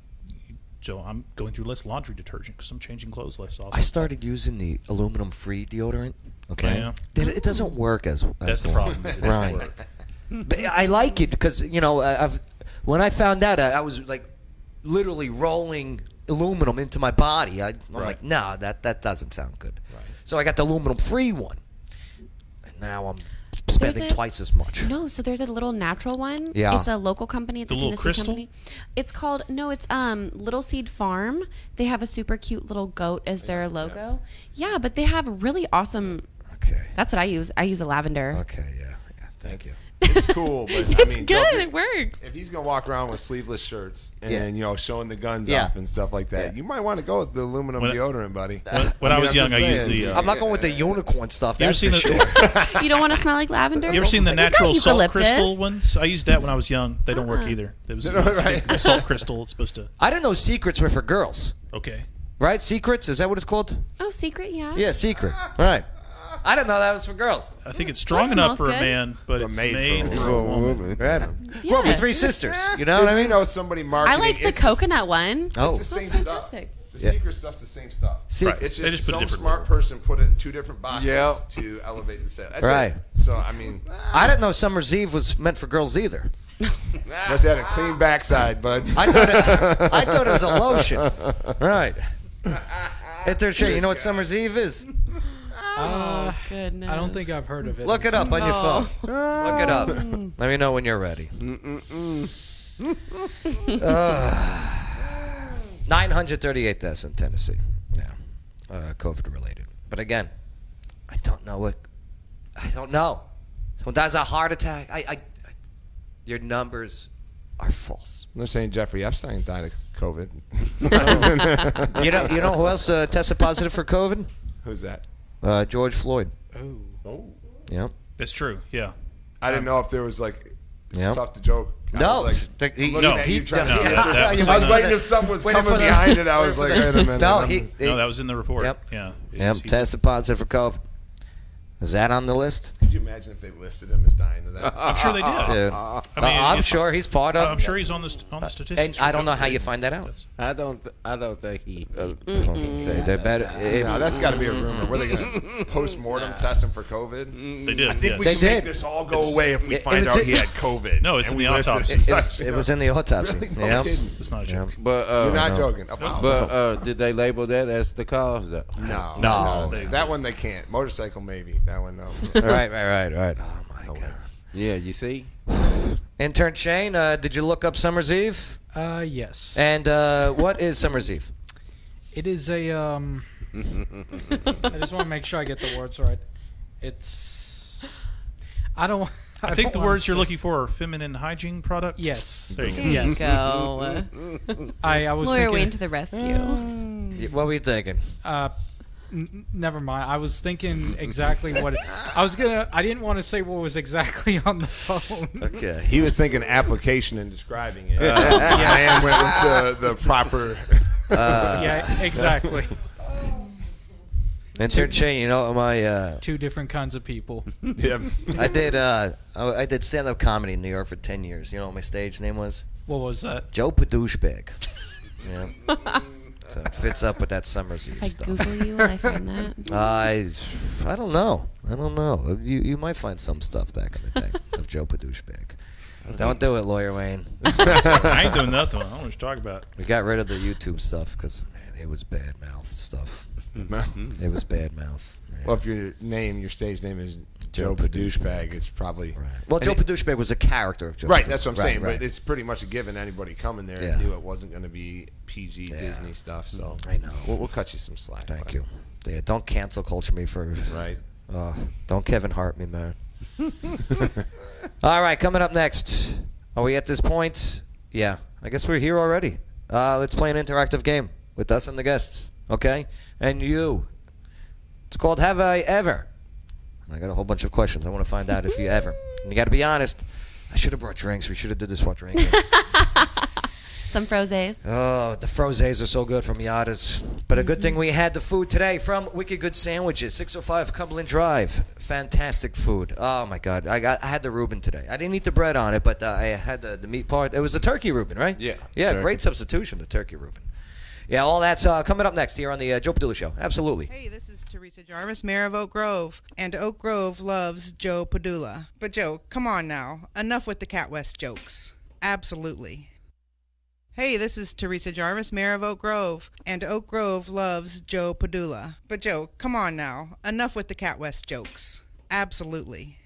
Speaker 5: so I'm going through less laundry detergent because I'm changing clothes less often.
Speaker 1: I started using the aluminum free deodorant. Okay.
Speaker 5: yeah.
Speaker 1: Then It doesn't work as, as
Speaker 5: That's the
Speaker 1: long.
Speaker 5: problem. is it doesn't
Speaker 1: Right.
Speaker 5: work.
Speaker 1: But I like it because, you know, I- I've, when I found out, I, I was like literally rolling aluminum into my body. I, I'm like,
Speaker 5: Right.
Speaker 1: nah, that, that doesn't sound good. So I got the aluminum free one. And now I'm spending
Speaker 4: There's a-
Speaker 1: twice as much.
Speaker 4: No, so there's a little natural one.
Speaker 1: Yeah.
Speaker 4: It's a local company. It's
Speaker 5: The
Speaker 4: a
Speaker 5: little
Speaker 4: Tennessee
Speaker 5: crystal?
Speaker 4: company. It's called no, it's um Little Seed Farm. They have a super cute little goat as
Speaker 1: Oh,
Speaker 4: their logo. Yeah, but they have really awesome
Speaker 1: Okay.
Speaker 4: that's what I use. I use a lavender.
Speaker 1: Okay, yeah. yeah thank you.
Speaker 7: It's cool, but I
Speaker 4: It's
Speaker 7: mean,
Speaker 4: good,
Speaker 7: Joker-
Speaker 4: it works.
Speaker 7: If he's gonna walk around with sleeveless shirts and
Speaker 5: Yeah.
Speaker 7: you know showing the guns
Speaker 5: Yeah.
Speaker 7: off and stuff like that, you might want to go with the aluminum
Speaker 5: When I-
Speaker 7: deodorant, buddy.
Speaker 5: When- when I was
Speaker 7: I'm just
Speaker 5: young, I used
Speaker 7: saying,
Speaker 5: the, uh,
Speaker 1: I'm not going with the unicorn stuff.
Speaker 5: You ever
Speaker 1: That's
Speaker 5: seen
Speaker 1: for
Speaker 5: the-
Speaker 1: sure.
Speaker 4: you don't want to smell like lavender.
Speaker 5: You ever seen the
Speaker 4: got
Speaker 5: natural salt
Speaker 4: eucalyptus.
Speaker 5: crystal ones? I used that when I was young. They don't work
Speaker 4: Uh-uh.
Speaker 5: either. It was,
Speaker 1: They're not right.
Speaker 5: it's a salt crystal. It's supposed to.
Speaker 1: I didn't know secrets were for girls.
Speaker 5: Okay.
Speaker 1: Right? Secrets? Is that what it's called?
Speaker 4: Oh, secret, yeah.
Speaker 1: Yeah, secret. All right. I didn't know that was for girls.
Speaker 5: I think it's strong
Speaker 4: That
Speaker 5: enough
Speaker 4: smells
Speaker 5: for a
Speaker 4: good.
Speaker 5: man, but it's made, for, a woman.
Speaker 7: Yeah.
Speaker 4: Yeah.
Speaker 1: Well, we're three sisters. You know what I mean?
Speaker 7: know somebody
Speaker 4: I
Speaker 7: marketing.
Speaker 4: like the
Speaker 7: it's
Speaker 4: coconut one.
Speaker 7: The, it's the same stuff.
Speaker 4: Fantastic.
Speaker 7: The
Speaker 1: Yeah.
Speaker 7: secret stuff's the same stuff.
Speaker 1: Secret.
Speaker 7: It's
Speaker 5: They
Speaker 7: just,
Speaker 5: just put a
Speaker 7: some
Speaker 5: different
Speaker 7: smart person put it in two different boxes
Speaker 1: Yep.
Speaker 7: to elevate the set. That's
Speaker 1: Right.
Speaker 7: it. So I mean,
Speaker 1: I didn't know Summer's Eve was meant for girls either.
Speaker 7: must have had a clean backside, bud.
Speaker 1: I thought it, I thought it was a lotion. Right. It's their shit. You know what Summer's Eve is?
Speaker 4: Oh, goodness.
Speaker 3: Uh, I don't think I've heard of it.
Speaker 1: Look it up on your phone.
Speaker 4: Oh.
Speaker 1: Look it up. Let me know when you're ready. Ugh. 938 deaths in Tennessee. Yeah. Uh, COVID related. But again, I don't know what. I don't know. Someone dies of a heart attack. I, I, I, your numbers are false.
Speaker 7: They're saying Jeffrey Epstein died of COVID.
Speaker 1: You know, you know who else uh, tested positive for COVID?
Speaker 7: Who's that?
Speaker 1: Uh, George Floyd.
Speaker 3: Oh.
Speaker 7: Oh.
Speaker 1: Yep.
Speaker 5: It's true. Yeah.
Speaker 7: I didn't know if there was like. It's
Speaker 1: Yep.
Speaker 7: tough to joke. I
Speaker 1: No,
Speaker 7: was like,
Speaker 1: it's- he-
Speaker 7: I'm looking
Speaker 5: no,
Speaker 7: at
Speaker 5: he-
Speaker 7: you trying
Speaker 5: no,
Speaker 7: to.
Speaker 5: that- that was
Speaker 7: I was
Speaker 5: not-
Speaker 7: waiting if something was
Speaker 1: Waiting
Speaker 7: coming
Speaker 1: for the-
Speaker 7: behind it. I was like,
Speaker 1: waiting for
Speaker 7: wait a
Speaker 1: the-
Speaker 7: minute.
Speaker 1: No,
Speaker 7: I'm-
Speaker 1: he-
Speaker 5: No, that was in the report.
Speaker 1: Yep.
Speaker 5: Yeah.
Speaker 1: Yep.
Speaker 5: He-
Speaker 1: Tested positive for COVID. Is that on the list?
Speaker 7: Could you imagine if they listed him as dying of that?
Speaker 5: I'm sure they did.
Speaker 1: Dude.
Speaker 5: I
Speaker 1: Uh,
Speaker 5: mean,
Speaker 1: I'm
Speaker 5: it's-
Speaker 1: sure he's part of. Uh,
Speaker 5: I'm sure he's on the st- on the statistics.
Speaker 1: And I don't know how you find that out.
Speaker 6: I don't. Th- I don't think he.
Speaker 7: uh,
Speaker 1: They- They're better. if-
Speaker 7: No, that's got to be a rumor. Were they going to post mortem test him for COVID?
Speaker 5: They did.
Speaker 7: I think we
Speaker 5: yes.
Speaker 7: should
Speaker 1: They
Speaker 7: make
Speaker 1: did.
Speaker 7: this all go away if we
Speaker 1: it-
Speaker 7: find
Speaker 1: it was
Speaker 7: out
Speaker 1: in-
Speaker 7: he had COVID.
Speaker 5: No, it's
Speaker 7: and
Speaker 5: in
Speaker 7: we
Speaker 5: the
Speaker 7: listed
Speaker 5: autopsy.
Speaker 7: his
Speaker 1: it, was,
Speaker 7: stuff,
Speaker 1: it
Speaker 7: you
Speaker 1: was
Speaker 7: know?
Speaker 1: in the autopsy.
Speaker 7: Really? No
Speaker 1: yeah.
Speaker 7: kidding.
Speaker 5: It's not a joke.
Speaker 6: But uh,
Speaker 7: You're not
Speaker 1: no.
Speaker 7: joking. Oh, wow.
Speaker 6: But uh, did they label that as the cause though?
Speaker 7: no,
Speaker 1: No.
Speaker 7: no, that one they can't. Motorcycle maybe. That one no.
Speaker 1: right, right, right, right. Oh my god.
Speaker 6: Yeah. You see.
Speaker 1: Intern Shane, uh, did you look up Summer's Eve?
Speaker 3: Uh, yes.
Speaker 1: And uh, what is Summer's Eve?
Speaker 3: It is a. Um, I just want to make sure I get the words right. It's. I don't. I,
Speaker 5: I think
Speaker 3: don't
Speaker 5: the
Speaker 3: wanna
Speaker 5: words you're
Speaker 3: say-
Speaker 5: looking for are feminine hygiene products.
Speaker 3: Yes.
Speaker 5: There you go.
Speaker 4: There you go.
Speaker 3: I, I was
Speaker 4: Lawyer Wayne to
Speaker 3: thinking.
Speaker 4: the rescue.
Speaker 1: Y- What were you thinking?
Speaker 3: Uh, n- n- never mind. I was thinking exactly what. It, I was gonna. I didn't want to say what was exactly on the phone.
Speaker 1: Okay.
Speaker 7: He was thinking application and describing it.
Speaker 3: Uh,
Speaker 7: I am went with the, the proper.
Speaker 1: Uh,
Speaker 3: yeah, exactly.
Speaker 1: Intern Shane, you know my uh,
Speaker 3: Two different kinds of people.
Speaker 7: yeah.
Speaker 1: I did uh, I I did stand up comedy in New York for ten years. You know what my stage name was?
Speaker 3: What was that?
Speaker 1: Joe Padouchebag. yeah. So it fits up with that Summer's Eve
Speaker 4: If I
Speaker 1: stuff.
Speaker 4: Google you, will I find that.
Speaker 1: I, I don't know. I don't know. You, you might find some stuff back in the day of Joe Padouchebag. Don't do it, Lawyer Wayne.
Speaker 5: I ain't doing nothing. I don't know what you're talking about.
Speaker 1: We got rid of the YouTube stuff because, man, it was bad mouth stuff.
Speaker 5: Mm-hmm.
Speaker 1: It was bad mouth. Yeah.
Speaker 7: Well, if your name, your stage name is
Speaker 1: Joe
Speaker 7: Joe, Padouchebag, it's probably
Speaker 1: Well,
Speaker 7: And
Speaker 1: Joe
Speaker 7: it-
Speaker 1: Padouchebag was a character of Joe
Speaker 7: Right,
Speaker 1: Padouche-
Speaker 7: that's what I'm
Speaker 1: right,
Speaker 7: saying.
Speaker 1: right.
Speaker 7: But it's pretty much a given. Anybody coming there
Speaker 1: Yeah.
Speaker 7: knew it wasn't going to be PG Disney stuff. So
Speaker 1: I know.
Speaker 7: We'll, we'll cut you some slack.
Speaker 1: Thank
Speaker 7: bud.
Speaker 1: you. Yeah, don't cancel culture me for.
Speaker 7: Right.
Speaker 1: Uh, don't Kevin Hart me, man. All right, coming up next. Are we at this point? Yeah, I guess we're here already. Uh, let's play an interactive game with us and the guests, okay? And you. It's called Have I Ever? And I got a whole bunch of questions. I want to find out if you ever. And you got to be honest. I should have brought drinks. We should have did this while drinking.
Speaker 4: Some frozes.
Speaker 1: Oh, the frozes are so good from Yada's. But a good thing we had the food today from Wicked Good Sandwiches, 605 Cumberland Drive. Fantastic food. Oh my God, I got I had the Reuben today. I didn't eat the bread on it, but uh, I had the, the meat part. It was a turkey Reuben, right?
Speaker 6: Yeah,
Speaker 1: yeah,
Speaker 6: turkey.
Speaker 1: great substitution, the turkey Reuben. Yeah, all that's uh, coming up next here on the uh, Joe Padula Show. Absolutely.
Speaker 13: Hey, this is Teresa Jarvis, mayor of Oak Grove, and Oak Grove loves Joe Padula. But Joe, come on now, enough with the Cat West jokes. Absolutely. Hey, this is Teresa Jarvis, mayor of Oak Grove, and Oak Grove loves Joe Padula. But Joe, come on now, enough with the Cat West jokes. Absolutely.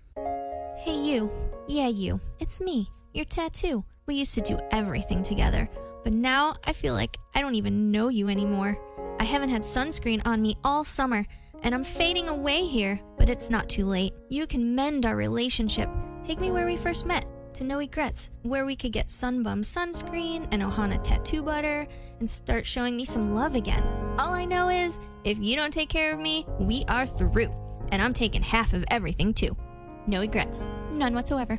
Speaker 14: Hey, you. Yeah, you. It's me, your tattoo. We used to do everything together, but now I feel like I don't even know you anymore. I haven't had sunscreen on me all summer, and I'm fading away here, but it's not too late. You can mend our relationship. Take me where we first met, to No Regrets, where we could get Sunbum sunscreen and Ohana tattoo butter and start showing me some love again. All I know is, if you don't take care of me, we are through. And I'm taking half of everything too. No regrets. None whatsoever.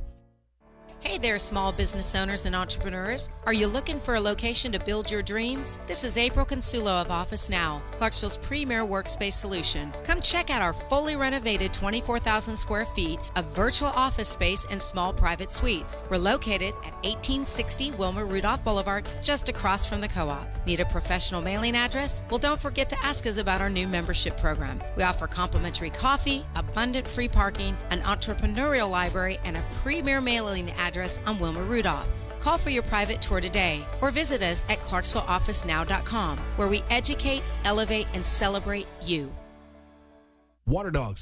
Speaker 15: Hey there, small business owners and entrepreneurs. Are you looking for a location to build your dreams? This is April Consulo of Office Now, Clarksville's premier workspace solution. Come check out our fully renovated 24,000 square feet of virtual office space and small private suites. We're located at 1860 Wilmer Rudolph Boulevard, just across from the co op. Need a professional mailing address? Well, don't forget to ask us about our new membership program. We offer complimentary coffee, abundant free parking, an entrepreneurial library, and a premier mailing address on Wilma Rudolph. Call for your private tour today or visit us at ClarksvilleOfficeNow.com, where we educate, elevate, and celebrate you.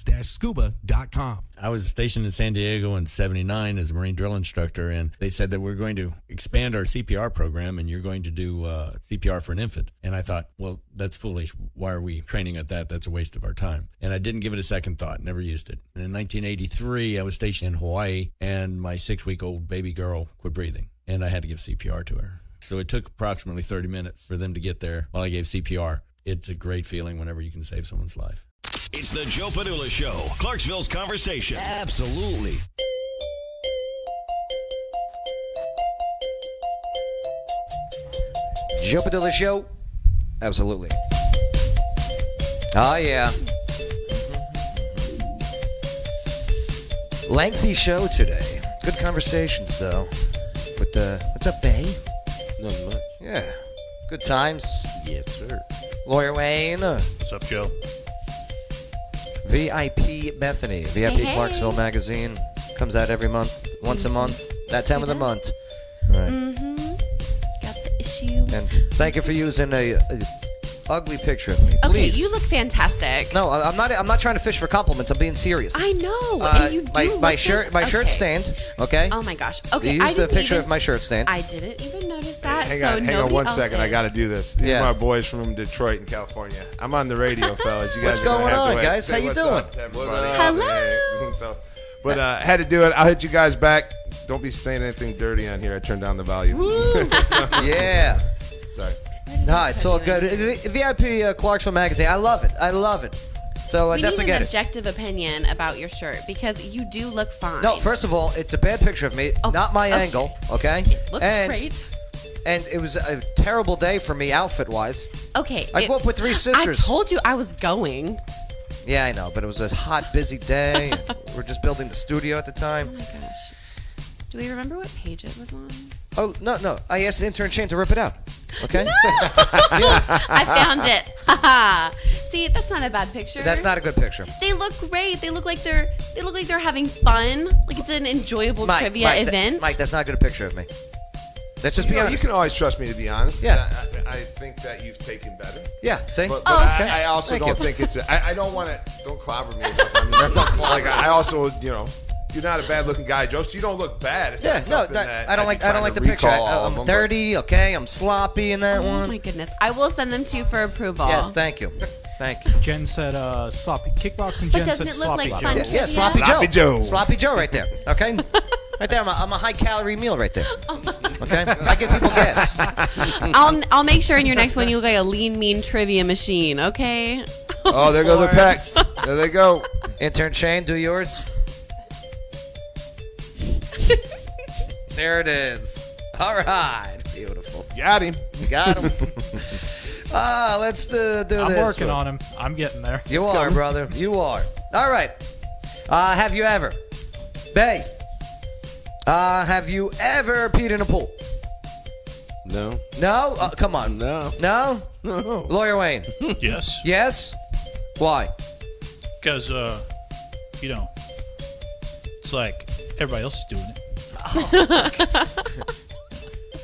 Speaker 16: waterdogs-scuba.com.
Speaker 17: I was stationed in San Diego in 79 as a Marine drill instructor, and they said that we're going to expand our CPR program and you're going to do uh, CPR for an infant. And I thought, well, that's foolish. Why are we training at that? That's a waste of our time. And I didn't give it a second thought, never used it. And in 1983, I was stationed in Hawaii, and my six week old baby girl quit breathing, and I had to give CPR to her. So it took approximately 30 minutes for them to get there while I gave CPR. It's a great feeling whenever you can save someone's life.
Speaker 18: It's the Joe Padula Show, Clarksville's conversation. Absolutely.
Speaker 1: Joe Padilla Show? Absolutely. Oh, yeah. Lengthy show today. Good conversations, though. With the. What's up, Bay?
Speaker 6: Nothing much.
Speaker 1: Yeah. Good times.
Speaker 6: Yes, sir.
Speaker 1: Lawyer Wayne.
Speaker 5: What's up, Joe?
Speaker 1: VIP Bethany. VIP
Speaker 6: hey.
Speaker 1: Clarksville Magazine. Comes out every month, once a month, that time
Speaker 4: She
Speaker 1: of the
Speaker 4: does.
Speaker 1: month. Right.
Speaker 4: Mm-hmm. Got the issue.
Speaker 1: And thank you for using a, a ugly picture of me.
Speaker 4: Okay,
Speaker 1: Please.
Speaker 4: you look fantastic.
Speaker 1: No, I- I'm not. I'm not trying to fish for compliments. I'm being serious.
Speaker 4: I know,
Speaker 1: Uh,
Speaker 4: and you do
Speaker 1: my,
Speaker 4: look
Speaker 1: my shirt. My
Speaker 4: fantastic.
Speaker 1: shirt stained. Okay.
Speaker 4: Oh my gosh. Okay,
Speaker 1: You
Speaker 4: I
Speaker 1: used the
Speaker 4: didn't
Speaker 1: picture
Speaker 4: even-
Speaker 1: of my shirt stained.
Speaker 4: I didn't even notice that.
Speaker 7: Hang
Speaker 4: so
Speaker 7: on, hang on
Speaker 4: nobody
Speaker 7: one
Speaker 4: else
Speaker 7: second. I
Speaker 4: did.
Speaker 7: got to do this. These
Speaker 1: Yeah.
Speaker 7: are my boys from Detroit and California. I'm on the radio, fellas. You guys
Speaker 1: What's
Speaker 7: are gonna
Speaker 1: going
Speaker 7: have to
Speaker 1: on,
Speaker 7: wait.
Speaker 1: guys?
Speaker 7: Say
Speaker 1: How you
Speaker 7: what's
Speaker 1: doing?
Speaker 7: up to everybody.
Speaker 1: What up?
Speaker 7: Hello. So, but uh, had to do it. I'll hit you guys back. Don't be saying anything dirty on here. I turned down the volume.
Speaker 1: yeah.
Speaker 7: Sorry.
Speaker 1: No, it's all good. V- VIP uh, Clarksville Magazine. I love it. I love it. So uh,
Speaker 4: we
Speaker 1: definitely
Speaker 4: need an
Speaker 1: get it.
Speaker 4: objective opinion about your shirt because you do look fine.
Speaker 1: No, first of all, it's a bad picture of me, not my
Speaker 4: Oh, okay.
Speaker 1: angle. Okay.
Speaker 4: looks
Speaker 1: and,
Speaker 4: great.
Speaker 1: And it was a terrible day for me, outfit-wise.
Speaker 4: Okay.
Speaker 1: I
Speaker 4: it-
Speaker 1: grew up with three sisters.
Speaker 4: I told you I was going.
Speaker 1: Yeah, I know, but it was a hot, busy day. and we we're just building the studio at the time. Oh my gosh.
Speaker 4: Do we remember what page it was on?
Speaker 1: Oh no, no! I asked intern Shane to rip it out. Okay.
Speaker 4: I found it. Haha. See, that's not a bad picture.
Speaker 1: That's not a good picture.
Speaker 4: They look great. They look like they're they look like they're having fun. Like it's an enjoyable
Speaker 1: Mike,
Speaker 4: trivia
Speaker 1: Mike, th-
Speaker 4: event.
Speaker 1: Mike, that's not a good picture of me. Let's just
Speaker 7: you,
Speaker 1: be
Speaker 7: know,
Speaker 1: honest.
Speaker 7: you can always trust me to be honest.
Speaker 1: Yeah.
Speaker 7: I, I, I think that you've taken better.
Speaker 1: Yeah, see?
Speaker 7: But,
Speaker 1: Oh,
Speaker 7: but
Speaker 1: okay.
Speaker 7: I, I also
Speaker 1: Thank
Speaker 7: don't
Speaker 1: you.
Speaker 7: think it's. A, I, I don't want to. Don't clobber me. About that. like I, I also, you know, you're not a bad looking guy, Joe. So you don't look bad. It's
Speaker 1: Yeah,
Speaker 7: not
Speaker 1: no,
Speaker 7: something
Speaker 1: that-
Speaker 7: that
Speaker 1: I don't
Speaker 7: I'd
Speaker 1: like.
Speaker 7: be
Speaker 1: I
Speaker 7: trying
Speaker 1: don't
Speaker 7: to
Speaker 1: like the
Speaker 7: recall
Speaker 1: picture. I,
Speaker 7: all
Speaker 1: I-
Speaker 7: of
Speaker 1: I'm
Speaker 7: them, but-
Speaker 1: dirty. Okay, I'm sloppy in that
Speaker 4: oh
Speaker 1: one.
Speaker 4: my goodness. I will send them to you for approval.
Speaker 1: Yes, thank you. Thank you.
Speaker 3: Jen said uh, sloppy kickboxing.
Speaker 4: But
Speaker 3: Jen
Speaker 4: doesn't
Speaker 3: said
Speaker 4: it look
Speaker 3: sloppy.
Speaker 4: like
Speaker 3: Joe.
Speaker 4: fun
Speaker 1: Yeah, yeah, sloppy, Joe. Sloppy Joe, right there. Okay, right there. I'm a, I'm a high calorie meal right there.
Speaker 4: Oh
Speaker 1: Okay, I give people gas.
Speaker 4: I'll I'll make sure in your next one you look like a lean mean trivia machine, okay?
Speaker 7: Oh, there go the packs. There they go.
Speaker 1: Intern Shane, do yours. there it is. All right. Beautiful.
Speaker 7: Got him.
Speaker 1: You got him. Ah, let's uh, do
Speaker 3: I'm
Speaker 1: this.
Speaker 3: working
Speaker 1: one.
Speaker 3: on him. I'm getting there.
Speaker 1: You
Speaker 3: It's
Speaker 1: are,
Speaker 3: coming.
Speaker 1: brother. You are. All right. Uh, have you ever, Bay? Uh, have you ever peed in a pool?
Speaker 6: No.
Speaker 1: No. Uh, come on.
Speaker 6: No.
Speaker 1: No. Lawyer Wayne.
Speaker 5: yes.
Speaker 1: Yes. Why?
Speaker 5: Because, uh, you know, it's like everybody else is doing it.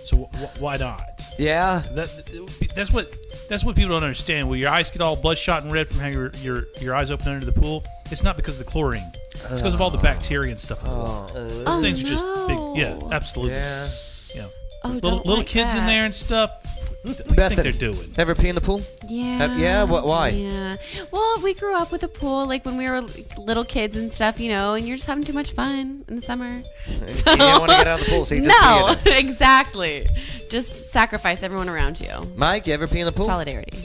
Speaker 5: so w- why not?
Speaker 1: Yeah.
Speaker 5: That, that's what that's what people don't understand. When your eyes get all bloodshot and red from having your your, your eyes open under the pool, it's not because of the chlorine. It's because of all the bacteria and stuff. in the water. Those
Speaker 4: Oh,
Speaker 5: things are just big.
Speaker 4: no.
Speaker 5: Yeah, absolutely.
Speaker 1: Yeah.
Speaker 5: Yeah.
Speaker 4: Oh,
Speaker 5: little
Speaker 4: don't
Speaker 5: little
Speaker 4: like
Speaker 5: kids in
Speaker 4: that.
Speaker 5: there and stuff. What do you think
Speaker 1: Bethany,
Speaker 5: they're doing?
Speaker 1: Ever pee in the pool?
Speaker 4: Yeah.
Speaker 1: yeah. What? Why?
Speaker 4: Yeah. Well, Well, we grew up with a pool, like when we were like, little kids and stuff, you know, and you're just having too much fun in the summer.
Speaker 1: You don't wanna get out of the pool, so you just
Speaker 4: no,
Speaker 1: pee in
Speaker 4: exactly. Just sacrifice everyone around you.
Speaker 1: Mike, you ever pee in the pool?
Speaker 4: Solidarity.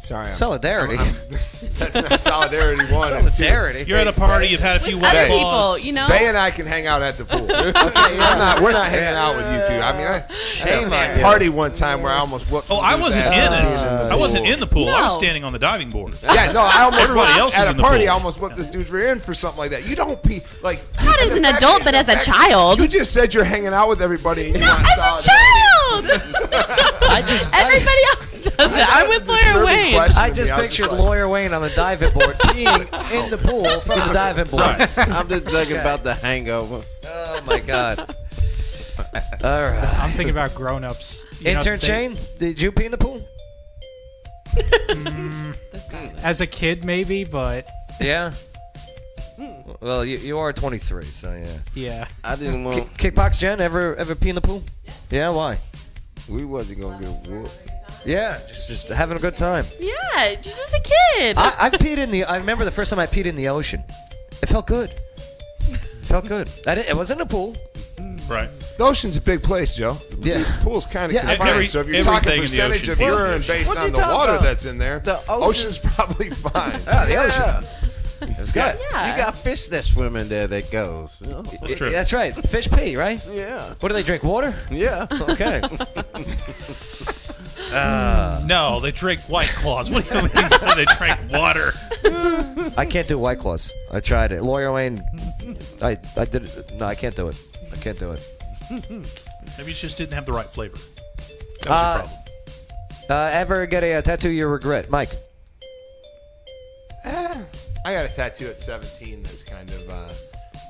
Speaker 7: Sorry. I'm-
Speaker 1: Solidarity.
Speaker 7: I'm- I'm- that's not solidarity one.
Speaker 1: Solidarity.
Speaker 5: You're at a party, you've had a few With
Speaker 7: white
Speaker 5: other people, claws. you know?
Speaker 7: Bay and I can hang out at the pool. I'm not, we're not hanging out with you two. I mean, I,
Speaker 5: Shame
Speaker 7: I
Speaker 5: on
Speaker 7: had
Speaker 5: you.
Speaker 7: a party one time where I almost whooped.
Speaker 5: Oh,
Speaker 7: some
Speaker 5: I
Speaker 7: dude's
Speaker 5: wasn't in
Speaker 7: ass
Speaker 5: it.
Speaker 7: for being
Speaker 5: I wasn't in the pool. I was
Speaker 7: No.
Speaker 5: standing on the diving board.
Speaker 7: Yeah, no, I almost
Speaker 5: Everybody
Speaker 7: whooped-
Speaker 5: else was
Speaker 7: at
Speaker 5: in
Speaker 7: a
Speaker 5: the
Speaker 7: party.
Speaker 5: pool.
Speaker 7: I almost whooped this dude's rear end for something like that. You don't pee like
Speaker 4: not as an adult, but as a child.
Speaker 7: You just said you're hanging out with everybody. And you want
Speaker 4: As a
Speaker 7: solidarity.
Speaker 4: child. Everybody else does it. I'm with Blair Wayne.
Speaker 1: I just pictured Lawyer Wayne on the diving board peeing in the pool from the diving board.
Speaker 6: I'm just thinking about the hangover.
Speaker 1: Oh my god. Uh, All right.
Speaker 3: I'm thinking about grown-ups. You know,
Speaker 1: Intern
Speaker 3: they-
Speaker 1: Shane, did you pee in the pool?
Speaker 3: Mm, as a kid, maybe, but
Speaker 1: Yeah. Hmm. Well, you, you are 23, so yeah.
Speaker 3: yeah.
Speaker 6: I didn't want.
Speaker 1: Ki- Kickbox Jen, ever ever pee in the pool? Yeah, why?
Speaker 6: We wasn't gonna get whooped.
Speaker 1: Yeah, just, just having a good time.
Speaker 4: Yeah, you're just a kid.
Speaker 1: I, I peed in the. I remember the first time I peed in the ocean. It felt good. It felt good. I didn't, it wasn't in a pool.
Speaker 5: Right.
Speaker 7: The ocean's a big place, Joe. The
Speaker 1: Yeah.
Speaker 7: pool's kind of
Speaker 1: Yeah.
Speaker 7: confined.
Speaker 1: Every-
Speaker 7: so if you're
Speaker 1: everything
Speaker 7: talking
Speaker 1: in the
Speaker 7: percentage
Speaker 1: ocean
Speaker 7: of
Speaker 1: is in the
Speaker 7: urine
Speaker 1: ocean.
Speaker 7: based
Speaker 1: What
Speaker 7: on
Speaker 1: you
Speaker 7: the
Speaker 1: talking
Speaker 7: water
Speaker 1: about?
Speaker 7: that's in there,
Speaker 1: The
Speaker 7: ocean's probably fine.
Speaker 1: Yeah, the ocean. It was good.
Speaker 6: You got fish that swim in there that goes. you know?
Speaker 1: That's true. That's right. Fish pee, right?
Speaker 6: Yeah.
Speaker 1: What do they drink? Water?
Speaker 6: Yeah.
Speaker 1: Okay. Uh,
Speaker 5: no, they drink white claws. What do you mean they drink water?
Speaker 1: I can't do White Claws. I tried it. Lawyer Wayne, I, I did it. No, I can't do it. I can't do it.
Speaker 5: Maybe it just didn't have the right flavor. That was
Speaker 1: Uh,
Speaker 5: the problem.
Speaker 1: Uh, ever get a, uh tattoo you regret? Mike.
Speaker 7: I got a tattoo at 17 that's kind of, uh,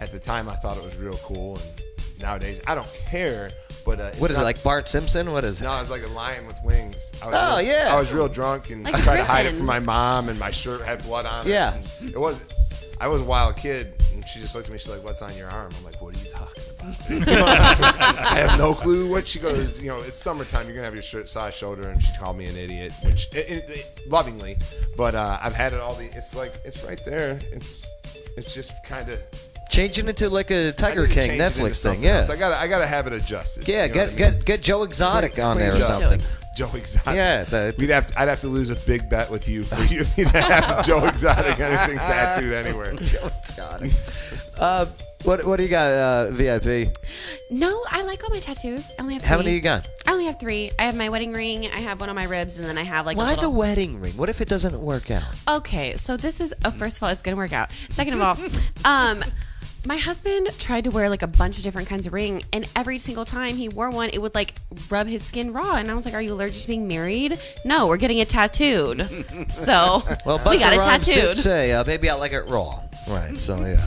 Speaker 7: at the time I thought it was real cool. And nowadays, I don't care. But uh, it's
Speaker 1: What is it,
Speaker 7: not-
Speaker 1: like Bart Simpson? What is it?
Speaker 7: No, I was like a lion with wings. I was
Speaker 1: Oh,
Speaker 7: real-
Speaker 1: yeah.
Speaker 7: I was real drunk and
Speaker 1: Like
Speaker 7: I tried to hide it
Speaker 1: Griffin.
Speaker 7: from my mom, and my shirt had blood on it.
Speaker 1: Yeah.
Speaker 7: and it was. I was a wild kid, and she just looked at me. She's like, "What's on your arm?" I'm like, "What are you talking about?" I have no clue what she goes. You know, it's summertime. You're gonna have your shirt size shoulder, and she called me an idiot, which it, it, it- lovingly. But uh, I've had it all the. It's like it's right there. It's it's just kind of
Speaker 1: Changing into like a Tiger King Netflix thing. Yeah.
Speaker 7: I gotta I gotta have it adjusted.
Speaker 1: Yeah,
Speaker 7: you know
Speaker 1: get
Speaker 7: what I mean?
Speaker 1: get get Joe Exotic on
Speaker 7: Clean
Speaker 1: there or
Speaker 7: Joe.
Speaker 1: something.
Speaker 7: Joe Exotic.
Speaker 1: Yeah,
Speaker 7: We'd have to, I'd have to lose a big bet with you for you to have Joe Exotic anything tattooed anywhere.
Speaker 1: Joe Exotic. Uh, what what do you got, uh, VIP?
Speaker 4: No, I like all my tattoos. I only have
Speaker 1: How
Speaker 4: three.
Speaker 1: many you got?
Speaker 4: I only have three. I have my wedding ring. I have one on my ribs, and then I have like. a
Speaker 1: Why the
Speaker 4: little-
Speaker 1: wedding ring? What if it doesn't work out?
Speaker 4: Okay, so this is oh, first of all, it's gonna work out. Second of all, um, my husband tried to wear like a bunch of different kinds of ring, and every single time he wore one, it would like rub his skin raw, and I was like, "Are you allergic to being married? No, we're getting it tattooed." So
Speaker 1: Well,
Speaker 4: we
Speaker 1: Busta
Speaker 4: got it
Speaker 1: Rhymes
Speaker 4: tattooed.
Speaker 1: Did say, uh, maybe I like it raw. Right. So yeah.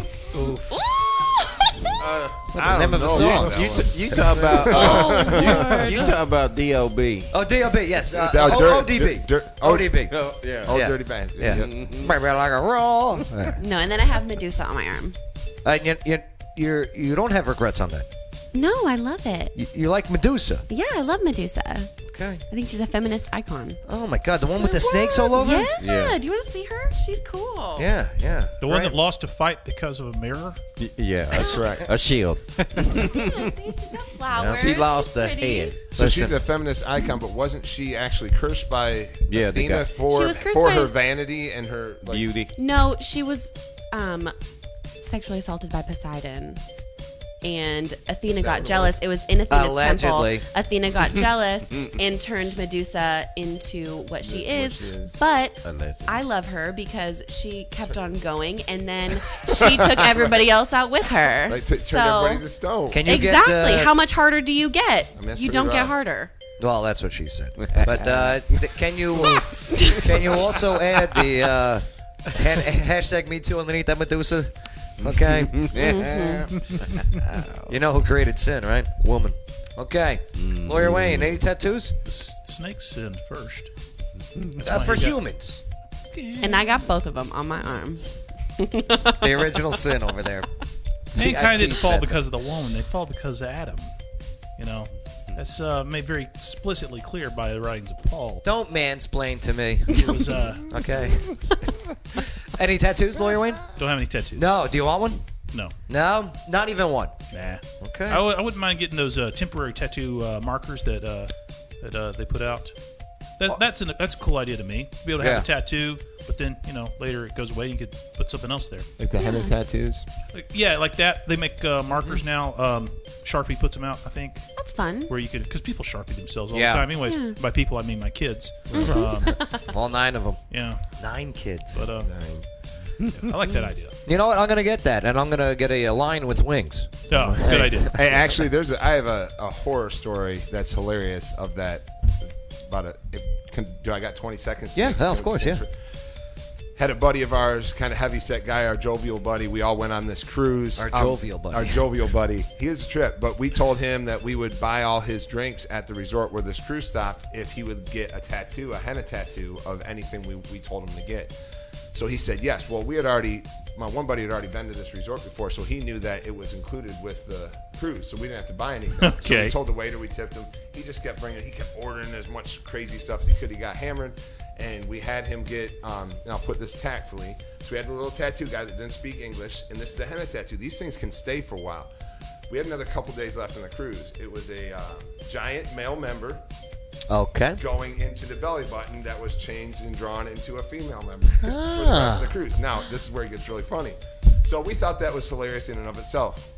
Speaker 1: What's the
Speaker 6: I
Speaker 1: name
Speaker 6: don't
Speaker 1: of a
Speaker 6: know
Speaker 1: song?
Speaker 6: about that You- one. you talk about- Oh, you- Lord. you talk about DOB.
Speaker 1: Oh, DOB. Yes. Uh,
Speaker 6: About
Speaker 1: o-
Speaker 6: dirt-
Speaker 1: ODB.
Speaker 6: dirt-
Speaker 1: ODB.
Speaker 6: Oh, yeah.
Speaker 1: Oh,
Speaker 6: Old dirty band.
Speaker 1: Yeah.
Speaker 6: Yeah.
Speaker 1: Maybe I like a raw. Yeah.
Speaker 4: No, and then I have Medusa on my arm.
Speaker 1: And you you you're, you don't have regrets on that.
Speaker 4: No, I love it.
Speaker 1: You, you like Medusa.
Speaker 4: Yeah, I love Medusa.
Speaker 1: Okay.
Speaker 4: I think she's a feminist icon.
Speaker 1: Oh my God, the one with the snakes all over.
Speaker 4: Yeah. Do you want to see her? She's cool.
Speaker 1: Yeah, yeah.
Speaker 5: The one
Speaker 1: Right.
Speaker 5: that lost a fight because of a mirror.
Speaker 6: Yeah, that's right. A shield.
Speaker 4: flowers.
Speaker 6: She lost her head.
Speaker 7: So she's
Speaker 6: Listen.
Speaker 7: a feminist icon, but wasn't she actually cursed by
Speaker 6: Yeah, the
Speaker 7: Athena
Speaker 6: guy.
Speaker 7: for
Speaker 4: She was cursed
Speaker 7: for
Speaker 4: by-
Speaker 7: her vanity and her like,
Speaker 6: beauty?
Speaker 4: No, she was um, sexually assaulted by Poseidon. And Athena got jealous. It was in Athena's
Speaker 1: Allegedly.
Speaker 4: temple. Athena got jealous and turned Medusa into what she is.
Speaker 6: she is.
Speaker 4: But
Speaker 6: Allegedly.
Speaker 4: I love her because she kept on going, and then she took everybody else out with her.
Speaker 7: Like, t-
Speaker 4: so,
Speaker 7: turned everybody to stone. Can you get,
Speaker 4: exactly?
Speaker 7: uh,
Speaker 4: How much harder do you get?
Speaker 7: I mean, that's
Speaker 4: you
Speaker 7: pretty
Speaker 4: don't get
Speaker 7: rough.
Speaker 4: harder.
Speaker 1: Well, that's what she said. But uh, th- can you can you also add the uh, ha- hashtag Me Too underneath that Medusa? Okay. you know who created sin, right? Woman. Okay. Lawyer Wayne, any tattoos?
Speaker 5: The s- snake sinned first. That's
Speaker 1: Uh,
Speaker 5: why
Speaker 1: for
Speaker 5: he got-
Speaker 1: humans.
Speaker 4: And I got both of them on my arm.
Speaker 1: The original sin over there. VIP
Speaker 5: Mankind didn't fall
Speaker 1: feather.
Speaker 5: because of the woman. They fall because of Adam. You know.
Speaker 1: Mm-hmm.
Speaker 5: That's uh, made very explicitly clear by the writings of Paul.
Speaker 1: Don't mansplain to me.
Speaker 5: It was, uh,
Speaker 1: okay. Any tattoos, Lawyer Wayne?
Speaker 5: Don't have any tattoos.
Speaker 1: No. Do you want one?
Speaker 5: No.
Speaker 1: No? Not even one?
Speaker 5: Nah.
Speaker 1: Okay.
Speaker 5: I w- I wouldn't mind getting those uh, temporary tattoo uh, markers that uh, that uh, they put out. That, that's an, that's a cool idea to me. Be able to have a
Speaker 7: Yeah.
Speaker 5: tattoo, but then you know later it goes away. You could put something else there.
Speaker 6: Like the henna tattoos.
Speaker 5: Like, yeah, like that. They make uh, markers now. Um, Sharpie puts them out, I think. That's
Speaker 4: fun.
Speaker 5: Where you could, because people Sharpie themselves all
Speaker 1: Yeah.
Speaker 5: the time. Anyways,
Speaker 1: Yeah. Mm-hmm.
Speaker 5: by people I mean my kids. um,
Speaker 1: All nine of them.
Speaker 5: Yeah.
Speaker 1: Nine kids.
Speaker 5: But uh, yeah, I like that idea.
Speaker 1: You know what? I'm gonna get that, and I'm gonna get a, uh, line with wings.
Speaker 5: Oh,
Speaker 7: Hey, Hey, actually, there's a, I have a, a horror story that's hilarious of that. About a, if, can, do I got 20 seconds?
Speaker 1: Yeah, hell, of course, yeah.
Speaker 7: Had a buddy of ours, kind of heavy set guy, our jovial buddy. We all went on this cruise.
Speaker 1: Our
Speaker 7: Um,
Speaker 1: jovial buddy.
Speaker 7: Our jovial buddy. He is a trip, but we told him that we would buy all his drinks at the resort where this cruise stopped if he would get a tattoo, a henna tattoo of anything we, we told him to get. So he said yes. Well, we had already, my one buddy had already been to this resort before, so he knew that it was included with the cruise, so we didn't have to buy anything. So
Speaker 5: Okay.
Speaker 7: we told the waiter, we tipped him. He just kept bringing, he kept ordering as much crazy stuff as he could. He got hammered, and we had him get, um, and I'll put this tactfully. So we had the little tattoo guy that didn't speak English, and this is a henna tattoo. These things can stay for a while. We had another couple days left on the cruise. It was a uh, giant male member
Speaker 1: Okay.
Speaker 7: going into the belly button that was changed and drawn into a female member for the
Speaker 1: Ah.
Speaker 7: rest of the cruise. Now, this is where it gets really funny. So we thought that was hilarious in and of itself.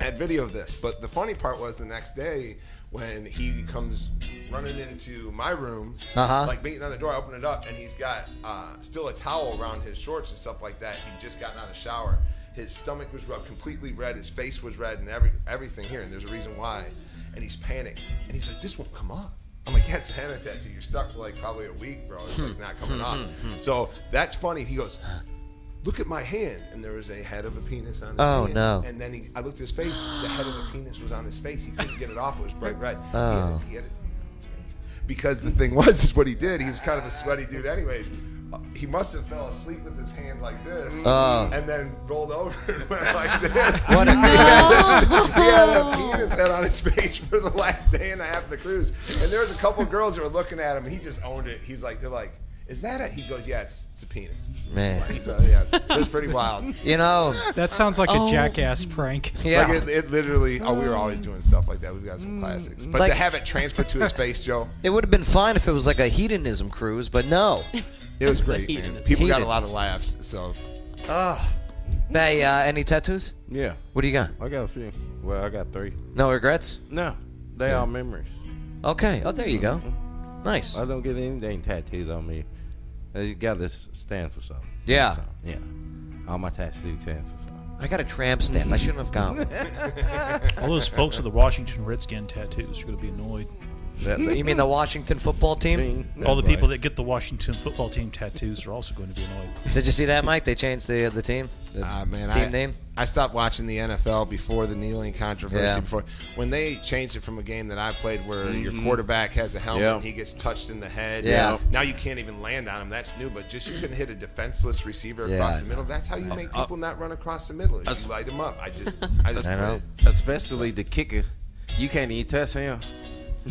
Speaker 7: I had video of this, but the funny part was the next day when he comes running into my room,
Speaker 1: Uh-huh.
Speaker 7: like beating on the door. I open it up and he's got uh, still a towel around his shorts and stuff like that. He'd just gotten out of the shower. His stomach was rubbed completely red. His face was red and every, everything here. And there's a reason why. And he's panicked. And he's like, "This won't come off." I'm like, "Yeah, it's a henna tattoo. You're stuck for like probably a week, bro. It's like not coming
Speaker 1: Hmm,
Speaker 7: off." So that's funny. He goes, "Look at my hand," and there was a head of a penis on his
Speaker 1: Oh,
Speaker 7: hand.
Speaker 1: no.
Speaker 7: And then he, I looked at his face. The head of a penis was on his face. He couldn't get it off. It was bright red. He had
Speaker 1: Oh.
Speaker 7: it- he had it because the thing was is what he did. He was kind of a sweaty dude, anyways. Uh, He must have fell asleep with his hand like this,
Speaker 1: Oh.
Speaker 7: and then rolled over and went like this.
Speaker 1: What a
Speaker 7: he, had a, he had a penis head on his face for the last day and a half of the cruise, and there was a couple girls that were looking at him, and he just owned it. He's like, they're like, "Is that a?" He goes, "Yeah, it's, it's a penis."
Speaker 1: Man.
Speaker 7: Like, so yeah, it was pretty wild.
Speaker 1: You know.
Speaker 3: That sounds like
Speaker 1: Oh.
Speaker 3: a jackass prank.
Speaker 1: Yeah.
Speaker 7: Like it, it literally. Oh, we were always doing stuff like that. We've got some classics, but
Speaker 1: Like-
Speaker 7: to have it transferred to his face, Joe.
Speaker 1: It would have been fine if it was like a hedonism cruise, but no.
Speaker 7: It was great, man. People got a lot of laughs, so.
Speaker 1: Ugh. Hey, uh, any tattoos?
Speaker 6: Yeah.
Speaker 1: What do you got?
Speaker 6: I got a few. Well, I got three.
Speaker 1: No regrets?
Speaker 6: No, they
Speaker 1: Yeah.
Speaker 6: are memories. Mm-hmm.
Speaker 1: Okay. Oh, there you go. Nice.
Speaker 6: I don't get anything tattooed on me. Uh, You got to stand for something.
Speaker 1: Yeah.
Speaker 6: So, yeah. All my tattoos stand for something.
Speaker 1: I got a tramp stamp. I shouldn't have gone.
Speaker 5: All those folks with the Washington Redskin tattoos are going to be annoyed.
Speaker 1: you mean the Washington football team?
Speaker 5: All the people that get the Washington football team tattoos are also going to be annoyed.
Speaker 1: Did you see that, Mike? They changed the the team. The
Speaker 7: Ah, man,
Speaker 1: team
Speaker 7: I,
Speaker 1: name.
Speaker 7: I stopped watching the NFL before the kneeling controversy.
Speaker 1: Yeah.
Speaker 7: Before when they changed it from a game that I played, where your
Speaker 6: Mhm.
Speaker 7: quarterback has a helmet,
Speaker 6: Yeah.
Speaker 7: and he gets touched in the head.
Speaker 6: Yeah.
Speaker 7: Now you can't even land on him. That's new. But just you couldn't hit a defenseless receiver
Speaker 6: Yeah,
Speaker 7: across
Speaker 6: I
Speaker 7: the middle. That's how you
Speaker 6: Uh,
Speaker 7: make people not run across the middle. Is you light them up. I just, I just. quit.
Speaker 6: Especially the kicker. You can't even touch him.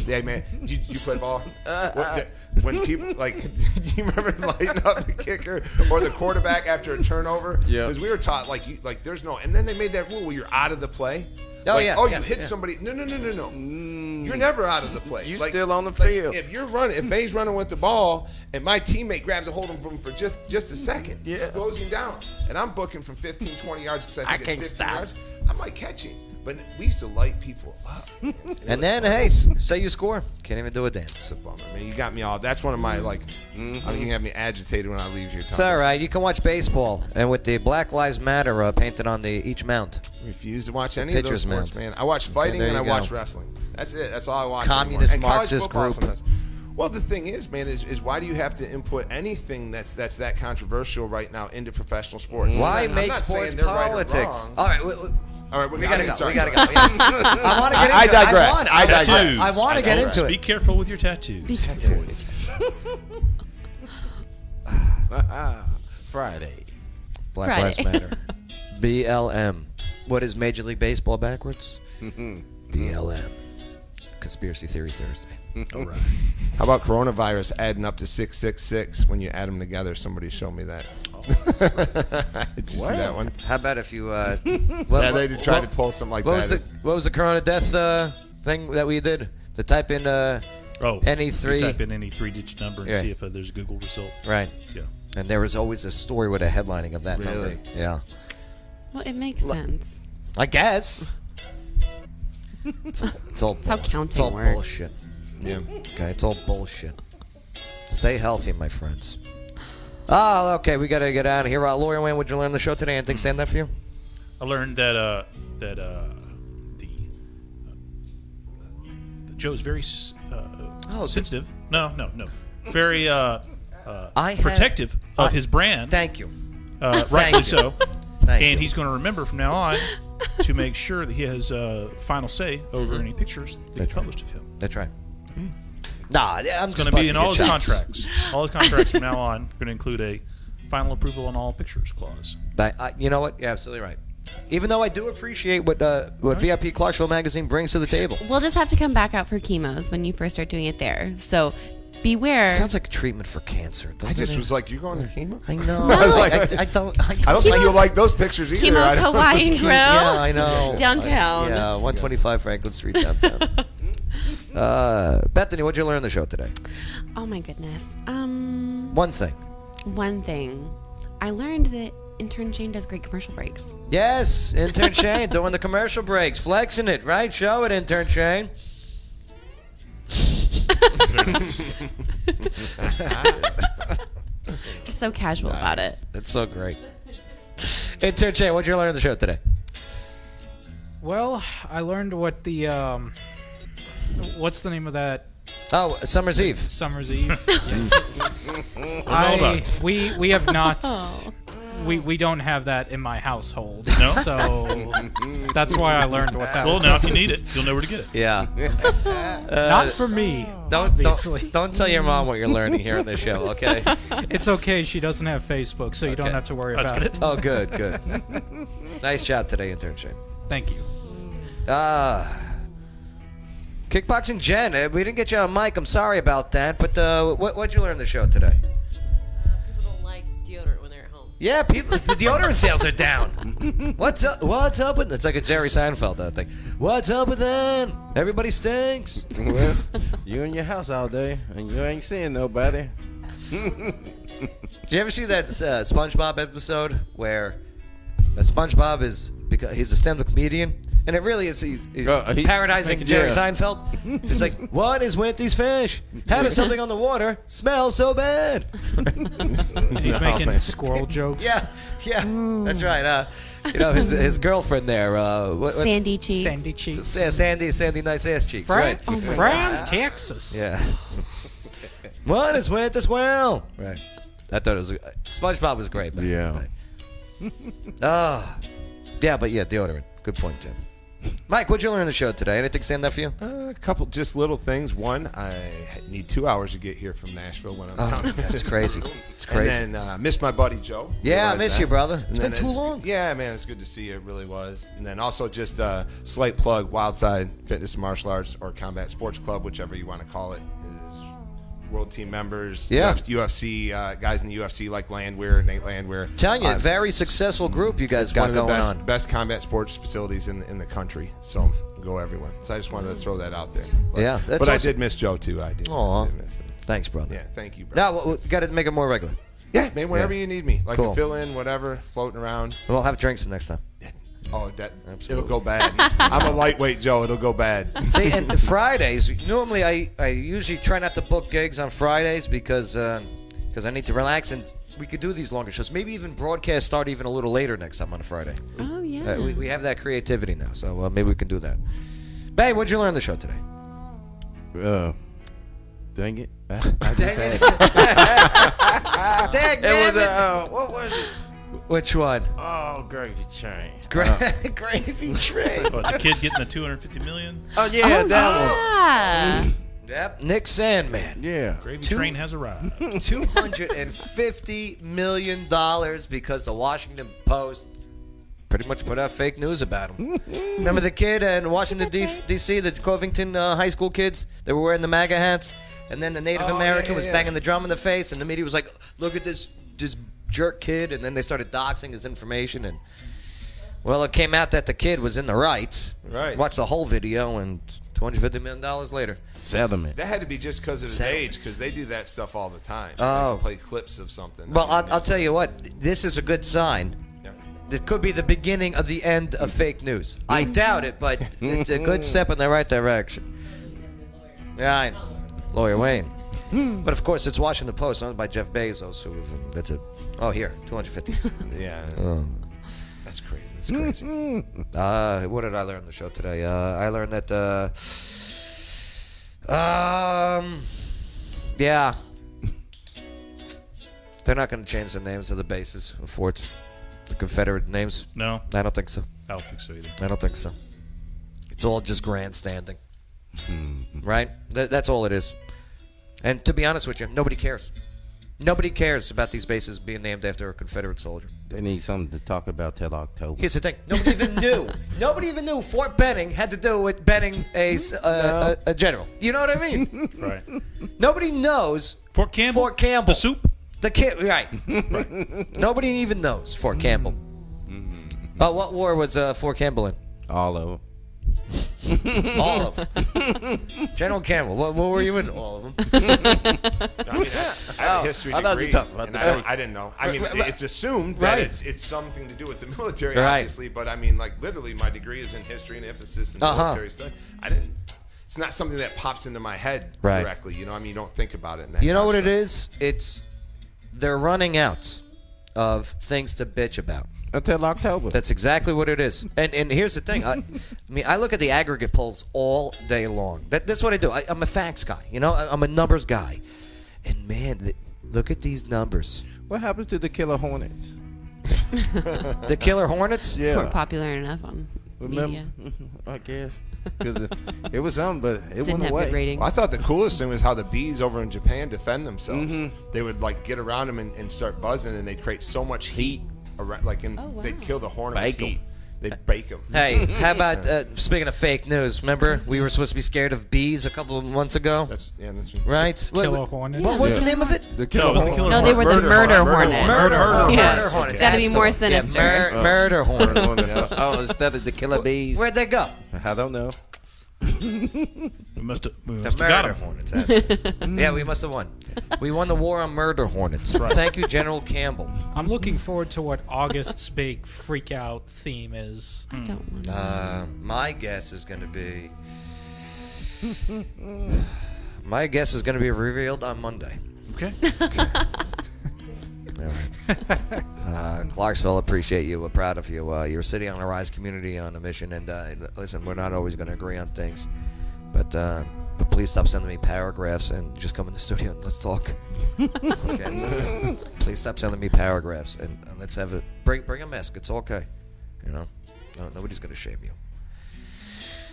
Speaker 7: Yeah, man. You, you play ball?
Speaker 6: Uh,
Speaker 7: What- when people like, you remember lighting up the kicker or the quarterback after a turnover?
Speaker 6: Yeah.
Speaker 7: Because we were taught like, you, like there's no, and then they made that rule where you're out of the play.
Speaker 6: Oh,
Speaker 7: Like,
Speaker 6: yeah,
Speaker 7: Oh,
Speaker 6: yeah,
Speaker 7: you hit
Speaker 6: yeah. Mm.
Speaker 7: somebody. No, no, no, no, no. You're never out of the play.
Speaker 6: You
Speaker 7: like,
Speaker 6: still on the
Speaker 7: like,
Speaker 6: field.
Speaker 7: if you're running, if Bay's running with the ball, and my teammate grabs a hold of him for just just a second,
Speaker 6: Yeah.
Speaker 7: slows him down, and I'm booking from 15, 20 yards because I think
Speaker 6: I
Speaker 7: it's
Speaker 6: can't
Speaker 7: 15
Speaker 6: stop.
Speaker 7: yards. I might catch him, but we used to light people up.
Speaker 1: And then, hey, s- say you score. Can't even do a dance. It's
Speaker 7: a bummer, man. You got me all. That's one of my like. mm-hmm. I mean, you have me agitated when I leave here.
Speaker 1: Mm-hmm. It's all right. You can watch baseball, and with the Black Lives Matter uh, painted on the each mound.
Speaker 7: Refuse to watch any of those sports, man. I watch fighting and I watch wrestling. That's it. That's all I watch. anymore.
Speaker 1: Communist
Speaker 7: And college
Speaker 1: Marxist
Speaker 7: football
Speaker 1: group.
Speaker 7: sometimes. Well, the thing is, man, is, is why do you have to input anything that's that's that controversial right now into professional sports?
Speaker 1: Why
Speaker 7: It's not- I'm
Speaker 1: make
Speaker 7: not saying
Speaker 1: sports
Speaker 7: they're right or
Speaker 1: politics?
Speaker 7: wrong.
Speaker 1: all right, we,
Speaker 7: All right,
Speaker 1: we
Speaker 7: I
Speaker 1: gotta
Speaker 7: mean,
Speaker 1: go.
Speaker 7: sorry.
Speaker 1: We gotta go. Yeah. I want to get into
Speaker 7: I
Speaker 1: it.
Speaker 7: digress.
Speaker 1: want-
Speaker 7: I digress.
Speaker 1: I, want to get
Speaker 5: All right.
Speaker 1: into
Speaker 5: Be
Speaker 1: it.
Speaker 5: careful with your tattoos. Tattoos.
Speaker 6: Friday.
Speaker 1: Black
Speaker 6: Friday.
Speaker 1: Lives Matter. BLM. What is Major League Baseball backwards? BLM. Conspiracy Theory Thursday.
Speaker 7: All right. How about coronavirus adding up to 666 when you add them together? Somebody show me that. Did you see that one?
Speaker 1: Oh, How about if you? Uh,
Speaker 7: Yeah, they tried to pull something like
Speaker 1: what
Speaker 7: that.
Speaker 1: Was the, what was the Corona death uh, thing that we did? The type in uh,
Speaker 5: Oh,
Speaker 1: any
Speaker 5: you
Speaker 1: three.
Speaker 5: Type in any three-digit number and
Speaker 1: Yeah.
Speaker 5: see if uh, there's a Google result.
Speaker 1: Right.
Speaker 5: Yeah.
Speaker 1: And there was always a story with a headlining of that
Speaker 5: Really?
Speaker 1: number. Yeah.
Speaker 4: Well, it makes sense.
Speaker 1: I guess. it's, it's all
Speaker 4: It's how
Speaker 1: bull- It's
Speaker 4: counting
Speaker 1: all
Speaker 4: works.
Speaker 1: bullshit. Yeah. Okay, it's all bullshit. Stay healthy, my friends. Oh, okay. We gotta get out of here. Uh, Lawyer Wayne, would you learn the show today? Anything stand up for you?
Speaker 5: I learned that uh, that uh, the uh, that Joe's very s- uh,
Speaker 1: Oh,
Speaker 5: sensitive. No, no, no. Very uh, uh,
Speaker 1: I have-
Speaker 5: protective of
Speaker 1: I-
Speaker 5: his brand.
Speaker 1: Thank you.
Speaker 5: Uh,
Speaker 1: Thank
Speaker 5: rightly
Speaker 1: you.
Speaker 5: so.
Speaker 1: Thank
Speaker 5: and he's going to remember from now on to make sure that he has uh, final say over any pictures that he published of him.
Speaker 1: Mm-hmm. That's right. Nah, I'm
Speaker 5: It's
Speaker 1: just
Speaker 5: going to be
Speaker 1: busting
Speaker 5: in all
Speaker 1: your
Speaker 5: his
Speaker 1: chops.
Speaker 5: contracts. All his contracts from now on are going to include a final approval on all pictures clause.
Speaker 1: But I, you know what? You're absolutely right. Even though I do appreciate what uh, what VIP Clarksville magazine brings to the table.
Speaker 4: We'll just have to come back out for chemos when you first start doing it there. So beware.
Speaker 1: Sounds like a treatment for cancer.
Speaker 7: I
Speaker 1: doesn't
Speaker 7: just
Speaker 1: it?
Speaker 7: was like, "You're going to chemo?"
Speaker 1: I know.
Speaker 7: I was
Speaker 1: No.
Speaker 7: like,
Speaker 1: I- I don't-
Speaker 7: I
Speaker 1: I-
Speaker 7: don't think you
Speaker 1: Chemo's-
Speaker 7: like those pictures either.
Speaker 4: chemo's
Speaker 7: I don't-
Speaker 4: Hawaiian grill.
Speaker 1: Yeah, I know.
Speaker 4: Downtown.
Speaker 1: yeah, 125 Franklin Street downtown. uh, Bethany, what'd you learn on the show today?
Speaker 4: Oh my goodness. Um,
Speaker 1: One thing.
Speaker 4: one thing, I learned that intern Jane does great commercial breaks.
Speaker 1: Yes, intern Shane doing the commercial breaks, flexing it, right? Show it, intern Shane.
Speaker 4: Just so casual about it.
Speaker 1: That's so great. Intern Shane, what'd you learn on the show today?
Speaker 3: Well, I learned what the um, what's the name of that?
Speaker 1: Oh, Summer's Eve.
Speaker 3: Summer's Eve.
Speaker 1: Don't know
Speaker 3: I,
Speaker 1: about it.
Speaker 3: we we have not.
Speaker 1: Oh.
Speaker 3: We, we don't have that in my household.
Speaker 5: No?
Speaker 3: So that's why I learned what that
Speaker 5: Well,
Speaker 3: was.
Speaker 5: now if you need it, you'll know where to get it.
Speaker 1: Yeah.
Speaker 3: Not for me.
Speaker 1: Don't,
Speaker 3: obviously.
Speaker 1: don't don't tell your mom what you're learning here on the show, okay?
Speaker 3: It's okay. She doesn't have Facebook, so you don't have to worry
Speaker 1: That's
Speaker 3: about
Speaker 1: good.
Speaker 3: it.
Speaker 1: Oh, good, good. nice job today, intern Shane.
Speaker 3: Thank you.
Speaker 1: Uh, kickboxing Jen, uh, we didn't get you on mic. I'm sorry about that. But uh, what, what'd you learn on the show today?
Speaker 16: like deodorant when they're at home.
Speaker 1: Yeah, people, the deodorant sales are down. What's up? What's up with? It's like a Jerry Seinfeld that thing. What's up with that? Everybody stinks.
Speaker 6: Well, you in your house all day and you ain't seeing nobody.
Speaker 1: Did you ever see that uh, SpongeBob episode where uh, SpongeBob is because he's a stand-up comedian, and it really is he's, he's
Speaker 6: Oh, he's-
Speaker 1: parodizing
Speaker 6: yeah.
Speaker 1: Uh, Jerry Seinfeld. It's like, what is with these fish? How does something on the water smell so bad?
Speaker 3: And he's making squirrel jokes.
Speaker 1: Yeah, yeah, that's right. Uh, you know his, his girlfriend there, uh, what, what's-
Speaker 4: Sandy Cheeks. Oh Sandy
Speaker 3: Cheeks.
Speaker 1: Yeah, Sandy, Sandy, nice ass cheeks,
Speaker 3: From,
Speaker 1: right?
Speaker 3: from Texas.
Speaker 1: Yeah. What is with this world? Right. I thought it was SpongeBob was great. Back yeah. Ah. yeah, but yeah, deodorant. Good point, Jim. Mike, what'd you learn on the show today? Anything stand up for you?
Speaker 7: A couple just little things. One, I need two hours to get here from Nashville when I'm
Speaker 1: Oh,
Speaker 7: down.
Speaker 1: that's crazy. It's crazy.
Speaker 7: And then uh, miss my buddy Joe.
Speaker 1: Yeah, I
Speaker 7: Realize
Speaker 1: miss
Speaker 7: that.
Speaker 1: you, brother.
Speaker 7: And
Speaker 1: It's
Speaker 7: then
Speaker 1: been too long.
Speaker 7: Yeah, man, it's good to see you. It really was. And then also just uh, slight plug: Wildside Fitness and Martial Arts or Combat Sports Club, whichever you want to call it, is world team members.
Speaker 1: Yeah.
Speaker 7: UFC uh, guys in the UFC like Landwehr, Nate Landwehr.
Speaker 1: Telling you,
Speaker 7: Uh,
Speaker 1: very successful group you guys
Speaker 7: it's
Speaker 1: got
Speaker 7: one of the
Speaker 1: going
Speaker 7: best,
Speaker 1: on.
Speaker 7: best combat sports facilities in in the country. So go everyone. So I just wanted to throw that out there. But,
Speaker 1: Yeah, that's
Speaker 7: but I
Speaker 1: awesome.
Speaker 7: did miss Joe too. I did.
Speaker 1: Aw.
Speaker 7: I did miss him.
Speaker 1: Thanks, brother.
Speaker 7: Yeah, thank you, brother.
Speaker 1: Now, we, we got to make it more regular.
Speaker 7: Yeah, man, whenever you need me, like
Speaker 1: Cool.
Speaker 7: a fill in, whatever, floating around.
Speaker 1: We'll have drinks next time.
Speaker 7: Oh, that it'll go bad. I'm a lightweight Joe. It'll go bad.
Speaker 1: See, and Fridays normally I, I usually try not to book gigs on Fridays because because I need to relax and we could do these longer shows. Maybe even broadcast start even a little later next time on a Friday.
Speaker 4: Oh yeah.
Speaker 1: Uh, we, we have that creativity now, so uh, maybe we can do that. Babe, what'd you learn on the show today?
Speaker 6: Uh, dang it. I, I
Speaker 1: Dang
Speaker 6: just had
Speaker 1: it.
Speaker 6: it.
Speaker 1: Dang
Speaker 6: was,
Speaker 1: it.
Speaker 6: uh, what was it?
Speaker 1: Which one?
Speaker 6: Oh, gravy train.
Speaker 1: Gra-
Speaker 6: Uh,
Speaker 1: gravy train.
Speaker 5: What, the kid getting the 250 million?
Speaker 6: oh yeah,
Speaker 1: Oh,
Speaker 6: that
Speaker 4: one.
Speaker 1: Yep, Nick Sandman.
Speaker 6: Yeah.
Speaker 5: Gravy
Speaker 1: Two-
Speaker 5: train has arrived.
Speaker 1: Two hundred and fifty million dollars because the Washington Post pretty much put out fake news about him. Remember the kid in Washington, D- D.C., the Covington uh, high school kids that were wearing the MAGA hats? And then the Native
Speaker 7: Oh,
Speaker 1: American
Speaker 7: yeah,
Speaker 1: was
Speaker 7: yeah,
Speaker 1: banging the drum in the face, and the media was like, look at this, this jerk kid. And then they started doxing his information. And, well, it came out that the kid was in the right. Right. Watch the whole video, and $250 million later.
Speaker 6: Settlement.
Speaker 7: That had to be just because of his age, because they do that stuff all the time.
Speaker 1: Oh.
Speaker 7: They play clips of something.
Speaker 1: Well, I'll, I'll tell you what. This is a good sign. It could be the beginning of the end of fake news. I
Speaker 7: Mm.
Speaker 1: doubt it, but it's a good step in the right direction. Yeah, I know. Lawyer Wayne. But of course, it's Washington Post, owned by Jeff Bezos. Who is, that's it. Oh, here, two hundred fifty. Uh,
Speaker 7: yeah.
Speaker 1: Um, That's crazy. That's crazy. uh, what did I learn on the show today? Uh, I learned that. Uh, um, yeah. They're not going to change the names of the bases of forts, the Confederate names.
Speaker 5: No.
Speaker 1: I don't think so.
Speaker 5: I don't think so either.
Speaker 1: I don't think so. It's all just grandstanding, right? Th- that's all it is. And to be honest with you, nobody cares. Nobody cares about these bases being named after a Confederate soldier.
Speaker 6: They need something to talk about till October.
Speaker 1: Here's the thing. Nobody even knew. Nobody even knew Fort Benning had to do with Benning a, s- uh, a, a general. You know what I mean?
Speaker 5: Right.
Speaker 1: Nobody knows
Speaker 5: Fort Campbell.
Speaker 1: Fort Campbell. The
Speaker 5: soup.
Speaker 1: The kid. Right. right. Nobody even knows Fort Campbell. Uh, what war was uh, Fort Campbell in?
Speaker 6: All of them.
Speaker 1: All of them. General Campbell. What, what were you in? All of them.
Speaker 7: I mean, I, I have a history
Speaker 6: I thought you
Speaker 7: degree,
Speaker 6: talked about
Speaker 7: and
Speaker 6: the
Speaker 7: I, don't,
Speaker 6: base.
Speaker 7: I didn't know. I mean,
Speaker 6: Right, right.
Speaker 7: it's assumed that
Speaker 6: Right.
Speaker 7: it's it's something to do with the military,
Speaker 1: Right.
Speaker 7: obviously. But I mean, like literally, my degree is in history and emphasis in
Speaker 1: Uh-huh.
Speaker 7: military study. I didn't. It's not something that pops into my head
Speaker 1: Right.
Speaker 7: directly. You know, I mean, you don't think about it. In that
Speaker 1: you know what it
Speaker 7: construct.
Speaker 1: is? It's they're running out of things to bitch about
Speaker 6: until October.
Speaker 1: That's exactly what it is. And and here's the thing. I, I mean, I look at the aggregate polls all day long. That, that's what I do. I, I'm a facts guy. You know, I, I'm a numbers guy. And man, th- look at these numbers.
Speaker 6: What happens to the killer hornets?
Speaker 1: The killer hornets.
Speaker 6: Yeah.
Speaker 4: Weren't popular enough on media.
Speaker 6: I guess. Because it was something, but it went
Speaker 4: Didn't have good
Speaker 6: away.
Speaker 4: ratings.
Speaker 7: Well, I thought the coolest thing was how the bees over in Japan defend themselves.
Speaker 1: Mm-hmm.
Speaker 7: They would like get around them and, and start buzzing, and they would create so much heat, around, like in,
Speaker 4: Oh,
Speaker 7: they'd kill the hornet.
Speaker 1: Bake 'em.
Speaker 7: with heat. They bake them.
Speaker 1: Hey, how about uh, speaking of fake news? Remember, we were supposed to be scared of bees a couple of months ago. That's,
Speaker 7: yeah, that's
Speaker 1: right. What-
Speaker 3: Killer
Speaker 1: what-
Speaker 3: hornets.
Speaker 1: What was the
Speaker 3: Yeah.
Speaker 1: name of it?
Speaker 6: The
Speaker 3: killer No, it was the hornet. killer No, they
Speaker 1: hornet.
Speaker 3: were the murder
Speaker 1: Murder,
Speaker 3: hornet. Murder
Speaker 1: hornet.
Speaker 3: hornet.
Speaker 1: Murder
Speaker 3: Yes.
Speaker 1: hornets.
Speaker 4: It's gotta be
Speaker 1: That's
Speaker 4: more
Speaker 1: the one. Yeah,
Speaker 4: sinister.
Speaker 1: mur-
Speaker 6: Oh.
Speaker 1: murder hornet.
Speaker 6: oh, instead of the killer bees.
Speaker 1: Where'd they go?
Speaker 6: I don't know.
Speaker 5: We must have, we
Speaker 1: The
Speaker 5: must have got
Speaker 1: murder
Speaker 5: him.
Speaker 1: hornets. absolutely. yeah, we must have won. We won the war on murder hornets.
Speaker 3: Right.
Speaker 1: Thank you, General Campbell.
Speaker 3: I'm looking forward to what August's big freak out theme is. I
Speaker 4: don't want
Speaker 1: Uh, my guess is going to be. My guess is going to be revealed on Monday.
Speaker 5: Okay.
Speaker 1: All right. uh, Clarksville, appreciate you. We're proud of you. Uh, you're sitting on a rise community on a mission. And uh, listen, we're not always going to agree on things, but uh, but please stop sending me paragraphs and just come in the studio and let's talk. okay. please stop sending me paragraphs and uh, let's have a bring bring a mask. It's okay. You know, no, nobody's going to shame you.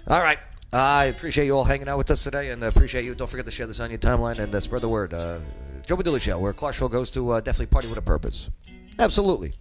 Speaker 1: All right. I appreciate you all hanging out with us today, and appreciate you. Don't forget to share this on your timeline and uh, spread the word. Uh, Joe Padula Show, where Clarksville goes to uh, definitely party with a purpose. Absolutely.